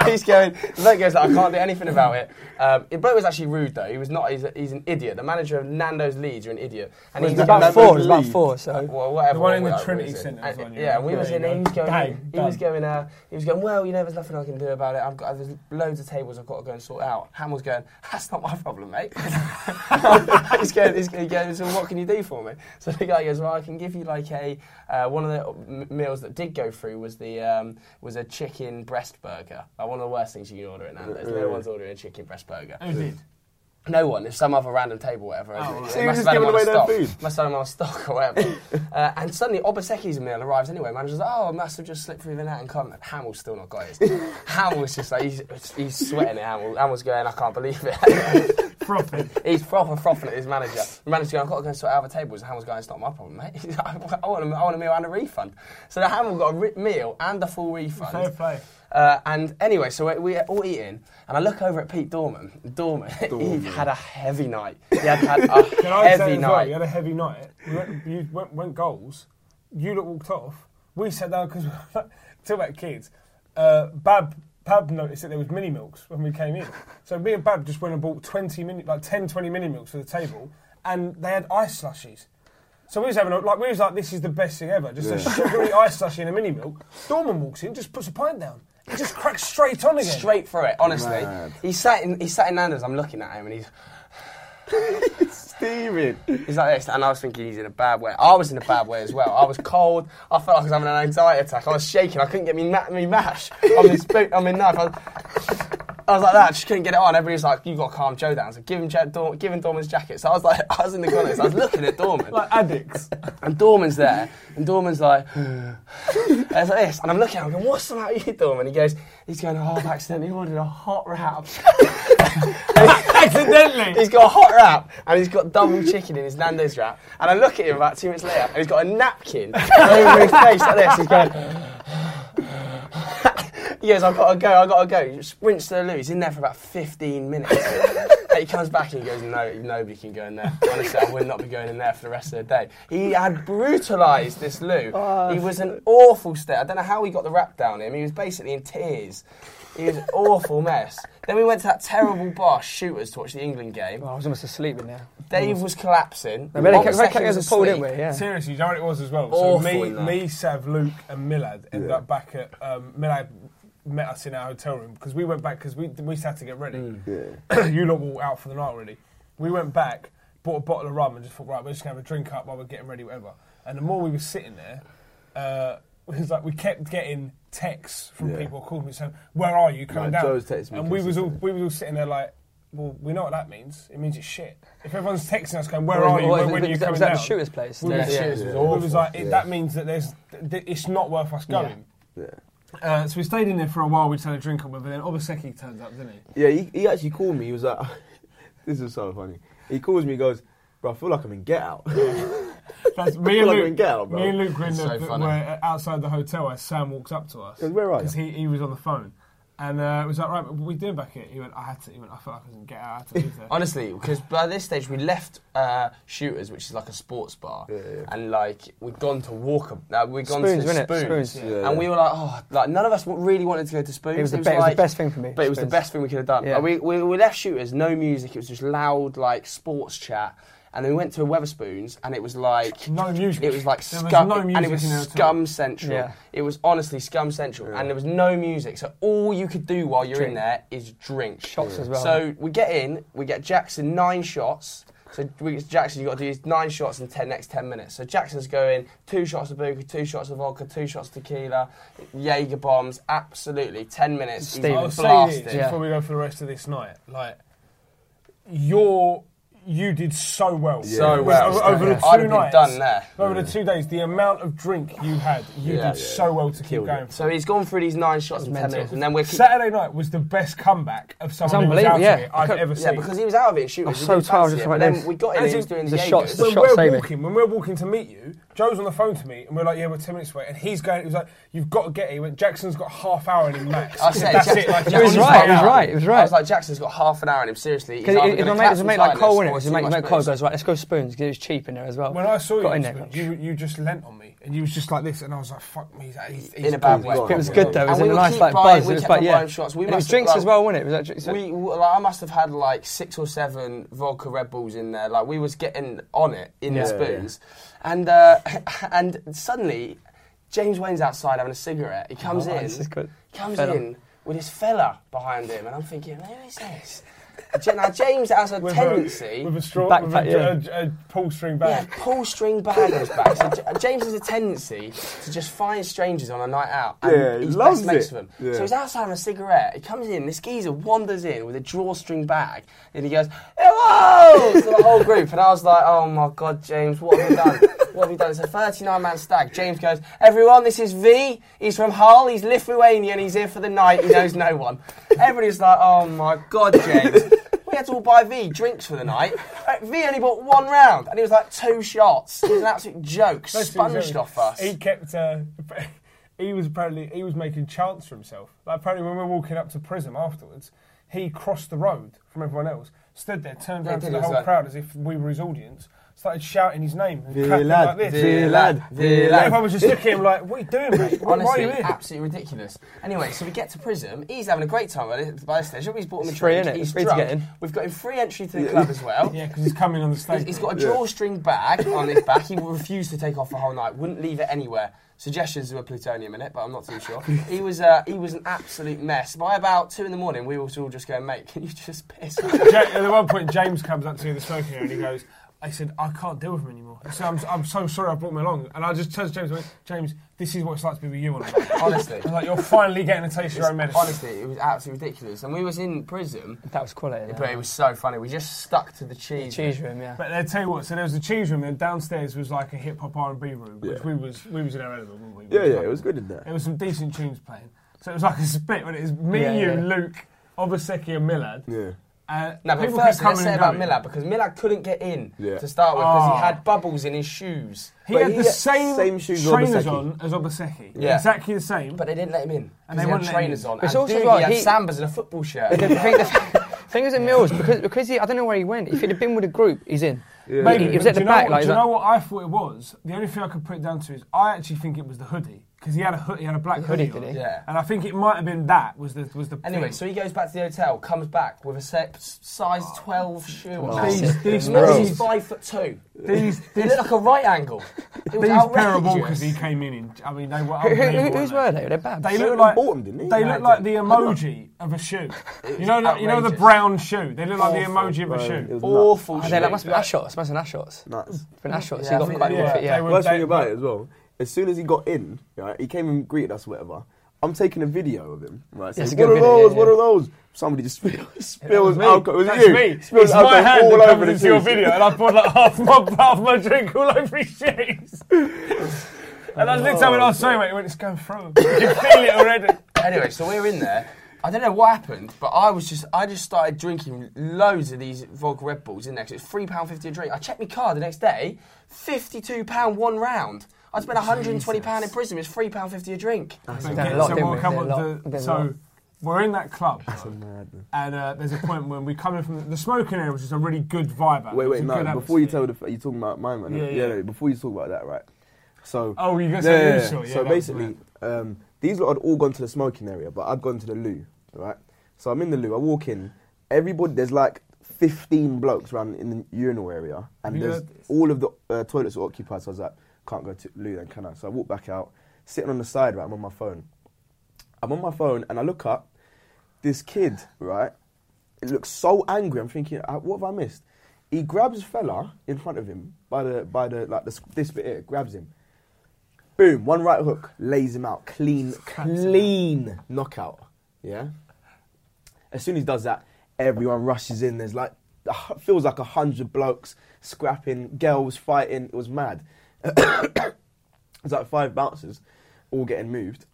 Speaker 1: he's going, that goes, I can't do anything about it. Um, it bloke was actually rude though. He was not, he's, a, he's an idiot. The manager of Nando's Leeds, you're an idiot. And
Speaker 3: It
Speaker 1: he's
Speaker 3: was about
Speaker 2: Nando's
Speaker 3: four. It was about
Speaker 2: leave.
Speaker 3: four. So
Speaker 1: well, whatever.
Speaker 4: The one in
Speaker 1: we-
Speaker 4: the
Speaker 1: we
Speaker 4: Trinity
Speaker 1: was in.
Speaker 4: Centre was
Speaker 1: And-
Speaker 4: on you.
Speaker 1: Yeah, we was
Speaker 4: There
Speaker 1: in.
Speaker 4: you
Speaker 1: He was going.
Speaker 4: Dang,
Speaker 1: he was
Speaker 4: done.
Speaker 1: going. Uh, he was going. Well, you know, there's nothing I can do about it. I've got there's loads of tables I've got to go and sort out. Hamill's going. That's not my problem, mate. he's going. He's going. So what can you do for me? So the guy goes. Well, I can give you like a uh, one of the m- meals that did go through was the um, was a chicken breast burger. Like one of the worst things you can order at Nando's. No one's ordering a chicken breast burger.
Speaker 4: Who did?
Speaker 1: No one. It's some other random table, whatever.
Speaker 4: Oh, right.
Speaker 1: They
Speaker 4: So
Speaker 2: you're
Speaker 1: must
Speaker 2: just
Speaker 1: have had them
Speaker 2: giving
Speaker 1: on
Speaker 2: away
Speaker 1: stock.
Speaker 2: their food?
Speaker 1: Must have had them on stock or whatever. uh, and suddenly, Obaseki's meal arrives anyway. Manager's like, oh, I must have just slipped through the net and come. And Hamill's still not got his. Hamill's just like, he's, he's sweating it, Hamill. Hamill's going, I can't believe it.
Speaker 4: frothing.
Speaker 1: He's frothing, frothing at his manager. The manager going, I've got to go and sort out the tables. The Hamill's going, it's not my problem, mate. He's like, I, want a, I want a meal and a refund. So the Hamill got a re- meal and a full refund.
Speaker 4: Fair play.
Speaker 1: Uh, and anyway, so we- we're all eating, and I look over at Pete Dorman. Dorman, he had a heavy night. He had had a
Speaker 4: Can I
Speaker 1: heavy
Speaker 4: say as well,
Speaker 1: night.
Speaker 4: you had a heavy night. We went, you went, went goals. You lot walked off. We sat down because talk about kids. Uh, Bab Bab noticed that there was mini milks when we came in. So me and Bab just went and bought 20 mini, like 10, 20 mini milks for the table, and they had ice slushies. So we was having a, like we was like this is the best thing ever, just a sugary ice slushie and a mini milk. Dorman walks in, just puts a pint down, it just cracks straight on again.
Speaker 1: Straight through it, honestly.
Speaker 2: Mad.
Speaker 1: He sat in he sat in Nando's, I'm looking at him and he's
Speaker 2: Steaming.
Speaker 1: he's like this and I was thinking he's in a bad way. I was in a bad way as well. I was cold, I felt like I was having an anxiety attack, I was shaking, I couldn't get me, na- me mash on my spoon on my knife. I was, I was like that, just couldn't get it on. Everybody's like, You've got to calm Joe down. So give him ja- Dor- give him Dorman's jacket. So I was like I was in the corner, so I was looking at Dorman.
Speaker 4: Like addicts.
Speaker 1: And Dorman's there, and Dorman's like, and it's like this, and I'm looking at him, going, what's the matter with you, Dorman? He goes, he's going, oh, I've accidentally ordered a hot wrap.
Speaker 4: Accidentally.
Speaker 1: he's got a hot wrap, and he's got double chicken in his Nando's wrap. And I look at him about two minutes later, and he's got a napkin over his face like this. He's going, he goes, I've got to go, I've got to go. He sprints to the loo, he's in there for about 15 minutes. And he comes back and he goes, no, nobody can go in there. Honestly, I will not be going in there for the rest of the day. He had brutalised this loo. he was an awful state. I don't know how he got the wrap down him. He was basically in tears. He was an awful mess. Then we went to that terrible bar, Shooters, to watch the England game.
Speaker 3: Well, I was almost asleep in there.
Speaker 1: Dave was collapsing.
Speaker 3: I mean,
Speaker 1: Mark
Speaker 3: they kept,
Speaker 1: Secchi
Speaker 3: us
Speaker 1: was
Speaker 3: a pool, didn't
Speaker 1: asleep.
Speaker 3: we? Yeah.
Speaker 4: Seriously, you know what it was as well?
Speaker 1: Awful,
Speaker 4: so me,
Speaker 1: that.
Speaker 4: me, Sav, Luke and Milad ended up back at... Um, Milad met us in our hotel room because we went back because we, we sat to get ready.
Speaker 2: Mm.
Speaker 4: you lot were all out for the night already. We went back, bought a bottle of rum and just thought, right, we're just going to have a drink up while we're getting ready, whatever. And the more we were sitting there, uh, it was like we kept getting texts from
Speaker 2: Yeah.
Speaker 4: people calling me saying, where are you coming
Speaker 2: Like,
Speaker 4: down?
Speaker 2: Joe's texting me
Speaker 4: and we was, all, we
Speaker 2: consistently.
Speaker 4: was all sitting there like, well, we know what that means. It means it's shit. If everyone's texting us going, where
Speaker 3: Or-
Speaker 4: are you?
Speaker 3: or
Speaker 4: When,
Speaker 3: was
Speaker 4: when
Speaker 3: it-
Speaker 4: are you
Speaker 3: was that-
Speaker 4: coming
Speaker 3: was that
Speaker 4: down?
Speaker 3: the Shooters place?
Speaker 4: We
Speaker 3: Yeah,
Speaker 4: was-
Speaker 3: yeah.
Speaker 1: Shooters was
Speaker 4: we was
Speaker 1: awful.
Speaker 4: like, it, that means that there's, th- it's not worth us going.
Speaker 2: Yeah.
Speaker 4: Uh, so we stayed in there for a while. We just had a drink up with, and then Obaseki turns up, didn't he?
Speaker 2: Yeah, he, he actually called me. He was like, this is so funny. He calls me, he goes, bro, I feel like I'm in Get Out.
Speaker 4: That's me and
Speaker 2: Like we
Speaker 4: Luke.
Speaker 2: can get out, bro.
Speaker 4: me and Luke were, in
Speaker 1: It's
Speaker 4: the,
Speaker 1: so funny.
Speaker 4: were outside the hotel as Sam walks up to us.
Speaker 2: Goes, "Where are you?"
Speaker 4: Because he, he was on the phone, and uh, it was like, right, what are we doing back here? He went, I had to. He went, I felt like I was gonna get out. I had to leave there.
Speaker 1: Honestly, because by this stage we left uh, Shooters, which is like a sports bar,
Speaker 2: yeah.
Speaker 1: and like we'd gone to Walker, uh, we'd gone
Speaker 3: Spoons,
Speaker 1: to
Speaker 3: wasn't it?
Speaker 1: Spoons,
Speaker 3: Spoons.
Speaker 2: Yeah,
Speaker 1: and
Speaker 2: yeah.
Speaker 1: we were like, oh, like none of us w- really wanted to go to Spoons.
Speaker 3: It was, the, be- it was
Speaker 1: like-
Speaker 3: the best thing for me.
Speaker 1: but it was the
Speaker 3: Spoons.
Speaker 1: best thing we could have done.
Speaker 3: Yeah.
Speaker 1: Like, we, we, we left Shooters, no music. It was just loud like sports chat, and then we went to Weatherspoons, and it was like
Speaker 4: no music.
Speaker 1: it was like
Speaker 4: There was
Speaker 1: scum,
Speaker 4: no
Speaker 1: and
Speaker 4: music
Speaker 1: it was
Speaker 4: in there at all.
Speaker 1: scum central.
Speaker 3: Yeah.
Speaker 1: It was honestly scum central, and there was no music. So all you could do while you're in
Speaker 3: Drink.
Speaker 1: there is drink
Speaker 3: Shots as well.
Speaker 1: So we get in, we get Jackson nine shots. So we, Jackson, you got to do these nine shots in ten next ten minutes. So Jackson's going two shots of booker, two shots of vodka, two shots of tequila, Jaeger bombs. Absolutely, ten minutes. he's
Speaker 3: Steaming.
Speaker 4: I'll say
Speaker 1: blasted.
Speaker 4: this
Speaker 3: Yeah.
Speaker 4: before we go for the rest of this night. Like, you're you did so well.
Speaker 1: So
Speaker 4: Over-
Speaker 1: well.
Speaker 4: over, over the
Speaker 1: I'd have
Speaker 4: 2
Speaker 1: been
Speaker 4: nights.
Speaker 1: done there.
Speaker 4: Over the two days, the amount of drink you had, you
Speaker 1: Yeah.
Speaker 4: did so well to keep
Speaker 2: Killed it.
Speaker 4: going.
Speaker 1: So he's gone through these nine shots in ten
Speaker 3: mental.
Speaker 1: minutes, and then we're keep-
Speaker 4: Saturday night was the best comeback of someone who was out
Speaker 3: unbelievable,
Speaker 4: of
Speaker 3: yeah.
Speaker 4: it I've
Speaker 3: I could-
Speaker 4: ever
Speaker 1: yeah
Speaker 4: seen.
Speaker 1: because he was out of it. And shooting,
Speaker 3: I was
Speaker 1: he
Speaker 3: so
Speaker 1: didn't
Speaker 3: tired
Speaker 1: fancy
Speaker 3: just
Speaker 1: it,
Speaker 3: like
Speaker 1: but then
Speaker 3: this.
Speaker 1: we got in,
Speaker 4: As
Speaker 1: and he
Speaker 4: in
Speaker 1: was doing
Speaker 3: the
Speaker 1: the
Speaker 3: shots,
Speaker 1: Jaegers.
Speaker 3: the
Speaker 4: when
Speaker 3: shot
Speaker 4: we're
Speaker 3: saving.
Speaker 4: walking, when we're walking to meet you, Joe's on the phone to me, and we're like, "Yeah, we're ten minutes away," and he's going. He was like, "You've got to get it." He went, "Jackson's got half hour in him max."
Speaker 1: I said,
Speaker 4: that's
Speaker 1: Jack-
Speaker 4: it. Like,
Speaker 1: Jackson's
Speaker 3: He was
Speaker 4: he's
Speaker 3: right,
Speaker 4: like,
Speaker 3: he was
Speaker 4: "Yeah."
Speaker 3: right, he was
Speaker 1: I
Speaker 3: right.
Speaker 1: was like, Jackson's got half an hour in him. Seriously, he's
Speaker 3: Because
Speaker 1: either
Speaker 3: it, it
Speaker 1: gonna
Speaker 3: was made, it
Speaker 1: collapse
Speaker 3: was
Speaker 1: from
Speaker 3: made like
Speaker 1: tiredness
Speaker 3: Cole, innit? It
Speaker 1: or
Speaker 3: was
Speaker 1: too
Speaker 3: made,
Speaker 1: much
Speaker 3: made Cole
Speaker 1: booze.
Speaker 3: goes, right, let's go spoons, 'cause it was cheap in there as well.
Speaker 4: When I saw
Speaker 3: Got
Speaker 4: you,
Speaker 3: in
Speaker 4: this
Speaker 3: there.
Speaker 4: week, you, you just lent on me, and you was just like this, and I was like, "Fuck me, that he's, he's
Speaker 1: in a bad way.
Speaker 2: gone.
Speaker 3: It was good though, it was
Speaker 1: And
Speaker 3: in
Speaker 1: we
Speaker 3: a
Speaker 1: would
Speaker 3: nice
Speaker 1: keep
Speaker 3: like
Speaker 1: buying-
Speaker 3: buzz.
Speaker 1: we
Speaker 3: It was
Speaker 1: kept
Speaker 3: like,
Speaker 1: on
Speaker 3: yeah.
Speaker 1: buying shots. We
Speaker 3: And it
Speaker 1: must
Speaker 3: was
Speaker 1: have,
Speaker 3: drinks
Speaker 1: like-
Speaker 3: as well, wasn't it? It was like drinks.
Speaker 1: We, like, I must have had like six or seven vodka Red Bulls in there. Like we was getting on it in the
Speaker 2: Yeah.
Speaker 1: spoons, and uh, and suddenly James Wayne's outside having a cigarette. He comes
Speaker 3: Oh,
Speaker 1: in,
Speaker 3: this is good.
Speaker 1: comes
Speaker 3: Fella.
Speaker 1: in with his fella behind him, and I'm thinking, who is this? Ja- now James has a
Speaker 4: with
Speaker 1: tendency.
Speaker 4: a, with a straw,
Speaker 3: Backpack,
Speaker 4: with a,
Speaker 3: yeah.
Speaker 4: a, a pull string
Speaker 1: yeah,
Speaker 4: bag."
Speaker 1: pull string bag on his back. So J- James has a tendency to just find strangers on a night out. And
Speaker 2: Yeah, he
Speaker 1: he's
Speaker 2: loves
Speaker 1: best mates
Speaker 2: it.
Speaker 1: with them.
Speaker 2: Yeah.
Speaker 1: So he's outside having a cigarette. He comes in, this geezer wanders in with a drawstring bag, and he goes, "Hello!" to the whole group. And I was like, "Oh my god, James, what have you done?" What have you done? It's a 39 man stag. James goes, Everyone, this is V. He's from Hull. He's Lithuanian. He's here for the night. He knows no one. Everybody's like, Oh my God, James. We scheduled by V drinks for the night. Uh, V only bought one round, and he was like two shots. He was an absolute joke, sponged off us.
Speaker 4: He kept. Uh, he was apparently he was making chance for himself. Like apparently when we were walking up to Prism afterwards, he crossed the road from everyone else, stood there, turned
Speaker 1: Yeah,
Speaker 4: around
Speaker 1: did,
Speaker 4: to
Speaker 1: he
Speaker 4: the
Speaker 1: was
Speaker 4: whole
Speaker 1: like-
Speaker 4: crowd as if we were his audience, started shouting his name and
Speaker 2: V
Speaker 4: clapping
Speaker 2: lad,
Speaker 4: like this.
Speaker 2: V lad, V
Speaker 4: And
Speaker 2: lad.
Speaker 4: Everyone was just looking at him like, "What are you doing, mate? Why, why are
Speaker 1: Honestly,
Speaker 4: you here?"
Speaker 1: absolutely ridiculous. Anyway, so we get to Prism. He's having a great time by this, by this stage. Everybody's bought him a
Speaker 3: It's free,
Speaker 1: drink.
Speaker 3: innit?
Speaker 1: He's
Speaker 3: It's free to
Speaker 1: drunk.
Speaker 3: get in.
Speaker 1: We've got him free entry to the club as well.
Speaker 4: Yeah, because he's coming on the stage.
Speaker 1: He's- he's got a drawstring bag on his back. He refused to take off the whole night. Wouldn't leave it anywhere. Suggestions were plutonium in it, but I'm not too sure. He was uh, he was an absolute mess. By about two in the morning, we were all just going, mate, can you just piss? off?"
Speaker 4: Ja- at one point, James comes up to me in the smoking area and he goes, I said, I can't deal with him anymore. I said, I'm, I'm so sorry I brought him along. And I just turned to James and went, James, this is what it's like to be with you on a night."
Speaker 1: Honestly,
Speaker 4: I'm like, you're finally getting a taste of your own medicine.
Speaker 1: honestly, it was absolutely ridiculous. And we was in Prism,
Speaker 3: That was quality.
Speaker 1: but
Speaker 3: though.
Speaker 1: it was so funny. We just stuck to the cheese.
Speaker 3: Cheese room, yeah.
Speaker 4: But I tell you what, so there was the cheese room, and downstairs was like a hip hop R and B room, which we was we was in our element, weren't we? We
Speaker 2: Yeah,
Speaker 4: was
Speaker 2: yeah,
Speaker 4: like-
Speaker 2: it was good in there.
Speaker 4: There was some decent tunes playing, so it was like a split. When it was me,
Speaker 3: Yeah,
Speaker 4: you,
Speaker 3: yeah.
Speaker 4: Luke, Obaseki, and Millad.
Speaker 2: Yeah.
Speaker 4: Uh,
Speaker 1: No, but
Speaker 4: people
Speaker 1: first
Speaker 4: kept coming
Speaker 1: let's say
Speaker 4: and
Speaker 1: about
Speaker 4: going.
Speaker 1: Millad because Millad couldn't get in
Speaker 2: Yeah.
Speaker 1: to start with because he
Speaker 4: Ah.
Speaker 1: had bubbles in his shoes,
Speaker 4: He
Speaker 2: But
Speaker 4: had
Speaker 2: he
Speaker 4: the
Speaker 2: had
Speaker 4: same,
Speaker 2: same shoes as
Speaker 4: trainers
Speaker 2: Obaseki.
Speaker 4: on as Obaseki.
Speaker 1: Yeah.
Speaker 4: exactly the same.
Speaker 1: but they didn't let him in.
Speaker 4: And
Speaker 1: And
Speaker 4: they
Speaker 1: he had
Speaker 4: wouldn't let him
Speaker 1: trainers
Speaker 4: in.
Speaker 1: on.
Speaker 3: It's
Speaker 1: and
Speaker 3: also
Speaker 1: Doogie
Speaker 3: right,
Speaker 1: had
Speaker 3: he-
Speaker 1: sambas and a football shirt.
Speaker 3: the thing, the thing is, at Mills, because, because he, I don't know where he went. If he'd have been with a group, he's in.
Speaker 4: Maybe.
Speaker 3: He was
Speaker 4: but
Speaker 3: at the
Speaker 4: do you know
Speaker 3: back,
Speaker 4: what-
Speaker 3: like, he's
Speaker 4: do you
Speaker 3: like-
Speaker 4: know what I thought it was? The only thing I could put it down to is I actually think it was the hoodie because he had a hoodie, he had a black
Speaker 3: hoodie,
Speaker 4: hoodie, on.
Speaker 3: did he?
Speaker 1: Yeah.
Speaker 4: And I think it might have been that was the was the
Speaker 1: Anyway,
Speaker 4: thing.
Speaker 1: so he goes back to the hotel, comes back with a se- size 12 shoe on.
Speaker 4: These-
Speaker 1: Massive.
Speaker 4: these
Speaker 1: Imagine
Speaker 4: bros.
Speaker 1: he's five foot two.
Speaker 4: these
Speaker 1: They look like a right angle. It was
Speaker 4: these pair of walkers
Speaker 1: outrageous.
Speaker 4: he came in in. I mean, they were.
Speaker 3: Who, who,
Speaker 4: unbelievable,
Speaker 3: whose were
Speaker 4: weren't
Speaker 3: they? Were they Babs?
Speaker 4: They
Speaker 3: They
Speaker 4: look
Speaker 2: Someone
Speaker 4: like
Speaker 2: bought 'em, didn't he?
Speaker 4: they
Speaker 1: No,
Speaker 4: look
Speaker 1: I
Speaker 4: like the
Speaker 1: didn't.
Speaker 4: emoji of a shoe. you know, the, you know the
Speaker 1: outrageous.
Speaker 4: brown shoe. They look like the emoji of a
Speaker 2: Right, it
Speaker 4: shoe.
Speaker 2: was
Speaker 1: Awful
Speaker 3: oh,
Speaker 1: shit.
Speaker 3: they're like, must be Ashots. Must be Ashots.
Speaker 2: nuts.
Speaker 3: Been Ashots.
Speaker 1: Yeah,
Speaker 3: he
Speaker 1: I
Speaker 3: got
Speaker 1: think
Speaker 3: quite
Speaker 1: they
Speaker 3: good
Speaker 1: were.
Speaker 3: fit, yeah.
Speaker 4: They were-
Speaker 2: Worst
Speaker 4: they-
Speaker 2: thing about it as well, as soon as he got in, right, he came and greeted us, whatever. I'm taking a video of him, right?
Speaker 3: Yes,
Speaker 2: saying,
Speaker 3: a
Speaker 2: what
Speaker 3: good
Speaker 2: are
Speaker 3: video,
Speaker 2: those?
Speaker 3: yeah,
Speaker 2: What
Speaker 3: yeah.
Speaker 2: are those? Somebody just spills, spills
Speaker 4: me.
Speaker 2: alcohol. It was
Speaker 4: That's
Speaker 2: you.
Speaker 4: me.
Speaker 2: Spills
Speaker 4: It's my
Speaker 2: alcohol
Speaker 4: hand
Speaker 2: all
Speaker 4: that
Speaker 2: over
Speaker 4: comes
Speaker 2: the
Speaker 4: into your
Speaker 2: shoes.
Speaker 4: video, and I poured like half my half my drink all over his shoes. And I looked at him and I was sorry, mate. He went, it's going through. him." You can feel it already.
Speaker 1: Anyway, so we're in there. I don't know what happened, but I was just I just started drinking loads of these vodka Red Bulls in there. 'cause It's three pound fifty a drink. I checked my card the next day, fifty two pound one round. I spent one hundred and twenty pound in prison. It's three pound fifty a drink.
Speaker 4: But
Speaker 3: They're
Speaker 4: yeah,
Speaker 3: a lot,
Speaker 4: so
Speaker 3: didn't
Speaker 4: we'll
Speaker 3: we?
Speaker 4: come
Speaker 3: They're a
Speaker 4: up
Speaker 3: lot.
Speaker 4: to-
Speaker 3: They're a lot.
Speaker 4: so we're in that club,
Speaker 2: Madness.
Speaker 4: and uh, there's a point when we come in from the, the smoking area, which is a really good vibe. at.
Speaker 2: Wait,
Speaker 4: It's
Speaker 2: wait,
Speaker 4: a
Speaker 2: no.
Speaker 4: good
Speaker 2: Before you
Speaker 4: atmosphere.
Speaker 2: tell the, f- you talking about mine, man.
Speaker 4: Yeah,
Speaker 2: Yeah,
Speaker 4: yeah.
Speaker 2: no, before you talk about that, right? So.
Speaker 4: Oh, you
Speaker 2: yeah,
Speaker 4: got
Speaker 2: yeah,
Speaker 4: yeah,
Speaker 2: yeah.
Speaker 4: yeah.
Speaker 2: So basically, um, these lot had all gone to the smoking area, but I'd gone to the loo, right? So I'm in the loo. I walk in. Everybody, there's like 15 blokes around in the urinal area, and
Speaker 4: you
Speaker 2: there's
Speaker 4: heard this?
Speaker 2: all of the uh, toilets are occupied. So I was like, can't go to the loo then, can I? So I walk back out, sitting on the side, right? I'm on my phone. I'm on my phone, and I look up. This kid, right? It looks so angry. I'm thinking, "Uh, what have I missed? He grabs fella in front of him by the by the like the, sc- this bit here, grabs him. Boom, one right hook, lays him out. Clean, clean knockout. Yeah? As soon as he does that, everyone rushes in. There's like, feels like a hundred blokes scrapping, girls fighting. It was mad. It's like five bouncers all getting moved.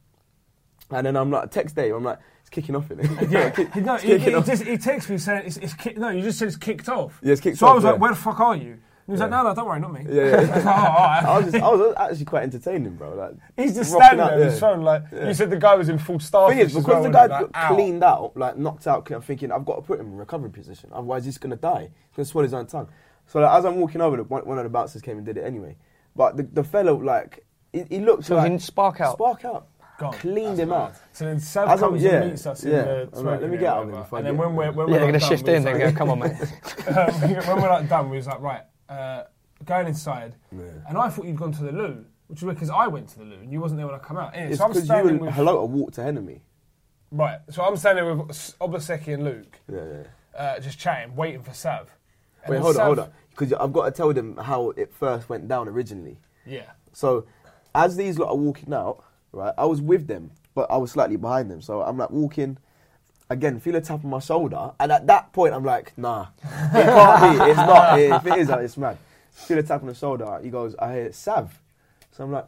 Speaker 2: And then I'm like, text Dave, I'm like, it's kicking off in it.
Speaker 4: Yeah, he- no, he, he,
Speaker 2: kicking off.
Speaker 4: just, he texts me saying it's, it's kick, no, you just said it's kicked off.
Speaker 2: Yeah, it's kicked
Speaker 4: so I
Speaker 2: off,
Speaker 4: was
Speaker 2: yeah.
Speaker 4: like, where the fuck are you? And he was like,
Speaker 2: Yeah.
Speaker 4: no, no, don't worry, not me.
Speaker 2: Yeah, yeah.
Speaker 4: I was like, oh, all right.
Speaker 2: I was, just, I was actually quite entertaining, bro. Like,
Speaker 4: He's just
Speaker 2: rocking
Speaker 4: standing
Speaker 2: out,
Speaker 4: there on his
Speaker 2: yeah.
Speaker 4: phone like you said the guy was in full star.
Speaker 2: Thing is, because the guy got cleaned out, like knocked out, I'm thinking I've got to put him in a recovery position, otherwise he's gonna die. He's gonna swallow his own tongue. So like, as I'm walking over, the, one, one of the bouncers came and did it anyway. But the, the fellow, like, he, he looked
Speaker 3: So he
Speaker 2: like
Speaker 3: didn't spark out?
Speaker 2: spark out,
Speaker 4: Gone.
Speaker 2: cleaned him out.
Speaker 4: So then Sav
Speaker 2: As I'm-
Speaker 4: comes
Speaker 2: yeah,
Speaker 4: and meets us
Speaker 2: yeah.
Speaker 4: in the
Speaker 2: I'm like,
Speaker 4: smoking
Speaker 2: let me
Speaker 4: area
Speaker 2: get out
Speaker 4: or
Speaker 2: of
Speaker 4: whatever.
Speaker 2: here
Speaker 4: And
Speaker 2: before I
Speaker 4: then when
Speaker 2: get-
Speaker 4: we're when
Speaker 3: Yeah,
Speaker 4: we're
Speaker 3: they're going to
Speaker 4: done,
Speaker 3: shift
Speaker 4: we
Speaker 3: in.
Speaker 4: was
Speaker 3: They're going
Speaker 4: like-
Speaker 3: to go, come on, mate.
Speaker 4: Um, when we're like done, we was like, right, uh, going inside. And I thought you'd gone to the loo, which was because I went to the loo and you wasn't there when I come out. Innit?
Speaker 2: It's
Speaker 4: So I'm
Speaker 2: because you
Speaker 4: standing
Speaker 2: and
Speaker 4: with
Speaker 2: Halota walked to enemy.
Speaker 4: right. So I'm standing with S- Obaseki and Luke,
Speaker 2: Yeah, yeah.
Speaker 4: uh, just chatting, waiting for Sav. And
Speaker 2: Wait,
Speaker 4: then
Speaker 2: hold on,
Speaker 4: Sav-
Speaker 2: hold on. Because I've got to tell them how it first went down originally.
Speaker 4: Yeah.
Speaker 2: So, as these lot are walking out, right, I was with them, but I was slightly behind them. So I'm like walking, again, feel a tap on my shoulder, and at that point I'm like, nah, it can't be, it's not. If it is, it's mad. Feel a tap on the shoulder. He goes, I hear Sav. So I'm like,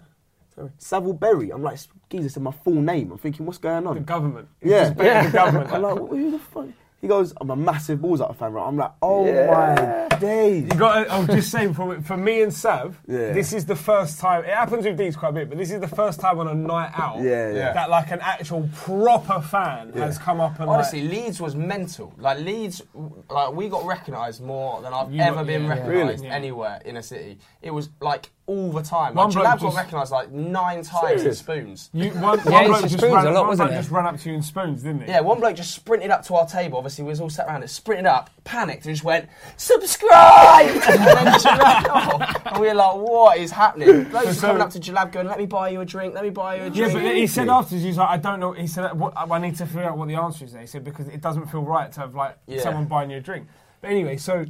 Speaker 2: sorry, Savile Berry. I'm like, Jesus, said my full name. I'm thinking, what's going on?
Speaker 4: The government.
Speaker 2: Yeah.
Speaker 4: yeah. The government.
Speaker 2: I'm like, who the fuck? He goes, I'm a massive Balls Out fan, right? I'm like, oh
Speaker 6: Yeah.
Speaker 2: my days.
Speaker 4: You got. I'm just saying, for for me and Sav,
Speaker 2: Yeah.
Speaker 4: this is the first time. It happens with these quite a bit, but this is the first time on a night out
Speaker 2: Yeah, yeah.
Speaker 4: that like an actual proper fan has come up and
Speaker 1: Honestly,
Speaker 4: like,
Speaker 1: Leeds was mental. Like Leeds, like we got recognised more than I've
Speaker 4: You
Speaker 1: ever
Speaker 4: got-
Speaker 1: been
Speaker 4: yeah.
Speaker 1: recognised
Speaker 4: Really?
Speaker 1: anywhere in a city. It was like all the time.
Speaker 4: One
Speaker 1: Like,
Speaker 4: bloke
Speaker 1: Jalab got
Speaker 4: just-
Speaker 1: recognised like nine times in spoons.
Speaker 4: you, one,
Speaker 3: Yeah,
Speaker 4: one
Speaker 3: it's
Speaker 4: bloke
Speaker 3: the
Speaker 4: just
Speaker 3: spoons
Speaker 4: ran,
Speaker 3: a lot,
Speaker 4: one
Speaker 3: wasn't
Speaker 4: bloke
Speaker 3: it?
Speaker 4: just ran up to you in spoons, didn't he?
Speaker 1: Yeah, one bloke just sprinted up to our table. Obviously, we was all sat around it, sprinted up, panicked, and just went, "Subscribe!" and then just ran off. And we were like, "What is happening?" Blokes just
Speaker 4: So-
Speaker 1: coming up to Jalab, going, "Let me buy you a drink. Let me buy you a
Speaker 4: Yeah,
Speaker 1: drink."
Speaker 4: but he said afterwards, he's like, I don't know. He said, what, I I need to figure out what the answer is. there." He said because it doesn't feel right to have like
Speaker 1: Yeah.
Speaker 4: someone buying you a drink. But anyway, so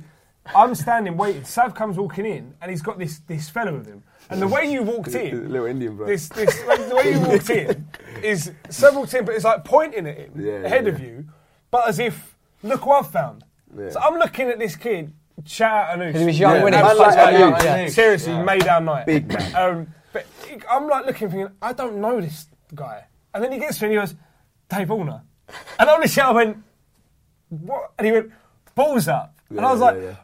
Speaker 4: I'm standing waiting. Sav comes walking in, and he's got this this fella with him. And the way you walked in,
Speaker 2: Little Indian bro.
Speaker 4: this this like, the way you walked in is Sav walked in, but it's like pointing at him
Speaker 2: Yeah,
Speaker 4: ahead
Speaker 2: yeah,
Speaker 4: of
Speaker 2: yeah.
Speaker 4: you, but as if look what I've found.
Speaker 2: Yeah.
Speaker 4: So I'm looking at this kid. Shout out Anoush.
Speaker 3: He was young,
Speaker 2: Yeah.
Speaker 3: wasn't he?
Speaker 2: Man like
Speaker 3: Shout out
Speaker 2: Anoush.
Speaker 3: Anoush.
Speaker 1: Anoush.
Speaker 4: Seriously,
Speaker 1: Yeah.
Speaker 4: made our night.
Speaker 2: Big man.
Speaker 4: Um, but he- I'm like looking, thinking, I don't know this guy. And then he gets to me and he goes, Dave Allner. And on the show, I went, what? And he went, balls up. and I was
Speaker 2: Yeah,
Speaker 4: like,
Speaker 2: yeah, yeah.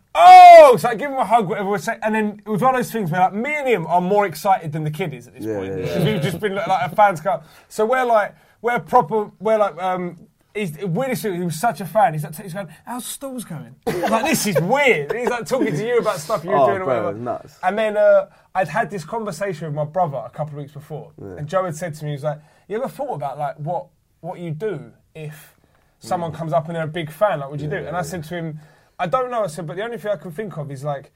Speaker 4: oh! So I give him a hug, whatever. we say. And then it was one of those things where like, me and him are more excited than the kid is at this
Speaker 2: Yeah,
Speaker 4: point.
Speaker 2: yeah, yeah.
Speaker 4: Because we've just been like, like a fans club. So we're like, we're proper, we're like, um, He's, weirdest thing, he was such a fan. He's like, he's going, how's stalls going? like, this is weird. He's like talking to you about stuff you were
Speaker 2: Oh,
Speaker 4: doing or
Speaker 2: bro,
Speaker 4: whatever.
Speaker 2: nuts.
Speaker 4: And then uh, I'd had this conversation with my brother a couple of weeks before, and Joe had said to me, he was like, "You ever thought about like what what you do if someone
Speaker 2: Mm.
Speaker 4: comes up and they're a big fan? Like, what do you do?" And I said to him, "I don't know." I said, "But the only thing I can think of is like,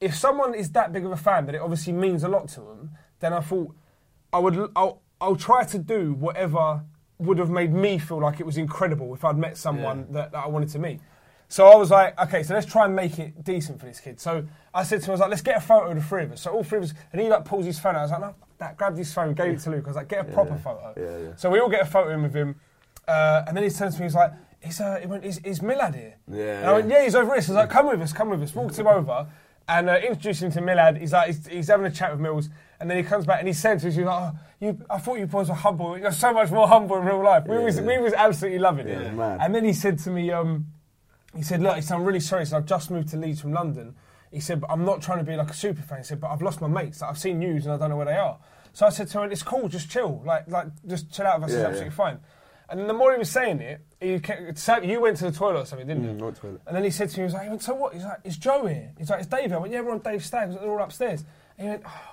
Speaker 4: if someone is that big of a fan that it obviously means a lot to them, then I thought I would l- I'll, I'll try to do whatever would have made me feel like it was incredible if I'd met someone that, that I wanted to meet." So I was like, okay, so let's try and make it decent for this kid. So I said to him, I was like, let's get a photo of the three of us. So all three of us, and he like pulls his phone out. I was like, no, fuck that grabbed his phone, gave it to Luke. I was like, get a proper photo.
Speaker 2: Yeah, yeah.
Speaker 4: So we all get a photo in with him, uh, and then he turns to me, he's like, is, uh, he went, is, is Milad here?
Speaker 2: Yeah,
Speaker 4: And I went,
Speaker 2: yeah.
Speaker 4: yeah, he's over here. So I was like, come with us, come with us. Walked him over and uh, introduced him to Milad. He's like, he's, he's having a chat with Mills. And then he comes back and he said to us, he's like, oh, you, I thought you boys were humble. You're so much more humble in real life. We, was, we was absolutely loving
Speaker 2: Yeah,
Speaker 4: it.
Speaker 2: mad.
Speaker 4: And then he said to me, um, he said, look, he said, I'm really sorry. He said, I've just moved to Leeds from London. He said, but I'm not trying to be like a super fan. He said, but I've lost my mates. Like, I've seen news and I don't know where they are. So I said to him, it's cool, just chill. Like, like just chill out with us.
Speaker 2: Yeah,
Speaker 4: it's
Speaker 2: yeah.
Speaker 4: absolutely fine. And then the more he was saying it, he kept, so you went to the toilet or something, didn't you?
Speaker 2: Mm, not toilet.
Speaker 4: And then he said to me, he was like, he went, so what? He's like, it's Joe here. He's like, it's Dave here. I went, yeah, we're on Dave Stagg. He's like, They're all upstairs. And he went, oh,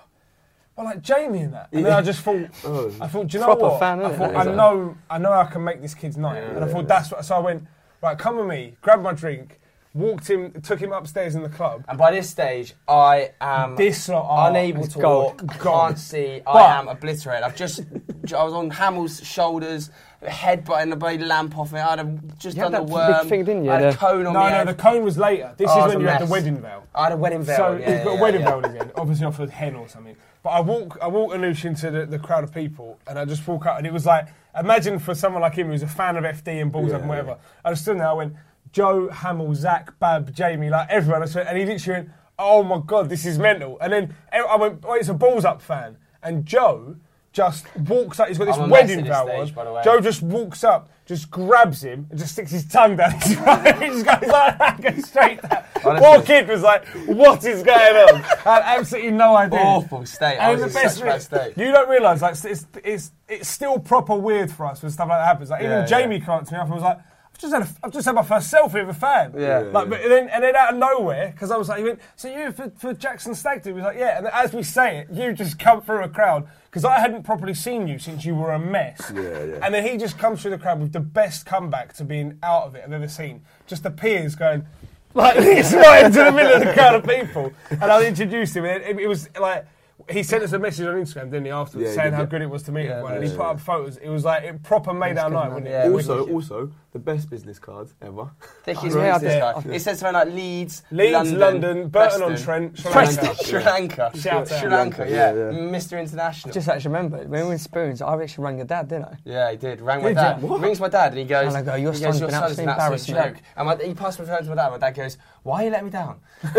Speaker 4: well, like Jamie and that. And then I just thought,
Speaker 2: Oh.
Speaker 4: I thought, do you know
Speaker 3: Proper
Speaker 4: what?
Speaker 3: fan,
Speaker 4: I
Speaker 3: innit?
Speaker 4: thought,
Speaker 3: That is
Speaker 4: I
Speaker 3: a-
Speaker 4: know, I know I can make this kid's night. and I thought, that's what, so I went, right, come with me, grab my drink, walked him, took him upstairs in the club.
Speaker 1: And by this stage, I am
Speaker 4: This lot are-
Speaker 1: unable
Speaker 4: it's
Speaker 1: to
Speaker 4: gold.
Speaker 1: walk,
Speaker 4: Gold.
Speaker 1: can't see.
Speaker 4: But-
Speaker 1: I am obliterated. I've just, I was on Hamill's shoulders, headbutting the bloody lamp off me. I'd have just
Speaker 3: You had
Speaker 1: done the
Speaker 3: that big
Speaker 1: worm.
Speaker 3: thing, didn't you?
Speaker 1: I had a
Speaker 3: The-
Speaker 1: cone on
Speaker 4: No,
Speaker 1: my
Speaker 4: no,
Speaker 1: head.
Speaker 4: the cone was later. This
Speaker 1: Oh, it
Speaker 4: is
Speaker 1: was
Speaker 4: when
Speaker 1: a
Speaker 4: you had the
Speaker 1: mess.
Speaker 4: wedding veil.
Speaker 1: I had a wedding veil. yeah,
Speaker 4: So he's got
Speaker 1: yeah,
Speaker 4: a wedding
Speaker 1: yeah.
Speaker 4: veil in his head, obviously off a hen or something. But I walk, I walk Anoush into the, the crowd of people, and I just walk out, and it was like, imagine for someone like him who's a fan of FD and balls up and whatever. I was stood there, I went, Joe, Hamill, Zach, Bab, Jamie, like everyone. I swear, and he literally went, oh my god, this is mental. And then ev- I went, oh, it's a balls up fan, and Joe. Just walks up. He's got this
Speaker 1: I'm a mess
Speaker 4: wedding
Speaker 1: at this
Speaker 4: veil
Speaker 1: stage, by the
Speaker 4: on.
Speaker 1: way.
Speaker 4: Joe just walks up, just grabs him, and just sticks his tongue down his throat. he just goes like that, goes straight down. Poor kid was like, "What is going on?" I had absolutely no idea.
Speaker 1: Awful state. I was
Speaker 4: the
Speaker 1: in
Speaker 4: best
Speaker 1: such
Speaker 4: bit-
Speaker 1: bad state.
Speaker 4: You don't realise, like, it's, it's it's still proper weird for us when stuff like that happens. Like, even
Speaker 1: Yeah,
Speaker 4: Jamie came up to me after and was like. "I've Just had a, I've just had my first selfie with a fan. Yeah. Like, but then, and then out of nowhere, because I was like, he went, so you for, for Jackson Stag He was like, yeah. And then as we say it, you just come through a crowd because I hadn't properly seen you since you were a mess.
Speaker 2: Yeah, yeah.
Speaker 4: And then he just comes through the crowd with the best comeback to being out of it I've ever seen. Just appears going like this right into the middle of the crowd of people. And I introduced him, and it, it was like. He sent us a message on Instagram, didn't he, afterwards,
Speaker 2: Yeah, he
Speaker 4: saying
Speaker 2: did,
Speaker 4: how
Speaker 2: yeah.
Speaker 4: good it was to meet
Speaker 3: Yeah,
Speaker 4: everyone.
Speaker 3: yeah,
Speaker 4: and he put up photos. It was like, it proper made our night, wasn't it?
Speaker 1: yeah.
Speaker 2: Also, also, the best business cards ever.
Speaker 1: Thick as
Speaker 3: Yeah, I
Speaker 1: yeah, this
Speaker 3: did.
Speaker 1: guy. It said something like Leeds,
Speaker 4: Leeds,
Speaker 1: London,
Speaker 4: London, Burton on
Speaker 1: Preston,
Speaker 4: Trent, Sri
Speaker 1: Preston,
Speaker 4: Lanka.
Speaker 1: Sri Lanka,
Speaker 4: Shout out.
Speaker 1: Sri Lanka, yeah,
Speaker 2: Yeah, yeah.
Speaker 1: Mr. International.
Speaker 3: Just actually remember, when we were in Spoons, I actually rang your dad, didn't I?
Speaker 1: Yeah, he did. Rang my
Speaker 3: Did
Speaker 1: dad.
Speaker 3: you?
Speaker 1: Rings my dad and he goes,
Speaker 3: And I go, "Your
Speaker 1: he
Speaker 3: son's
Speaker 1: goes,
Speaker 3: been
Speaker 1: Your son's an
Speaker 3: absolute
Speaker 1: absolute
Speaker 3: embarrassment."
Speaker 1: joke. And my, he passed my phone to my dad. My dad goes, Why you let me down?
Speaker 3: That-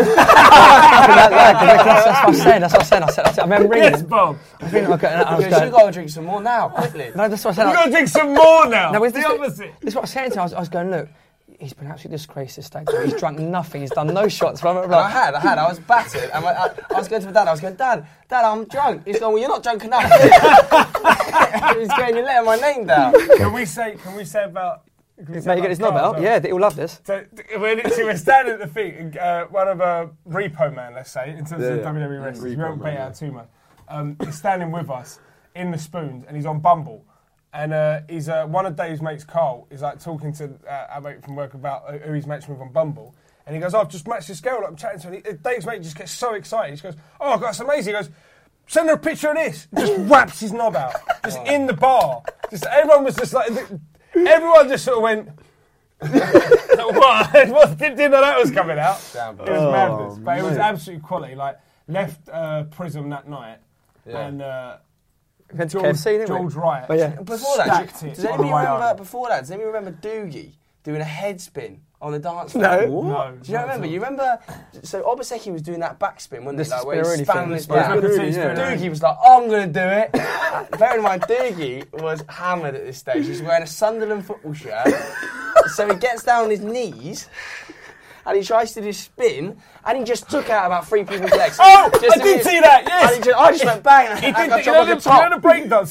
Speaker 3: that- that's, that's what I was saying. That's what I was saying. I, said, I, said, I remember ringing.
Speaker 4: Yes, Bob.
Speaker 3: I think I got- and I
Speaker 1: He
Speaker 3: was
Speaker 1: goes, You
Speaker 3: going,
Speaker 1: gotta drink some more now, quickly.
Speaker 3: no, that's what I said.
Speaker 4: We're
Speaker 3: I-
Speaker 4: going to drink some more now.
Speaker 3: No, is
Speaker 4: the
Speaker 3: this,
Speaker 4: opposite.
Speaker 3: this is what I was saying to him. I was, I was going, look, he's been absolutely disgraced this day. He's drank nothing. He's done no shots. Blah, blah,
Speaker 1: And I
Speaker 3: blah.
Speaker 1: had, I had, I was battered. And I, I, I was going to my dad, I was going, Dad, Dad, I'm drunk. He's going, Well, you're not drunk enough. He's going, You're letting my name down.
Speaker 4: Can we say? Can we say about? Can we say
Speaker 3: Mate, you
Speaker 4: about
Speaker 3: get his knob out.
Speaker 4: cars?
Speaker 3: Yeah, he'll love this.
Speaker 4: So th- uh, we're literally we're standing at the feet. and, Uh, one of a repo man, let's say, in terms
Speaker 2: Yeah,
Speaker 4: of
Speaker 2: yeah.
Speaker 4: WWE wrestlers, we
Speaker 2: Repo
Speaker 4: won't
Speaker 2: Man,
Speaker 4: bait
Speaker 2: yeah.
Speaker 4: out too much. Um, he's standing with us in the spoons, and he's on Bumble. And uh, he's uh, one of Dave's mates, Carl, is like talking to uh, our mate from work about uh, who he's matched with on Bumble. And he goes, "Oh, "I've just matched this girl. that I'm chatting to." And he, uh, Dave's mate just gets so excited. He goes, "Oh, God, that's amazing!" He goes, "Send her a picture of this." And just wraps his knob out, just in the bar. Just everyone was just like, everyone just sort of went. what? what? Didn't know that was coming out.
Speaker 1: Damn,
Speaker 4: It was
Speaker 2: Oh,
Speaker 4: madness, but it was
Speaker 2: mate.
Speaker 4: absolute quality. Like left uh, Prism that night,
Speaker 1: Yeah.
Speaker 4: and uh,
Speaker 3: We went to
Speaker 4: George,
Speaker 3: KFC, didn't we?
Speaker 4: George Riot.
Speaker 3: But yeah.
Speaker 1: Before that,
Speaker 4: stacked
Speaker 1: do-
Speaker 4: it
Speaker 1: does
Speaker 4: on the
Speaker 1: anybody
Speaker 4: way
Speaker 1: remember
Speaker 4: home.
Speaker 1: before that? Does anybody remember Doogie doing a head spin on the dance floor?
Speaker 3: No.
Speaker 4: No,
Speaker 1: Do you not
Speaker 4: not
Speaker 1: remember?
Speaker 4: at
Speaker 1: You remember? So Obaseki was doing that backspin, wasn't
Speaker 3: This
Speaker 1: he? Like
Speaker 3: is
Speaker 1: where he
Speaker 3: Spirelli
Speaker 1: spun
Speaker 3: thing.
Speaker 1: on his
Speaker 3: Yeah,
Speaker 1: back.
Speaker 4: Spirelli, yeah.
Speaker 1: Doogie was like, "I'm gonna do it." Bear in mind, Doogie was hammered at this stage. He's wearing a Sunderland football shirt, so he gets down on his knees. And he tries to do spin, and he just took out about three people's legs.
Speaker 4: Oh,
Speaker 1: Just
Speaker 4: I did
Speaker 1: his-
Speaker 4: see that, yes.
Speaker 1: And he just, I just went bang, and
Speaker 4: He
Speaker 1: I got
Speaker 4: did the, you,
Speaker 1: dropped on
Speaker 4: know the,
Speaker 1: the
Speaker 4: you know
Speaker 1: top.
Speaker 4: the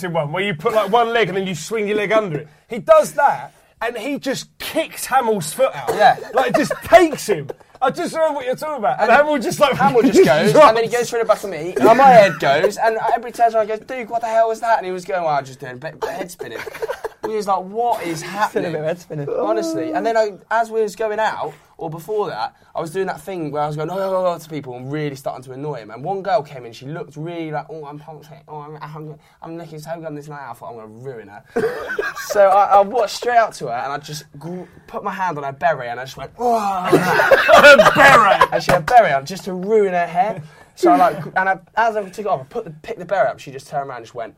Speaker 4: breakdancing one where you put like one leg and then you swing your leg under it. He does that, and he just kicks Hamill's foot out.
Speaker 1: Yeah.
Speaker 4: like just takes him. I just remember what you're talking about, and,
Speaker 1: And
Speaker 4: Hamill just like
Speaker 1: Hamill just goes, and then he goes through the back of me, and my head goes, and every time I go, Duke, what the hell was that? And he was going, well, I just doing a bit, bit of head spinning. We was like, what is
Speaker 3: Still a bit of
Speaker 1: happening?
Speaker 3: head spinning.
Speaker 1: Honestly, and then I, as we was going out, or before that, I was doing that thing where I was going, oh, oh, oh, to people and really starting to annoy him. And one girl came in, she looked really like, oh, I'm pumped, oh, I'm, I'm, I'm looking so good on this night, I thought I'm going to ruin her. so I, I walked straight up to her and I just gr- put my hand on her berry and I just went, oh, and she had a beret on just to ruin her hair. So I like, and I, as I took it off, I put the, picked the beret up. She just turned around and just went,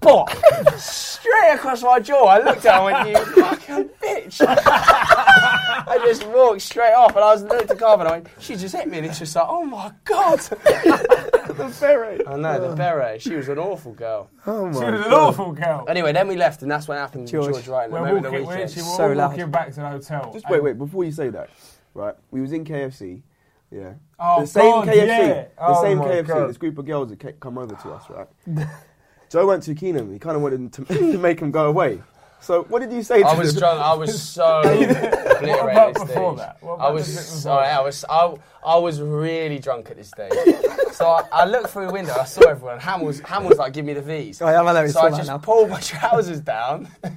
Speaker 1: "Bop!" straight across my jaw. I looked at her and went, "You fucking bitch!" I just walked straight off, and I was looked at Carver and I went, "She just hit me," and it's just like, "Oh my god!"
Speaker 2: The ferret.
Speaker 1: I know the beret. She was an awful girl.
Speaker 2: Oh my
Speaker 4: She was an
Speaker 2: God.
Speaker 4: awful girl.
Speaker 1: Anyway, then we left, and that's when it happened.
Speaker 3: George.
Speaker 1: George, George Wright, and the
Speaker 4: We're
Speaker 1: moment of the
Speaker 4: walking, we're
Speaker 1: weekend.
Speaker 4: actually
Speaker 3: So
Speaker 4: all
Speaker 3: loud.
Speaker 4: walking back to the hotel.
Speaker 2: Just
Speaker 4: and-
Speaker 2: wait, wait. Before you say that, right? We was in KFC. Yeah.
Speaker 4: Oh,
Speaker 2: the same
Speaker 4: God,
Speaker 2: KFC.
Speaker 4: yeah.
Speaker 2: The
Speaker 4: Oh,
Speaker 2: same
Speaker 4: my
Speaker 2: KFC.
Speaker 4: God.
Speaker 2: This group of girls that ca- come over to us, right? Joe went too keen on them. He kind of wanted to, to make him go away. So what did you say to
Speaker 1: I was
Speaker 2: them?
Speaker 1: drunk. I was so obliterated.
Speaker 4: What about
Speaker 1: this
Speaker 4: before
Speaker 1: stage.
Speaker 4: that? What
Speaker 1: I
Speaker 4: about
Speaker 1: was
Speaker 4: just
Speaker 1: so,
Speaker 4: before that?
Speaker 1: I was I, I was really drunk at this stage. so I, I looked through a window. I saw everyone. Hamill's Hamill's like, give me the V's.
Speaker 3: Oh, yeah, I'm allowed to
Speaker 1: so
Speaker 3: say
Speaker 1: I
Speaker 3: that
Speaker 1: just
Speaker 3: now.
Speaker 1: pulled my trousers down.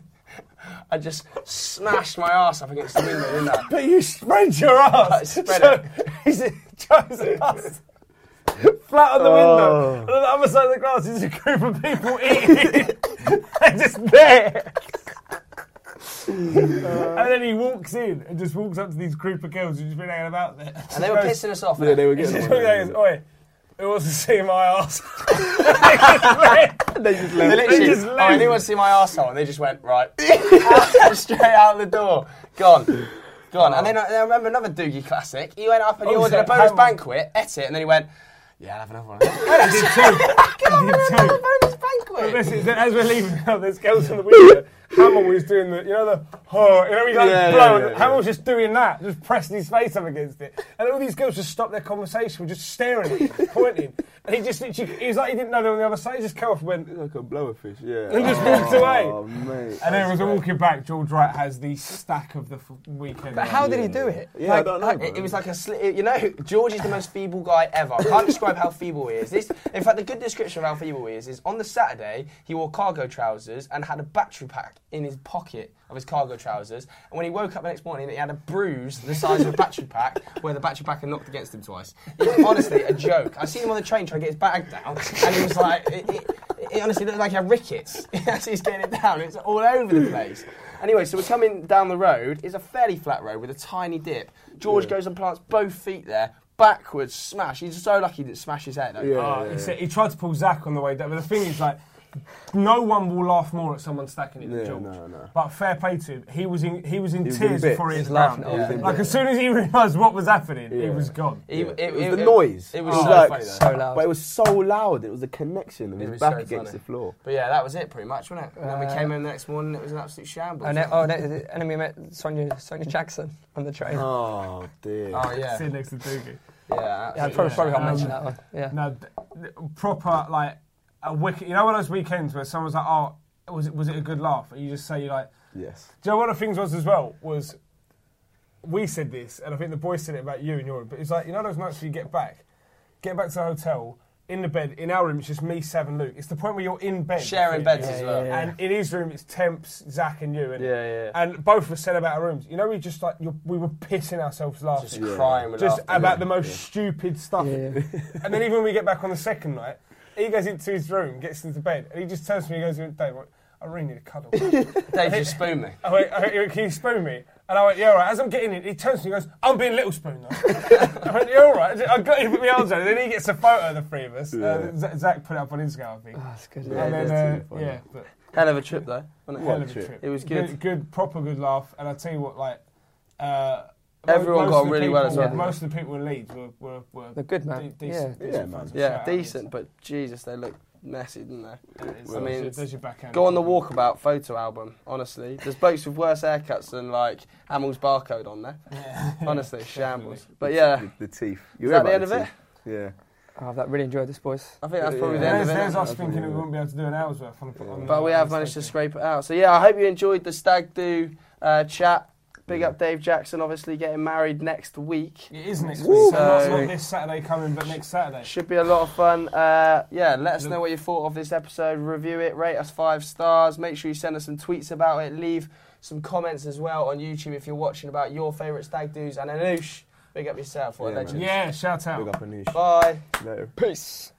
Speaker 1: I just smashed my ass up against the window, didn't I?
Speaker 4: But you spread your ass.
Speaker 1: I spread
Speaker 4: so
Speaker 1: it.
Speaker 4: He's Joe's ass flat on the window.
Speaker 3: Oh.
Speaker 4: And on the other side of the glass is a group of people eating. They're just there. and then he walks in and just walks up to these group of girls who've just been hanging about there.
Speaker 1: And they were pissing us off.
Speaker 2: Yeah, they were
Speaker 4: He
Speaker 2: getting
Speaker 4: just
Speaker 2: on.
Speaker 4: walks out and
Speaker 2: there.
Speaker 4: goes, Oi, who wants to see my ass?
Speaker 2: They just
Speaker 1: They
Speaker 2: left.
Speaker 1: literally,
Speaker 4: just
Speaker 1: oh,
Speaker 4: left.
Speaker 1: anyone see my arsehole? And they just went, right, Out- straight out the door. Gone. Gone. And then I, then I remember another Doogie classic. He went up and he
Speaker 4: Oh,
Speaker 1: ordered
Speaker 4: so
Speaker 1: a bonus
Speaker 4: Harold-
Speaker 1: banquet, ate it, and then he went, yeah, I'll have another one.
Speaker 4: I did too. I did too.
Speaker 1: bonus banquet.
Speaker 4: This is- then as we're leaving, now, there's girls on the window. Hamill was doing the, you know, the, oh, you know, he's like
Speaker 2: Yeah, yeah,
Speaker 4: blowing.
Speaker 2: yeah, yeah.
Speaker 4: Hamill's just doing that, just pressing his face up against it. And all these girls just stopped their conversation, were just staring at him, pointing. And he just literally, he was like, he didn't know they were on the other side. He just came off and went,
Speaker 2: Like a blowerfish. Yeah.
Speaker 4: and just walked
Speaker 2: Oh
Speaker 4: away.
Speaker 2: mate.
Speaker 4: And then as we're walking back, George Wright has the stack of the f- weekend.
Speaker 3: But how did he do it?
Speaker 2: Yeah, I don't know.
Speaker 1: It,
Speaker 2: bro.
Speaker 1: it was like a sli- you know George is the most feeble guy ever. I can't describe how feeble he is. This, in fact, the good description of how feeble he is is on the Saturday he wore cargo trousers and had a battery pack in his pocket of his cargo trousers. And when he woke up the next morning, he had a bruise the size of a battery pack where the battery pack had knocked against him twice. It was honestly a joke. I seen him on the train trying to get his bag down, and he was like, it, it, it honestly looked like he had rickets. As he's getting it down, it's all over the place. Anyway, so we're coming down the road. It's a fairly flat road with a tiny dip. George goes and plants both feet there, backwards, smash. He's so lucky he didn't smash his head. though.
Speaker 4: Uh,
Speaker 2: Yeah.
Speaker 4: Oh, he, said, he tried to pull Zach on the way down, but the thing is, like, no one will laugh more at someone stacking it than
Speaker 2: Yeah,
Speaker 4: George.
Speaker 2: no, no.
Speaker 4: But fair play to him. He was in he was in
Speaker 2: was in
Speaker 4: tears
Speaker 2: bits.
Speaker 4: before he
Speaker 2: He's
Speaker 4: was
Speaker 7: laughing
Speaker 4: down.
Speaker 7: at us,
Speaker 2: isn't
Speaker 4: Like
Speaker 2: he?
Speaker 4: as soon as he realised what was happening, he
Speaker 2: Yeah.
Speaker 4: was gone.
Speaker 1: He-
Speaker 2: Yeah. It was
Speaker 1: it-
Speaker 2: the
Speaker 1: it-
Speaker 2: noise.
Speaker 1: It was
Speaker 2: It was
Speaker 1: so
Speaker 2: like-
Speaker 1: funny though.
Speaker 3: So loud.
Speaker 2: But it was so loud. It was the connection of
Speaker 1: It
Speaker 2: his
Speaker 1: was
Speaker 2: back
Speaker 1: so
Speaker 2: against
Speaker 1: funny.
Speaker 2: the floor.
Speaker 1: But yeah, that was it pretty much, wasn't it? And then we
Speaker 3: Uh,
Speaker 1: came in the next morning, it was an absolute shambles.
Speaker 3: and then, oh, then the enemy met Sonia Sonia Jackson on the train.
Speaker 2: Oh dear.
Speaker 1: oh yeah,
Speaker 4: Sitting next to Doogie.
Speaker 1: yeah.
Speaker 3: yeah, I
Speaker 1: absolutely.
Speaker 3: probably, probably can't
Speaker 4: Um,
Speaker 3: mention that one. Yeah.
Speaker 4: No, d- d- proper like a wicked. You know one of those weekends where someone's like, "Oh, was it was it a good laugh?" And you just say like,
Speaker 2: Yes.
Speaker 4: "Do you know one of the things was as well was we said this, and I think the boys said it about you and your room. But it's like you know those nights where you get back, get back to the hotel." In the bed, in our room, it's just me, Sav, and Luke. It's the point where you're in bed,
Speaker 1: Sharing beds as well.
Speaker 4: and in his room, it's Temps, Zach, and you. And,
Speaker 1: Yeah, yeah, yeah.
Speaker 4: And both were said about our rooms. You know, we just like you're, we were pissing ourselves laughing
Speaker 1: Just crying with
Speaker 4: just
Speaker 1: laughter.
Speaker 4: about the most stupid stuff. and then even when we get back on the second night, he goes into his room, gets into bed, and he just turns to me and goes, Dave, I really need a cuddle.
Speaker 1: Dave just spoon me.
Speaker 4: I went, "Oh, can you spoon me? And I went, yeah, all right. As I'm getting in, he turns to me and goes, I'm being Little Spoon, though. I went, yeah, all right. I got him with my arms out. Then he gets a photo of the three of us. Uh, Z- Zach put it up on Instagram, I think.
Speaker 3: Oh,
Speaker 1: Ah,
Speaker 3: That's good.
Speaker 2: Yeah,
Speaker 4: and then,
Speaker 2: that's
Speaker 4: uh,
Speaker 2: really funny.
Speaker 4: yeah, but
Speaker 1: Hell of a trip though, wasn't it?
Speaker 4: hell of a trip.
Speaker 1: It was good.
Speaker 4: good. proper good laugh. And I tell you what, like, uh, mo-
Speaker 1: Everyone
Speaker 4: most
Speaker 1: got
Speaker 4: of
Speaker 1: on
Speaker 4: the
Speaker 1: really well
Speaker 4: people-
Speaker 1: as well.
Speaker 4: Most of the people in Leeds were, were, were
Speaker 3: They're good, man.
Speaker 4: de- decent.
Speaker 3: Yeah.
Speaker 2: Yeah, man.
Speaker 1: Yeah, decent, but Jesus, they look messy, didn't they? I mean,
Speaker 4: there's your backhand.
Speaker 1: go on the walkabout photo album. Honestly, there's blokes with worse haircuts than like Hamel's barcode on there. honestly, shambles. But yeah,
Speaker 2: The, the teeth.
Speaker 1: Is
Speaker 2: You
Speaker 1: that
Speaker 2: hear
Speaker 1: the
Speaker 2: about
Speaker 1: end
Speaker 2: teeth? Yeah.
Speaker 3: Oh, I've really enjoyed this, boys.
Speaker 1: I think that's
Speaker 2: Yeah,
Speaker 1: probably the
Speaker 2: yeah.
Speaker 1: end
Speaker 4: There's,
Speaker 1: of it.
Speaker 4: there's
Speaker 1: isn't
Speaker 4: us
Speaker 2: That's
Speaker 4: thinking that we
Speaker 2: weird.
Speaker 4: wouldn't be able to do an hour's worth on, the- on
Speaker 1: it?
Speaker 4: the-
Speaker 1: But we
Speaker 4: on
Speaker 1: have
Speaker 4: the
Speaker 1: managed to
Speaker 4: station.
Speaker 1: scrape it out. So yeah, I hope you enjoyed the stag do uh, chat. Big up Dave Jackson, obviously getting married next week.
Speaker 4: It is next
Speaker 1: Woo!
Speaker 4: week, so not,
Speaker 1: So-
Speaker 4: not this Saturday coming, but next Saturday.
Speaker 1: Should be a lot of fun. Uh, yeah, let us know what you thought of this episode. Review it, rate us five stars. Make sure you send us some tweets about it. Leave some comments as well on YouTube if you're watching about your favourite stag do's. And Anoush, big up yourself. What a
Speaker 2: Yeah,
Speaker 1: legend.
Speaker 2: man.
Speaker 4: Yeah, shout out.
Speaker 2: Big up a new
Speaker 1: Bye.
Speaker 2: Later.
Speaker 3: Peace.